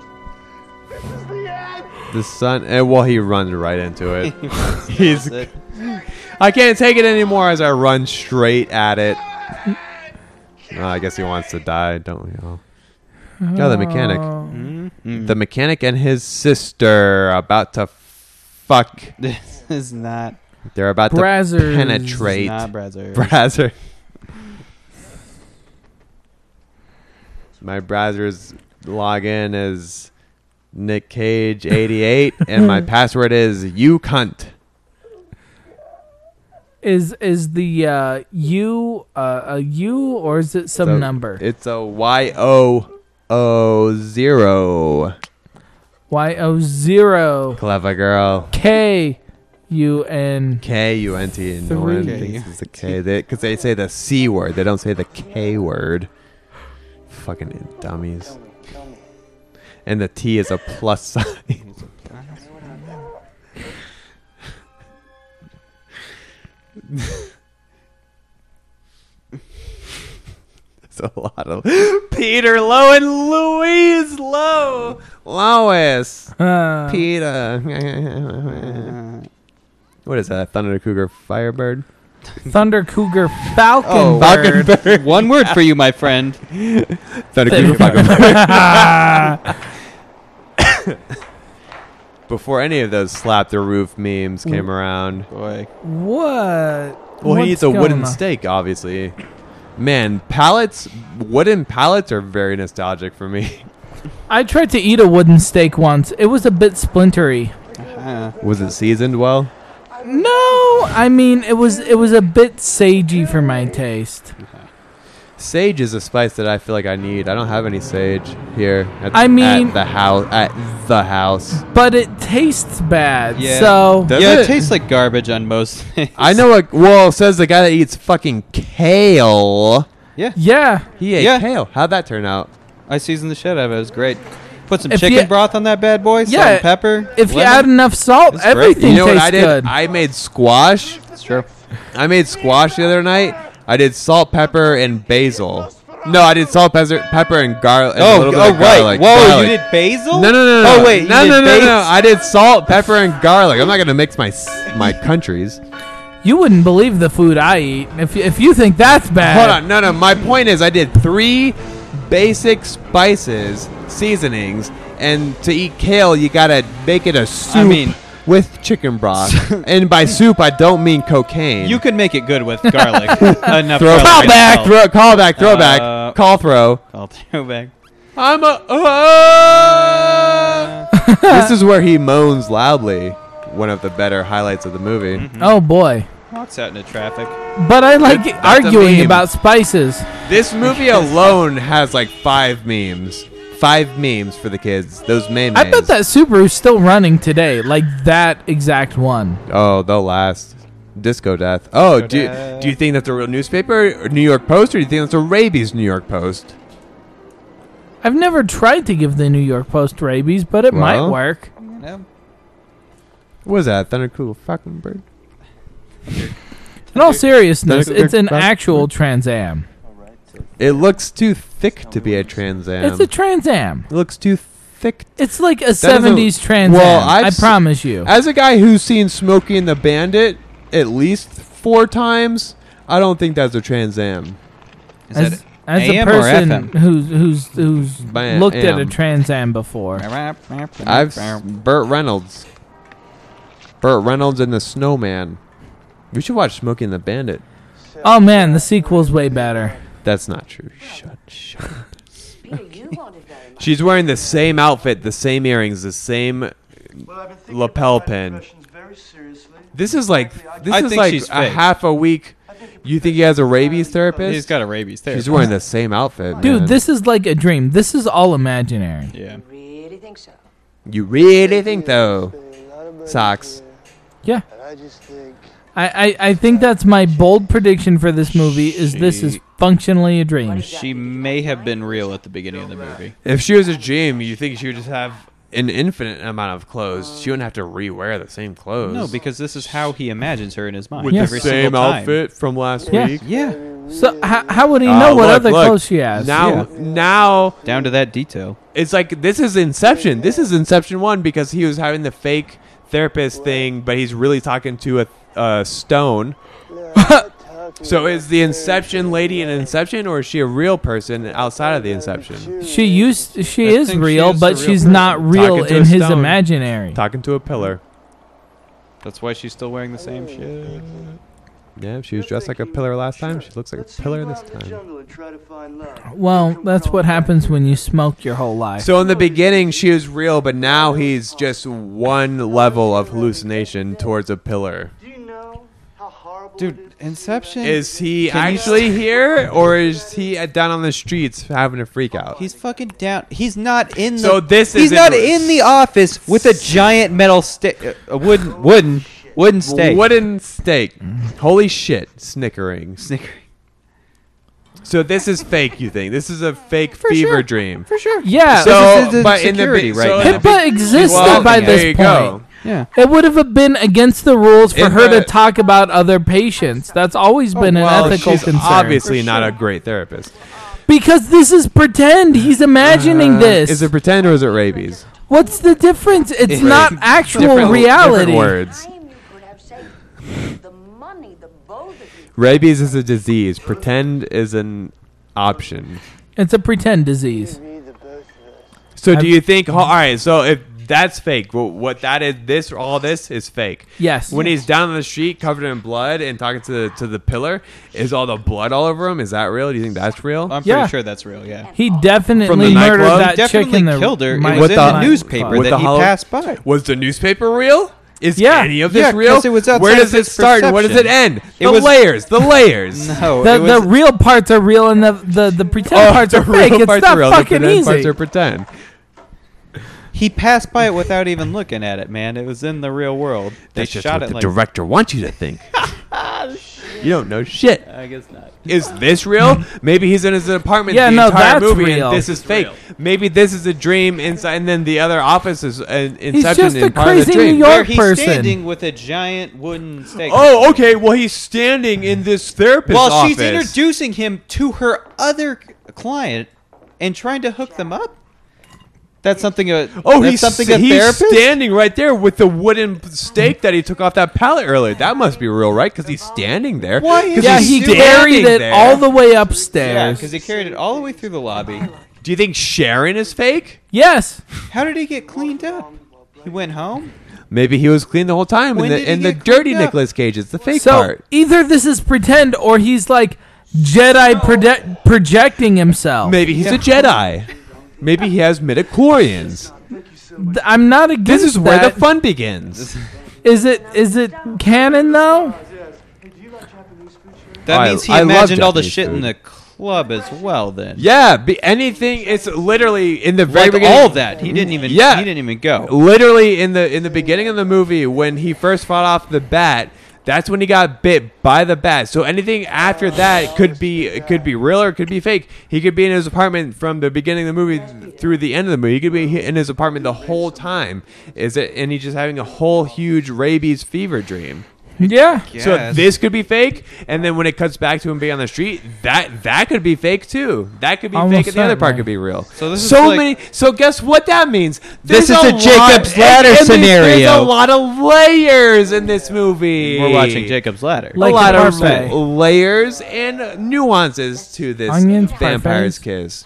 Speaker 6: This is the end.
Speaker 2: The sun, and well, he runs right into it. He's. I can't take it anymore as I run straight at it. Oh, I guess he wants to die, don't we all? Yeah, the mechanic,
Speaker 1: Hmm. Oh.
Speaker 2: the mechanic, and his sister are about to fuck.
Speaker 4: <laughs> this is not
Speaker 2: They're about
Speaker 1: Brazzers.
Speaker 2: to penetrate.
Speaker 4: not Brazzer.
Speaker 2: Browser. My browser's login is Nick Cage 88 and my password is you cunt.
Speaker 1: Is is the uh, U uh, a U or is it some
Speaker 2: So
Speaker 1: number?
Speaker 2: It's a Y O O zero.
Speaker 1: Y O zero
Speaker 2: Clever girl.
Speaker 1: K U N.
Speaker 2: K U N T. No one
Speaker 1: Three.
Speaker 2: thinks it's a K. Because they, say the C word, they don't say the K word. Fucking dummies. And the T is a plus sign. It's a lot of Peter Low and Louise Low. Lois.
Speaker 1: Uh,
Speaker 2: Peter. <laughs> what is that? Thunder Cougar Firebird?
Speaker 1: Thunder Cougar Falcon.
Speaker 2: Oh, Falcon Bird.
Speaker 4: One word for you, my friend.
Speaker 2: Thunder Cougar Falcon <laughs> Before any of those slap the roof memes came around.
Speaker 4: Boy,
Speaker 1: What?
Speaker 2: Well,
Speaker 1: What's
Speaker 2: he eats a wooden
Speaker 1: going on?
Speaker 2: steak, obviously. Man, pallets, wooden pallets are very nostalgic for me.
Speaker 1: I tried to eat a wooden steak once. It was a bit splintery.
Speaker 2: <laughs> Was it seasoned well?
Speaker 1: No, I mean it was it was a bit sagey for my taste.
Speaker 2: Sage is a spice that I feel like I need. I don't have any sage here. At,
Speaker 1: I mean-
Speaker 2: at the house. At the house.
Speaker 1: But it tastes bad.
Speaker 4: Yeah.
Speaker 1: So
Speaker 2: Does
Speaker 4: yeah, it?
Speaker 2: it?
Speaker 4: tastes like garbage on most things. <laughs>
Speaker 2: I know a well says the guy that eats fucking kale.
Speaker 1: yeah.
Speaker 2: He ate
Speaker 4: Yeah.
Speaker 2: kale. How'd that turn out?
Speaker 4: I seasoned the shit out of it. It was great. Put some
Speaker 1: If
Speaker 4: chicken
Speaker 1: you-
Speaker 4: broth on that bad boy. Salt
Speaker 1: Yeah,
Speaker 4: and pepper.
Speaker 1: If you
Speaker 4: lemon.
Speaker 1: add enough salt,
Speaker 4: It's great.
Speaker 1: everything
Speaker 2: you know what
Speaker 1: tastes
Speaker 2: I did?
Speaker 1: good.
Speaker 2: I made squash.
Speaker 4: sure.
Speaker 2: I made squash the other night. I did salt, pepper, and basil. No, I did salt, pepper, pepper and garlic. a
Speaker 4: Oh,
Speaker 2: little bit
Speaker 4: oh
Speaker 2: of
Speaker 4: right.
Speaker 2: garlic.
Speaker 4: Whoa,
Speaker 2: Garlic.
Speaker 4: you did basil?
Speaker 2: No, no, no, no.
Speaker 4: Oh wait,
Speaker 2: no,
Speaker 4: you
Speaker 2: no,
Speaker 4: did
Speaker 2: no, no,
Speaker 4: basil?
Speaker 2: I did salt, pepper, and garlic. I'm not gonna mix my s- my countries.
Speaker 1: You wouldn't believe the food I eat. If, if you think that's bad,
Speaker 2: Hold on, no, no. My point is, I did three basic spices, seasonings, and to eat kale, you gotta make it a soup.
Speaker 4: mean-
Speaker 2: with chicken broth, and by soup, I don't mean cocaine.
Speaker 4: You could make it good
Speaker 2: <laughs>
Speaker 4: with garlic. <laughs> Enough
Speaker 2: throw
Speaker 4: garlic
Speaker 2: call
Speaker 4: and
Speaker 2: back,
Speaker 4: salt.
Speaker 2: throw call back, throw back, call throw.
Speaker 4: I'll throw back.
Speaker 2: I'm a. Uh, <laughs> this is where he moans loudly. One of the better highlights of the movie.
Speaker 1: Oh boy.
Speaker 4: Walks out into traffic.
Speaker 1: But I like
Speaker 2: That's- that's a
Speaker 1: arguing
Speaker 2: meme.
Speaker 1: about spices.
Speaker 2: This movie alone has like five memes. Five memes for the kids. Those memes.
Speaker 1: I bet that Subaru's still running today, like that exact one.
Speaker 2: Oh, they'll last. Disco death. Oh, do, do you think that's a real newspaper, or New York Post, or do you think that's a rabies New York Post?
Speaker 1: I've never tried to give the New York Post rabies, but it might
Speaker 2: Well.
Speaker 1: work.
Speaker 4: No.
Speaker 2: What is that? Thunder cool fucking bird.
Speaker 1: In all seriousness,
Speaker 2: they're-
Speaker 1: it's an
Speaker 2: they're-
Speaker 1: actual Trans Am.
Speaker 2: It looks too thick to be a Trans Am.
Speaker 1: It's a Trans Am.
Speaker 2: it looks too thick.
Speaker 1: It's like a 70s Trans
Speaker 2: Well,
Speaker 1: Am.
Speaker 2: I've
Speaker 1: I
Speaker 2: s-
Speaker 1: promise you.
Speaker 2: As a guy who's seen Smokey and the Bandit at least four times, I don't think that's a Trans Am.
Speaker 4: Is that
Speaker 1: As,
Speaker 4: it?
Speaker 1: as a
Speaker 4: AM or
Speaker 1: person
Speaker 4: FM?
Speaker 1: who's who's who's
Speaker 2: Ba-
Speaker 1: looked at a
Speaker 2: am.
Speaker 1: Trans Am before.
Speaker 2: I've s- Burt Reynolds. Burt Reynolds and the Snowman. We should watch Smokey and the Bandit.
Speaker 1: Oh man, the sequel's way better.
Speaker 2: That's not true. Shut, shut.
Speaker 5: Peter, you wanted very much.
Speaker 2: She's wearing the same outfit, the same earrings, the same.
Speaker 6: Well, I've been thinking
Speaker 2: Lapel
Speaker 6: about my
Speaker 2: pin.
Speaker 6: professions Very seriously.
Speaker 2: This is like this
Speaker 4: I
Speaker 2: is
Speaker 4: think
Speaker 2: like
Speaker 4: she's
Speaker 2: a
Speaker 4: fake.
Speaker 2: half a week.
Speaker 6: I think
Speaker 2: You think he has a rabies therapist?
Speaker 4: He's got a rabies there.
Speaker 2: She's wearing the same outfit,
Speaker 1: Dude,
Speaker 2: man.
Speaker 1: this is like a dream. This is all imaginary.
Speaker 4: yeah.
Speaker 5: Really think so?
Speaker 2: You really think though? Socks.
Speaker 1: Yeah.
Speaker 6: And I just think
Speaker 1: I, I, I think that's my bold prediction for this movie is this is
Speaker 4: She-
Speaker 1: functionally a dream.
Speaker 4: She may have been real at the beginning of the movie.
Speaker 2: If she was a dream, you think she would just have an infinite amount of clothes? She wouldn't have to rewear the same clothes.
Speaker 4: No, because this is how he imagines her in his mind.
Speaker 2: with
Speaker 1: Yes.
Speaker 2: the
Speaker 4: Every
Speaker 2: same
Speaker 4: single time.
Speaker 2: outfit from last
Speaker 1: Yeah.
Speaker 2: week.
Speaker 4: Yeah.
Speaker 1: So h- how would he
Speaker 2: Uh,
Speaker 1: know what
Speaker 2: look,
Speaker 1: other
Speaker 2: look.
Speaker 1: clothes she has?
Speaker 2: Now, now
Speaker 4: Down to that detail.
Speaker 2: it's like this is Inception. This is Inception one because he was having the fake therapist thing, but he's really talking to a, a stone. <laughs> So is the Inception lady an Inception, or is she a real person outside of the Inception?
Speaker 1: she used she
Speaker 4: I
Speaker 1: is
Speaker 4: think she
Speaker 1: real,
Speaker 4: is
Speaker 1: but
Speaker 4: the real
Speaker 1: she's
Speaker 4: person.
Speaker 1: not real
Speaker 2: Talking to
Speaker 1: in
Speaker 2: a
Speaker 1: his
Speaker 2: stone.
Speaker 1: imaginary.
Speaker 2: Talking to a pillar.
Speaker 4: That's why she's still wearing the same shit.
Speaker 2: Yeah, she was dressed like a pillar last time. She looks like a
Speaker 6: let's see
Speaker 2: pillar
Speaker 6: you
Speaker 2: this
Speaker 6: out in the
Speaker 2: time.
Speaker 6: jungle and try to find love.
Speaker 1: Uh, Well, that's what happens when you smoke your whole life.
Speaker 2: So in the beginning, she was real, but now he's just one level of hallucination towards a pillar.
Speaker 6: Do you know how horrible it is
Speaker 4: Dude,
Speaker 6: to see
Speaker 4: Inception.
Speaker 2: Is he
Speaker 4: Can you
Speaker 2: actually here, or is he uh, down on the streets having a freak out?
Speaker 4: He's fucking down. He's not in the.
Speaker 2: So this
Speaker 4: He's
Speaker 2: isn't-
Speaker 4: not in the office with a giant metal stick, a
Speaker 2: Oh,
Speaker 4: wooden, wooden, wooden stake.
Speaker 2: Wooden steak. Holy shit. Snickering.
Speaker 4: Snickering.
Speaker 2: So this is fake, you think? This is a fake fever dream.
Speaker 4: For sure.
Speaker 1: yeah,
Speaker 2: So,
Speaker 4: This is the
Speaker 2: but in the
Speaker 4: security
Speaker 2: big-
Speaker 4: right
Speaker 2: so
Speaker 4: now.
Speaker 2: in the
Speaker 1: HIPAA
Speaker 2: big-
Speaker 1: existed
Speaker 2: well,
Speaker 1: by
Speaker 2: there
Speaker 1: this
Speaker 2: you
Speaker 1: point.
Speaker 2: go.
Speaker 4: Yeah.
Speaker 1: It would have been against the rules for
Speaker 2: In
Speaker 1: her to
Speaker 2: the-
Speaker 1: talk about other patients. That's always been
Speaker 2: Oh, Well,
Speaker 1: an ethical
Speaker 2: she's
Speaker 1: concern.
Speaker 2: obviously not a great therapist.
Speaker 1: Because this is pretend. He's imagining
Speaker 2: Uh,
Speaker 1: this.
Speaker 2: Is it pretend or is it rabies?
Speaker 1: What's the difference? It's not actual
Speaker 2: Different-
Speaker 1: reality.
Speaker 2: Different words.
Speaker 5: Time you could have saved. The money, the both of you.
Speaker 2: Rabies is a disease. Pretend is an option.
Speaker 1: It's a pretend disease.
Speaker 6: the both of us.
Speaker 2: So do
Speaker 1: I'm-
Speaker 2: you think? All right. So if that's fake, well, what that is, this all this is fake.
Speaker 1: Yes.
Speaker 2: When he's down on the street, covered in blood, and talking to the, to the pillar, is all the blood all over him? Is that real? Do you think that's real?
Speaker 4: I'm pretty
Speaker 1: Yeah.
Speaker 4: sure that's real. Yeah.
Speaker 1: He definitely
Speaker 2: nightclub?
Speaker 1: murdered that chick
Speaker 4: Definitely
Speaker 1: in the
Speaker 4: killed her. It
Speaker 1: night-
Speaker 4: was
Speaker 2: in the
Speaker 1: nightclub.
Speaker 4: newspaper
Speaker 2: With
Speaker 4: that
Speaker 2: the
Speaker 4: he
Speaker 2: hollow-
Speaker 4: passed <laughs> by.
Speaker 2: Was the newspaper real? Is
Speaker 1: Yeah.
Speaker 2: any of this
Speaker 4: Yeah,
Speaker 2: real?
Speaker 4: 'cause it was outside
Speaker 2: Where does
Speaker 4: of
Speaker 2: it
Speaker 4: his
Speaker 2: start? and Where does it
Speaker 4: perception.
Speaker 2: end?
Speaker 4: It
Speaker 2: the
Speaker 4: was-
Speaker 1: <laughs>
Speaker 2: layers. The layers.
Speaker 4: No.
Speaker 1: The,
Speaker 4: it
Speaker 1: the
Speaker 4: was-
Speaker 1: real parts are real and the, the, the pretend
Speaker 2: Oh,
Speaker 1: parts
Speaker 2: the
Speaker 1: are fake.
Speaker 2: real
Speaker 1: It's
Speaker 2: parts
Speaker 1: not
Speaker 2: are real, the
Speaker 1: fucking
Speaker 2: pretend Parts
Speaker 1: easy.
Speaker 2: are pretend.
Speaker 4: he passed by it without even looking at it, man. It was in the real world. They
Speaker 2: That's just
Speaker 4: shot
Speaker 2: what
Speaker 4: it
Speaker 2: the
Speaker 4: like.
Speaker 2: director wants you to
Speaker 4: <laughs>
Speaker 2: think. you don't know shit.
Speaker 4: I guess not.
Speaker 2: Is
Speaker 1: <laughs>
Speaker 2: this real? Maybe he's in his apartment
Speaker 1: Yeah,
Speaker 2: the
Speaker 1: no,
Speaker 2: entire
Speaker 1: that's
Speaker 2: movie,
Speaker 1: real.
Speaker 2: and this is fake. Maybe this is a dream inside, and then the other office is an
Speaker 1: He's
Speaker 2: inception
Speaker 1: just a
Speaker 2: and part of the
Speaker 1: crazy
Speaker 2: dream.
Speaker 1: New York
Speaker 4: Where he's
Speaker 1: person.
Speaker 4: standing with a giant wooden stake.
Speaker 2: Oh, okay. Well, he's standing in this therapist
Speaker 4: While
Speaker 2: office.
Speaker 4: she's introducing him to her other client and trying to hook them up. That's something a
Speaker 2: Oh,
Speaker 4: that's
Speaker 2: he's
Speaker 4: something a
Speaker 2: he's
Speaker 4: therapist.
Speaker 2: standing right there with the wooden stake that he took off that pallet earlier. That must be real, right? Because he's standing there. Why?
Speaker 1: Yeah, he carried it all the way upstairs.
Speaker 4: because he carried it all the way through the lobby.
Speaker 2: Do you think Sharon is fake?
Speaker 1: yes.
Speaker 4: How did he get cleaned up? He went home.
Speaker 2: Maybe he was clean the whole time, and
Speaker 4: When did
Speaker 2: the,
Speaker 4: he
Speaker 2: and the
Speaker 4: get cleaned
Speaker 2: dirty
Speaker 4: up?
Speaker 2: Nicolas Cage is the fake
Speaker 1: So
Speaker 2: part.
Speaker 1: either this is pretend or he's like Jedi proje- projecting himself.
Speaker 2: Maybe he's a Jedi. Maybe he has midichlorians.
Speaker 1: Th- I'm not
Speaker 2: This
Speaker 1: against
Speaker 2: is where the
Speaker 1: that.
Speaker 2: fun begins.
Speaker 1: is it is it canon though?
Speaker 6: Hey, do you like Japanese food, Sharon?
Speaker 4: That
Speaker 2: I-
Speaker 4: means he
Speaker 2: I love
Speaker 4: imagined all the
Speaker 2: Japanese
Speaker 4: shit in
Speaker 2: food.
Speaker 4: the club as well. Then
Speaker 2: Yeah, be anything. It's literally in the very
Speaker 4: like
Speaker 2: beginning.
Speaker 4: all that he didn't even
Speaker 2: Yeah.
Speaker 4: he didn't even go.
Speaker 2: literally in the in the beginning of the movie when he first fought off the bat that's when he got bit by the bat so anything after that could be it could be real or it could be fake he could be in his apartment from the beginning of the movie through the end of the movie he could be in his apartment the whole time is it and he's just having a whole huge rabies fever dream
Speaker 1: Yeah.
Speaker 2: so this could be fake and then when it cuts back to him being on the street that that could be fake too that could be
Speaker 1: Almost
Speaker 2: fake and the other part
Speaker 1: certainly.
Speaker 2: could be real so
Speaker 4: this is
Speaker 2: so
Speaker 4: like-
Speaker 2: many so guess what that means
Speaker 4: This
Speaker 2: There's
Speaker 4: is a Jacob's Ladder
Speaker 2: and- and there's- There's a
Speaker 4: scenario.
Speaker 2: lot of layers in this movie.
Speaker 4: We're watching Jacob's Ladder.
Speaker 2: A
Speaker 1: Like
Speaker 2: lot of
Speaker 1: parfait.
Speaker 2: layers and nuances to this
Speaker 1: Onions,
Speaker 2: vampire's
Speaker 1: parfaits.
Speaker 2: kiss.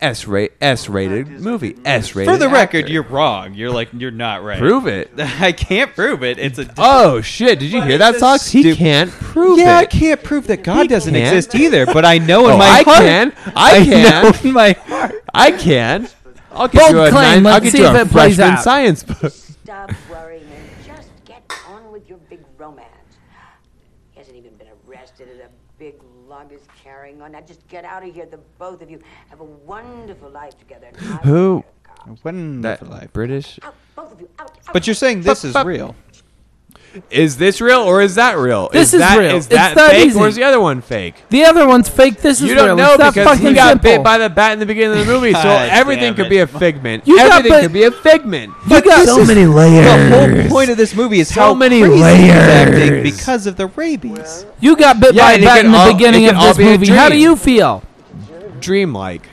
Speaker 2: S rate S rated movie. S rated.
Speaker 4: For the record, you're wrong. You're like you're not right.
Speaker 2: prove it.
Speaker 4: <laughs> I can't prove it. It's a
Speaker 2: Oh shit! Did you hear that, Sox? He
Speaker 4: stupid-
Speaker 2: can't prove
Speaker 4: yeah. I
Speaker 2: it.
Speaker 4: can't prove that God doesn't
Speaker 2: can't.
Speaker 4: exist either. But I know in
Speaker 2: Oh,
Speaker 4: my
Speaker 2: I
Speaker 4: heart. <laughs>
Speaker 2: can. I
Speaker 4: know
Speaker 2: can.
Speaker 4: in my heart.
Speaker 2: I can. I'll get
Speaker 1: Bold
Speaker 2: you a
Speaker 1: claim.
Speaker 2: nine- I'll
Speaker 1: Let's
Speaker 2: get
Speaker 1: see
Speaker 2: you
Speaker 1: if
Speaker 2: a
Speaker 1: it plays
Speaker 2: freshman
Speaker 1: out.
Speaker 2: science book.
Speaker 5: Stop worrying and just get on with your big romance. He hasn't even been arrested and a big lug is carrying on. Now just get out of here, the both of you. Have a wonderful life together. and I
Speaker 2: Who-
Speaker 5: will take the car.
Speaker 2: <laughs> That British
Speaker 5: Out, both of you, out, out.
Speaker 4: But you're saying this is real.
Speaker 2: Is this real or is that real?
Speaker 1: This is
Speaker 2: that,
Speaker 1: real.
Speaker 2: Is that
Speaker 1: It's that
Speaker 2: fake
Speaker 1: easy.
Speaker 2: or is the other one fake?
Speaker 1: The other one's fake. This is
Speaker 2: You don't
Speaker 1: real.
Speaker 2: know
Speaker 1: it's that
Speaker 2: because
Speaker 1: fucking
Speaker 2: he got
Speaker 1: simple.
Speaker 2: bit by the bat in the beginning of the movie, <laughs> so
Speaker 4: God
Speaker 2: everything
Speaker 4: damn
Speaker 2: could
Speaker 4: it.
Speaker 2: be a figment.
Speaker 1: You got
Speaker 2: everything
Speaker 1: bit-
Speaker 2: could be a figment.
Speaker 1: you got so many
Speaker 4: The whole point of this movie is how
Speaker 2: many
Speaker 4: crazy he's acting
Speaker 2: layers.
Speaker 4: because of the rabies.
Speaker 1: You got bit
Speaker 2: Yeah,
Speaker 1: by
Speaker 2: and it
Speaker 1: that
Speaker 2: can
Speaker 1: in the
Speaker 2: all-
Speaker 1: beginning
Speaker 2: it can
Speaker 1: of
Speaker 2: all
Speaker 1: this
Speaker 2: be a
Speaker 1: movie. How do
Speaker 2: dream.
Speaker 1: you feel?
Speaker 2: Dreamlike.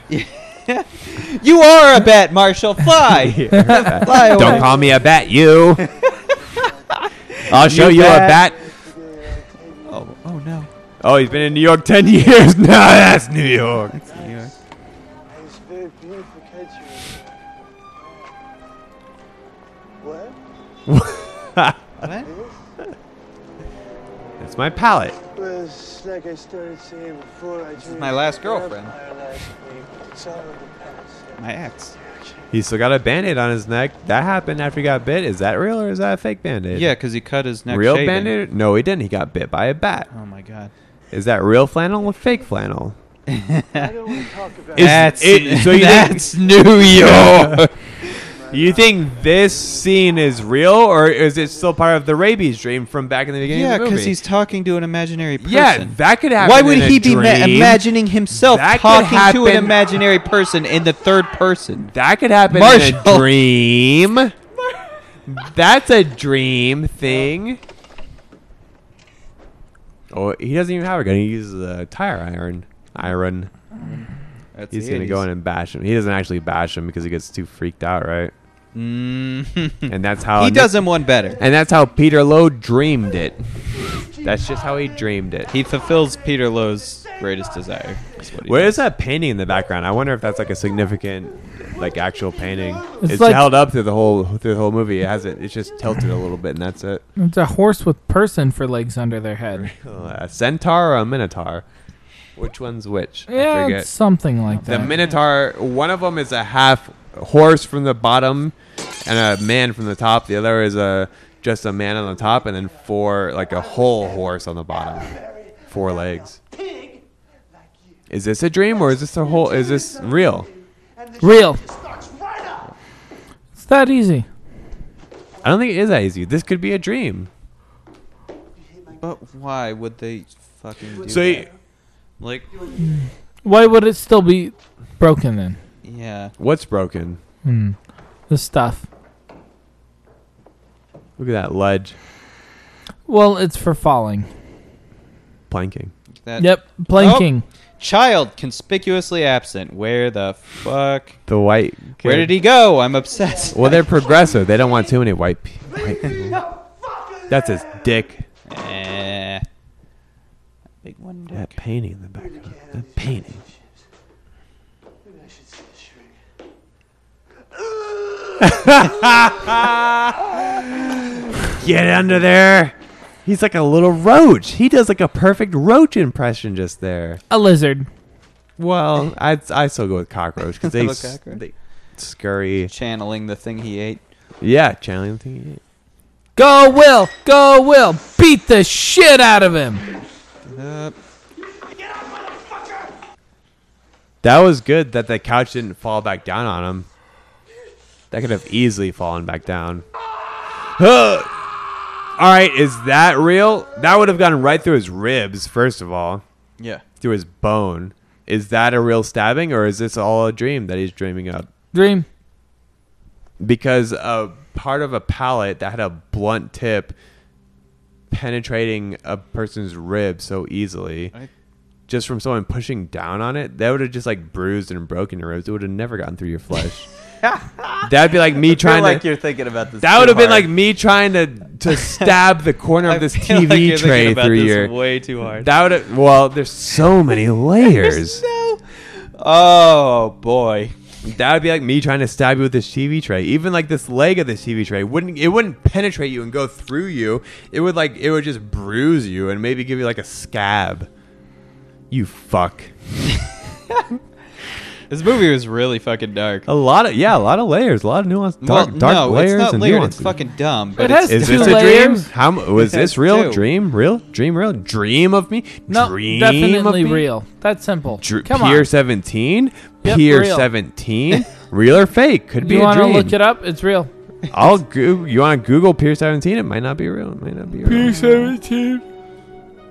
Speaker 4: you are a bat,
Speaker 2: <laughs>
Speaker 4: Marshall. Fly, <laughs> fly away.
Speaker 2: Don't call me a
Speaker 1: <laughs>
Speaker 2: bat, you. I'll show you, a bat.
Speaker 4: bat. Oh, oh no.
Speaker 2: Oh, he's been in New York ten <laughs> years now. That's New York.
Speaker 6: It's very beautiful country. What?
Speaker 2: <laughs> That's my palette.
Speaker 6: Well, it's like I started saying before. I this is
Speaker 4: my last girlfriend. My ex.
Speaker 2: He's still got a band-aid on his neck. That happened after he got bit. Is that real or is that a fake band-aid?
Speaker 4: Yeah, because he cut his neck.
Speaker 2: Real
Speaker 4: shaving.
Speaker 2: band-aid? No, he didn't. He got bit by a bat.
Speaker 4: Oh my god.
Speaker 2: Is that real flannel or fake <laughs> flannel?
Speaker 6: I don't want to talk about
Speaker 2: Is-
Speaker 6: it.
Speaker 4: That's
Speaker 2: it-
Speaker 4: <laughs>
Speaker 2: so you think-
Speaker 4: that's New York.
Speaker 2: <laughs> You think this scene is real, or is it still part of the rabies dream from back in the beginning
Speaker 4: yeah,
Speaker 2: of the movie?
Speaker 4: because he's talking to an imaginary person.
Speaker 2: yeah, that could happen.
Speaker 4: Why would
Speaker 2: in a
Speaker 4: he be ma-
Speaker 2: dream.
Speaker 4: imagining himself
Speaker 2: That could
Speaker 4: talking to an
Speaker 2: happen-
Speaker 4: imaginary person in the third person?
Speaker 2: That could happen in
Speaker 4: Marshall.
Speaker 2: a <laughs> dream. That's a dream thing. Oh, he doesn't even have a gun. He uses a tire iron. Iron.
Speaker 4: That's
Speaker 2: He's gonna go in and bash him. He doesn't actually bash him because he gets too freaked out, right? And <laughs> that's how
Speaker 4: he
Speaker 2: Nick-
Speaker 4: does him one better.
Speaker 2: And that's how Peter Lowe dreamed it. That's just how he dreamed it.
Speaker 4: He fulfills Peter Lowe's greatest desire. is what he
Speaker 2: Where
Speaker 4: does.
Speaker 2: is that painting in the background? I wonder if that's like a significant, like actual painting. It's,
Speaker 1: It's like-
Speaker 2: held up through the whole through the whole movie. It hasn't. It's just tilted a little bit, and that's it.
Speaker 1: It's a horse with person for legs under their head.
Speaker 2: Uh, a centaur or a minotaur? Which one's which? I
Speaker 1: Yeah,
Speaker 2: forget.
Speaker 1: it's something like
Speaker 2: The
Speaker 1: that.
Speaker 2: minotaur. One of them is a half horse from the bottom, and a man from the top. The other is a just a man on the top, and then four like a whole horse on the bottom, four legs. Is this a dream or is this a whole? Is this real?
Speaker 1: Real. It's that easy.
Speaker 2: I don't think it is that easy. This could be a dream.
Speaker 4: But why would they fucking do
Speaker 2: So
Speaker 4: that?
Speaker 2: y-
Speaker 4: like,
Speaker 1: Why would it still be broken then?
Speaker 4: yeah.
Speaker 2: What's broken?
Speaker 1: The stuff.
Speaker 2: Look at that ledge
Speaker 1: Well, it's for falling.
Speaker 2: planking.
Speaker 4: That,
Speaker 2: Oh.
Speaker 1: Yep, planking.
Speaker 4: Child conspicuously absent. Where the fuck?
Speaker 2: The white. Kid.
Speaker 4: Where did he go? I'm obsessed.
Speaker 2: Well, they're progressive. They don't want too many white pe- white people. That's his dick.
Speaker 4: Eh. Big one.
Speaker 2: That painting in the background. That painting. <laughs>
Speaker 6: Maybe I should see a shrink.
Speaker 2: Get under there. He's like a little roach. He does like a perfect roach impression just there.
Speaker 1: A lizard.
Speaker 2: Well, I I still go with cockroach because they,
Speaker 4: Little
Speaker 2: s-
Speaker 4: cockroach.
Speaker 2: they scurry.
Speaker 4: Channeling the thing he ate.
Speaker 2: Yeah, channeling thing.
Speaker 1: Go, Will. Go, Will. Beat the shit out of him.
Speaker 2: That was good that the couch didn't fall back down on him. That could have easily fallen back down. <gasps> Huh. All right, is that real? That would have gone right through his ribs, first of all,
Speaker 4: Yeah.
Speaker 2: through his bone. Is that a real stabbing or is this all a dream that he's dreaming up?
Speaker 1: Dream.
Speaker 2: Because a part of a pallet that had a blunt tip penetrating a person's rib so easily
Speaker 4: I-
Speaker 2: just from someone pushing down on it, that would have just like bruised and broken your ribs. It would have never gotten through your flesh.
Speaker 4: <laughs>
Speaker 2: That'd be like me trying
Speaker 4: like
Speaker 2: to.
Speaker 4: you're thinking about this.
Speaker 2: That would have been like me trying to to stab the
Speaker 4: <laughs>
Speaker 2: corner of this TV tray through your.
Speaker 4: way too hard.
Speaker 2: That would have. Well, there's so <laughs> many layers.
Speaker 4: oh boy.
Speaker 2: That would be like me trying to stab you with this TV tray. Even like this leg of this TV tray wouldn't it wouldn't penetrate you and go through you. It would like it would just bruise you and maybe give you like a scab. You fuck.
Speaker 4: This movie was really fucking dark.
Speaker 2: A lot of yeah, a lot of layers, a lot of nuance, dark,
Speaker 4: well,
Speaker 2: dark
Speaker 4: no,
Speaker 2: layers
Speaker 4: it's not
Speaker 2: and
Speaker 4: layered.
Speaker 2: nuances.
Speaker 4: It's fucking dumb. But
Speaker 1: It
Speaker 4: it's,
Speaker 1: has
Speaker 2: Is
Speaker 1: two
Speaker 2: this
Speaker 1: layers.
Speaker 2: a dream? How m- was
Speaker 4: It has
Speaker 2: this real?
Speaker 4: <laughs> two.
Speaker 2: Dream real? Dream real? Dream of me?
Speaker 1: No,
Speaker 2: dream
Speaker 1: definitely
Speaker 2: of me?
Speaker 1: real. That's simple.
Speaker 2: Dr-
Speaker 1: Come
Speaker 2: Pier
Speaker 1: on.
Speaker 2: 17?
Speaker 1: Yep,
Speaker 2: Pier
Speaker 1: real. <laughs>
Speaker 2: 17? real or fake? Could be
Speaker 1: You
Speaker 2: a
Speaker 1: want to
Speaker 2: dream.
Speaker 1: look it up? It's real.
Speaker 2: I'll go- you want to Google Pier 17? It might not be real. It might not be real.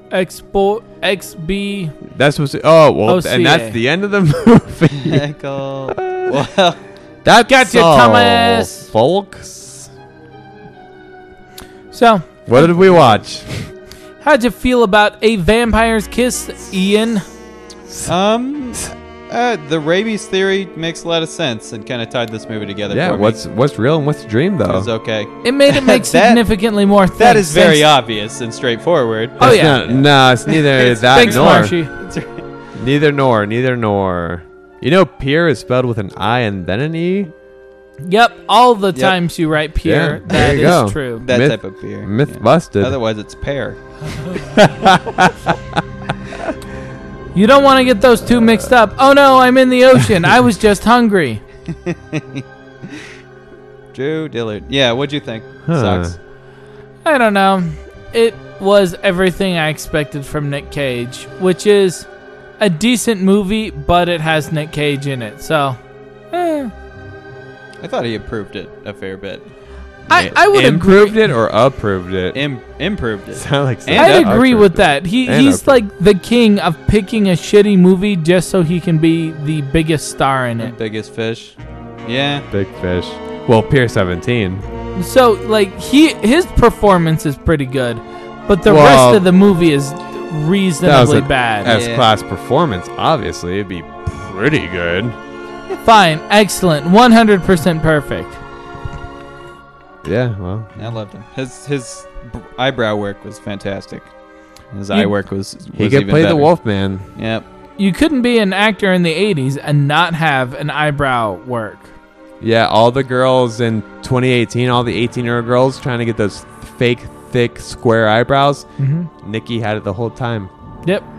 Speaker 1: Expo XB.
Speaker 2: That's supposed to. Oh well,
Speaker 1: OCA.
Speaker 2: and that's the end of the <laughs> movie.
Speaker 4: Pickle.
Speaker 2: <laughs>
Speaker 4: well,
Speaker 2: that got
Speaker 1: your Thomas.
Speaker 2: folks.
Speaker 1: So,
Speaker 2: What did we watch?
Speaker 1: how'd you feel about A Vampire's Kiss, Ian?
Speaker 4: um, uh, the rabies theory makes a lot of sense and kind of tied this movie together.
Speaker 2: Yeah,
Speaker 4: for me.
Speaker 2: what's uh, what's real and what's dream
Speaker 4: it was
Speaker 2: though?
Speaker 4: okay.
Speaker 1: It made
Speaker 2: <laughs>
Speaker 1: it make
Speaker 4: That-
Speaker 1: significantly more things.
Speaker 4: That is very
Speaker 1: Thanks-
Speaker 4: obvious and straightforward.
Speaker 1: Oh, yeah.
Speaker 2: No, no, it's neither
Speaker 1: <laughs>
Speaker 2: that
Speaker 1: Thanks,
Speaker 2: nor
Speaker 1: Marshy.
Speaker 2: neither nor neither nor. You know, Pier is spelled with an I and then an E.
Speaker 1: Yep, all the times you write Pierre,
Speaker 2: Yeah, there
Speaker 1: that
Speaker 2: you
Speaker 1: is
Speaker 2: go.
Speaker 1: true.
Speaker 4: that
Speaker 2: Myth-
Speaker 4: type of beer.
Speaker 2: Myth
Speaker 4: Yeah.
Speaker 2: busted.
Speaker 4: Otherwise, it's pear.
Speaker 1: You don't want to get those two mixed up. Oh no, I'm in the ocean. I was just hungry.
Speaker 4: Drew Dillard. Yeah, what'd you think?
Speaker 2: Huh.
Speaker 4: Sucks.
Speaker 1: I don't know. It was everything I expected from Nick Cage, which is a decent movie, but it has Nick Cage in it. So, eh.
Speaker 4: I thought he improved it a fair bit.
Speaker 1: I, I would
Speaker 2: improved
Speaker 1: agree.
Speaker 2: it or approved it.
Speaker 4: Im- improved
Speaker 2: <laughs>
Speaker 4: it.
Speaker 2: Sound like
Speaker 4: And
Speaker 1: I'd
Speaker 4: up-
Speaker 1: agree
Speaker 2: approved
Speaker 1: with
Speaker 2: it.
Speaker 1: that. He
Speaker 2: And
Speaker 1: he's
Speaker 2: approved.
Speaker 1: like the king of picking a shitty movie just so he can be the biggest star in
Speaker 4: The
Speaker 1: it.
Speaker 4: biggest fish. Yeah.
Speaker 2: Big fish. Well, Pier 17.
Speaker 1: So like he his performance is pretty good, but the
Speaker 2: Well,
Speaker 1: rest of the movie is reasonably
Speaker 2: an
Speaker 1: bad.
Speaker 2: S
Speaker 4: Yeah.
Speaker 2: class performance, obviously. It'd be pretty good.
Speaker 1: Fine, excellent, one hundred percent perfect.
Speaker 2: Yeah, well.
Speaker 4: I loved him. His his b- eyebrow work was fantastic. His
Speaker 1: You-
Speaker 4: eye work was, was
Speaker 2: He could
Speaker 4: even
Speaker 2: play
Speaker 4: better.
Speaker 2: the Wolfman.
Speaker 4: Yep.
Speaker 1: You couldn't be an actor in the '80s and not have an eyebrow work.
Speaker 2: Yeah, all the girls in 2018, all the 18 year old girls trying to get those fake, thick, square eyebrows.
Speaker 1: Mhm.
Speaker 4: Mm-hmm.
Speaker 2: Nikki had it the whole time.
Speaker 1: Yep,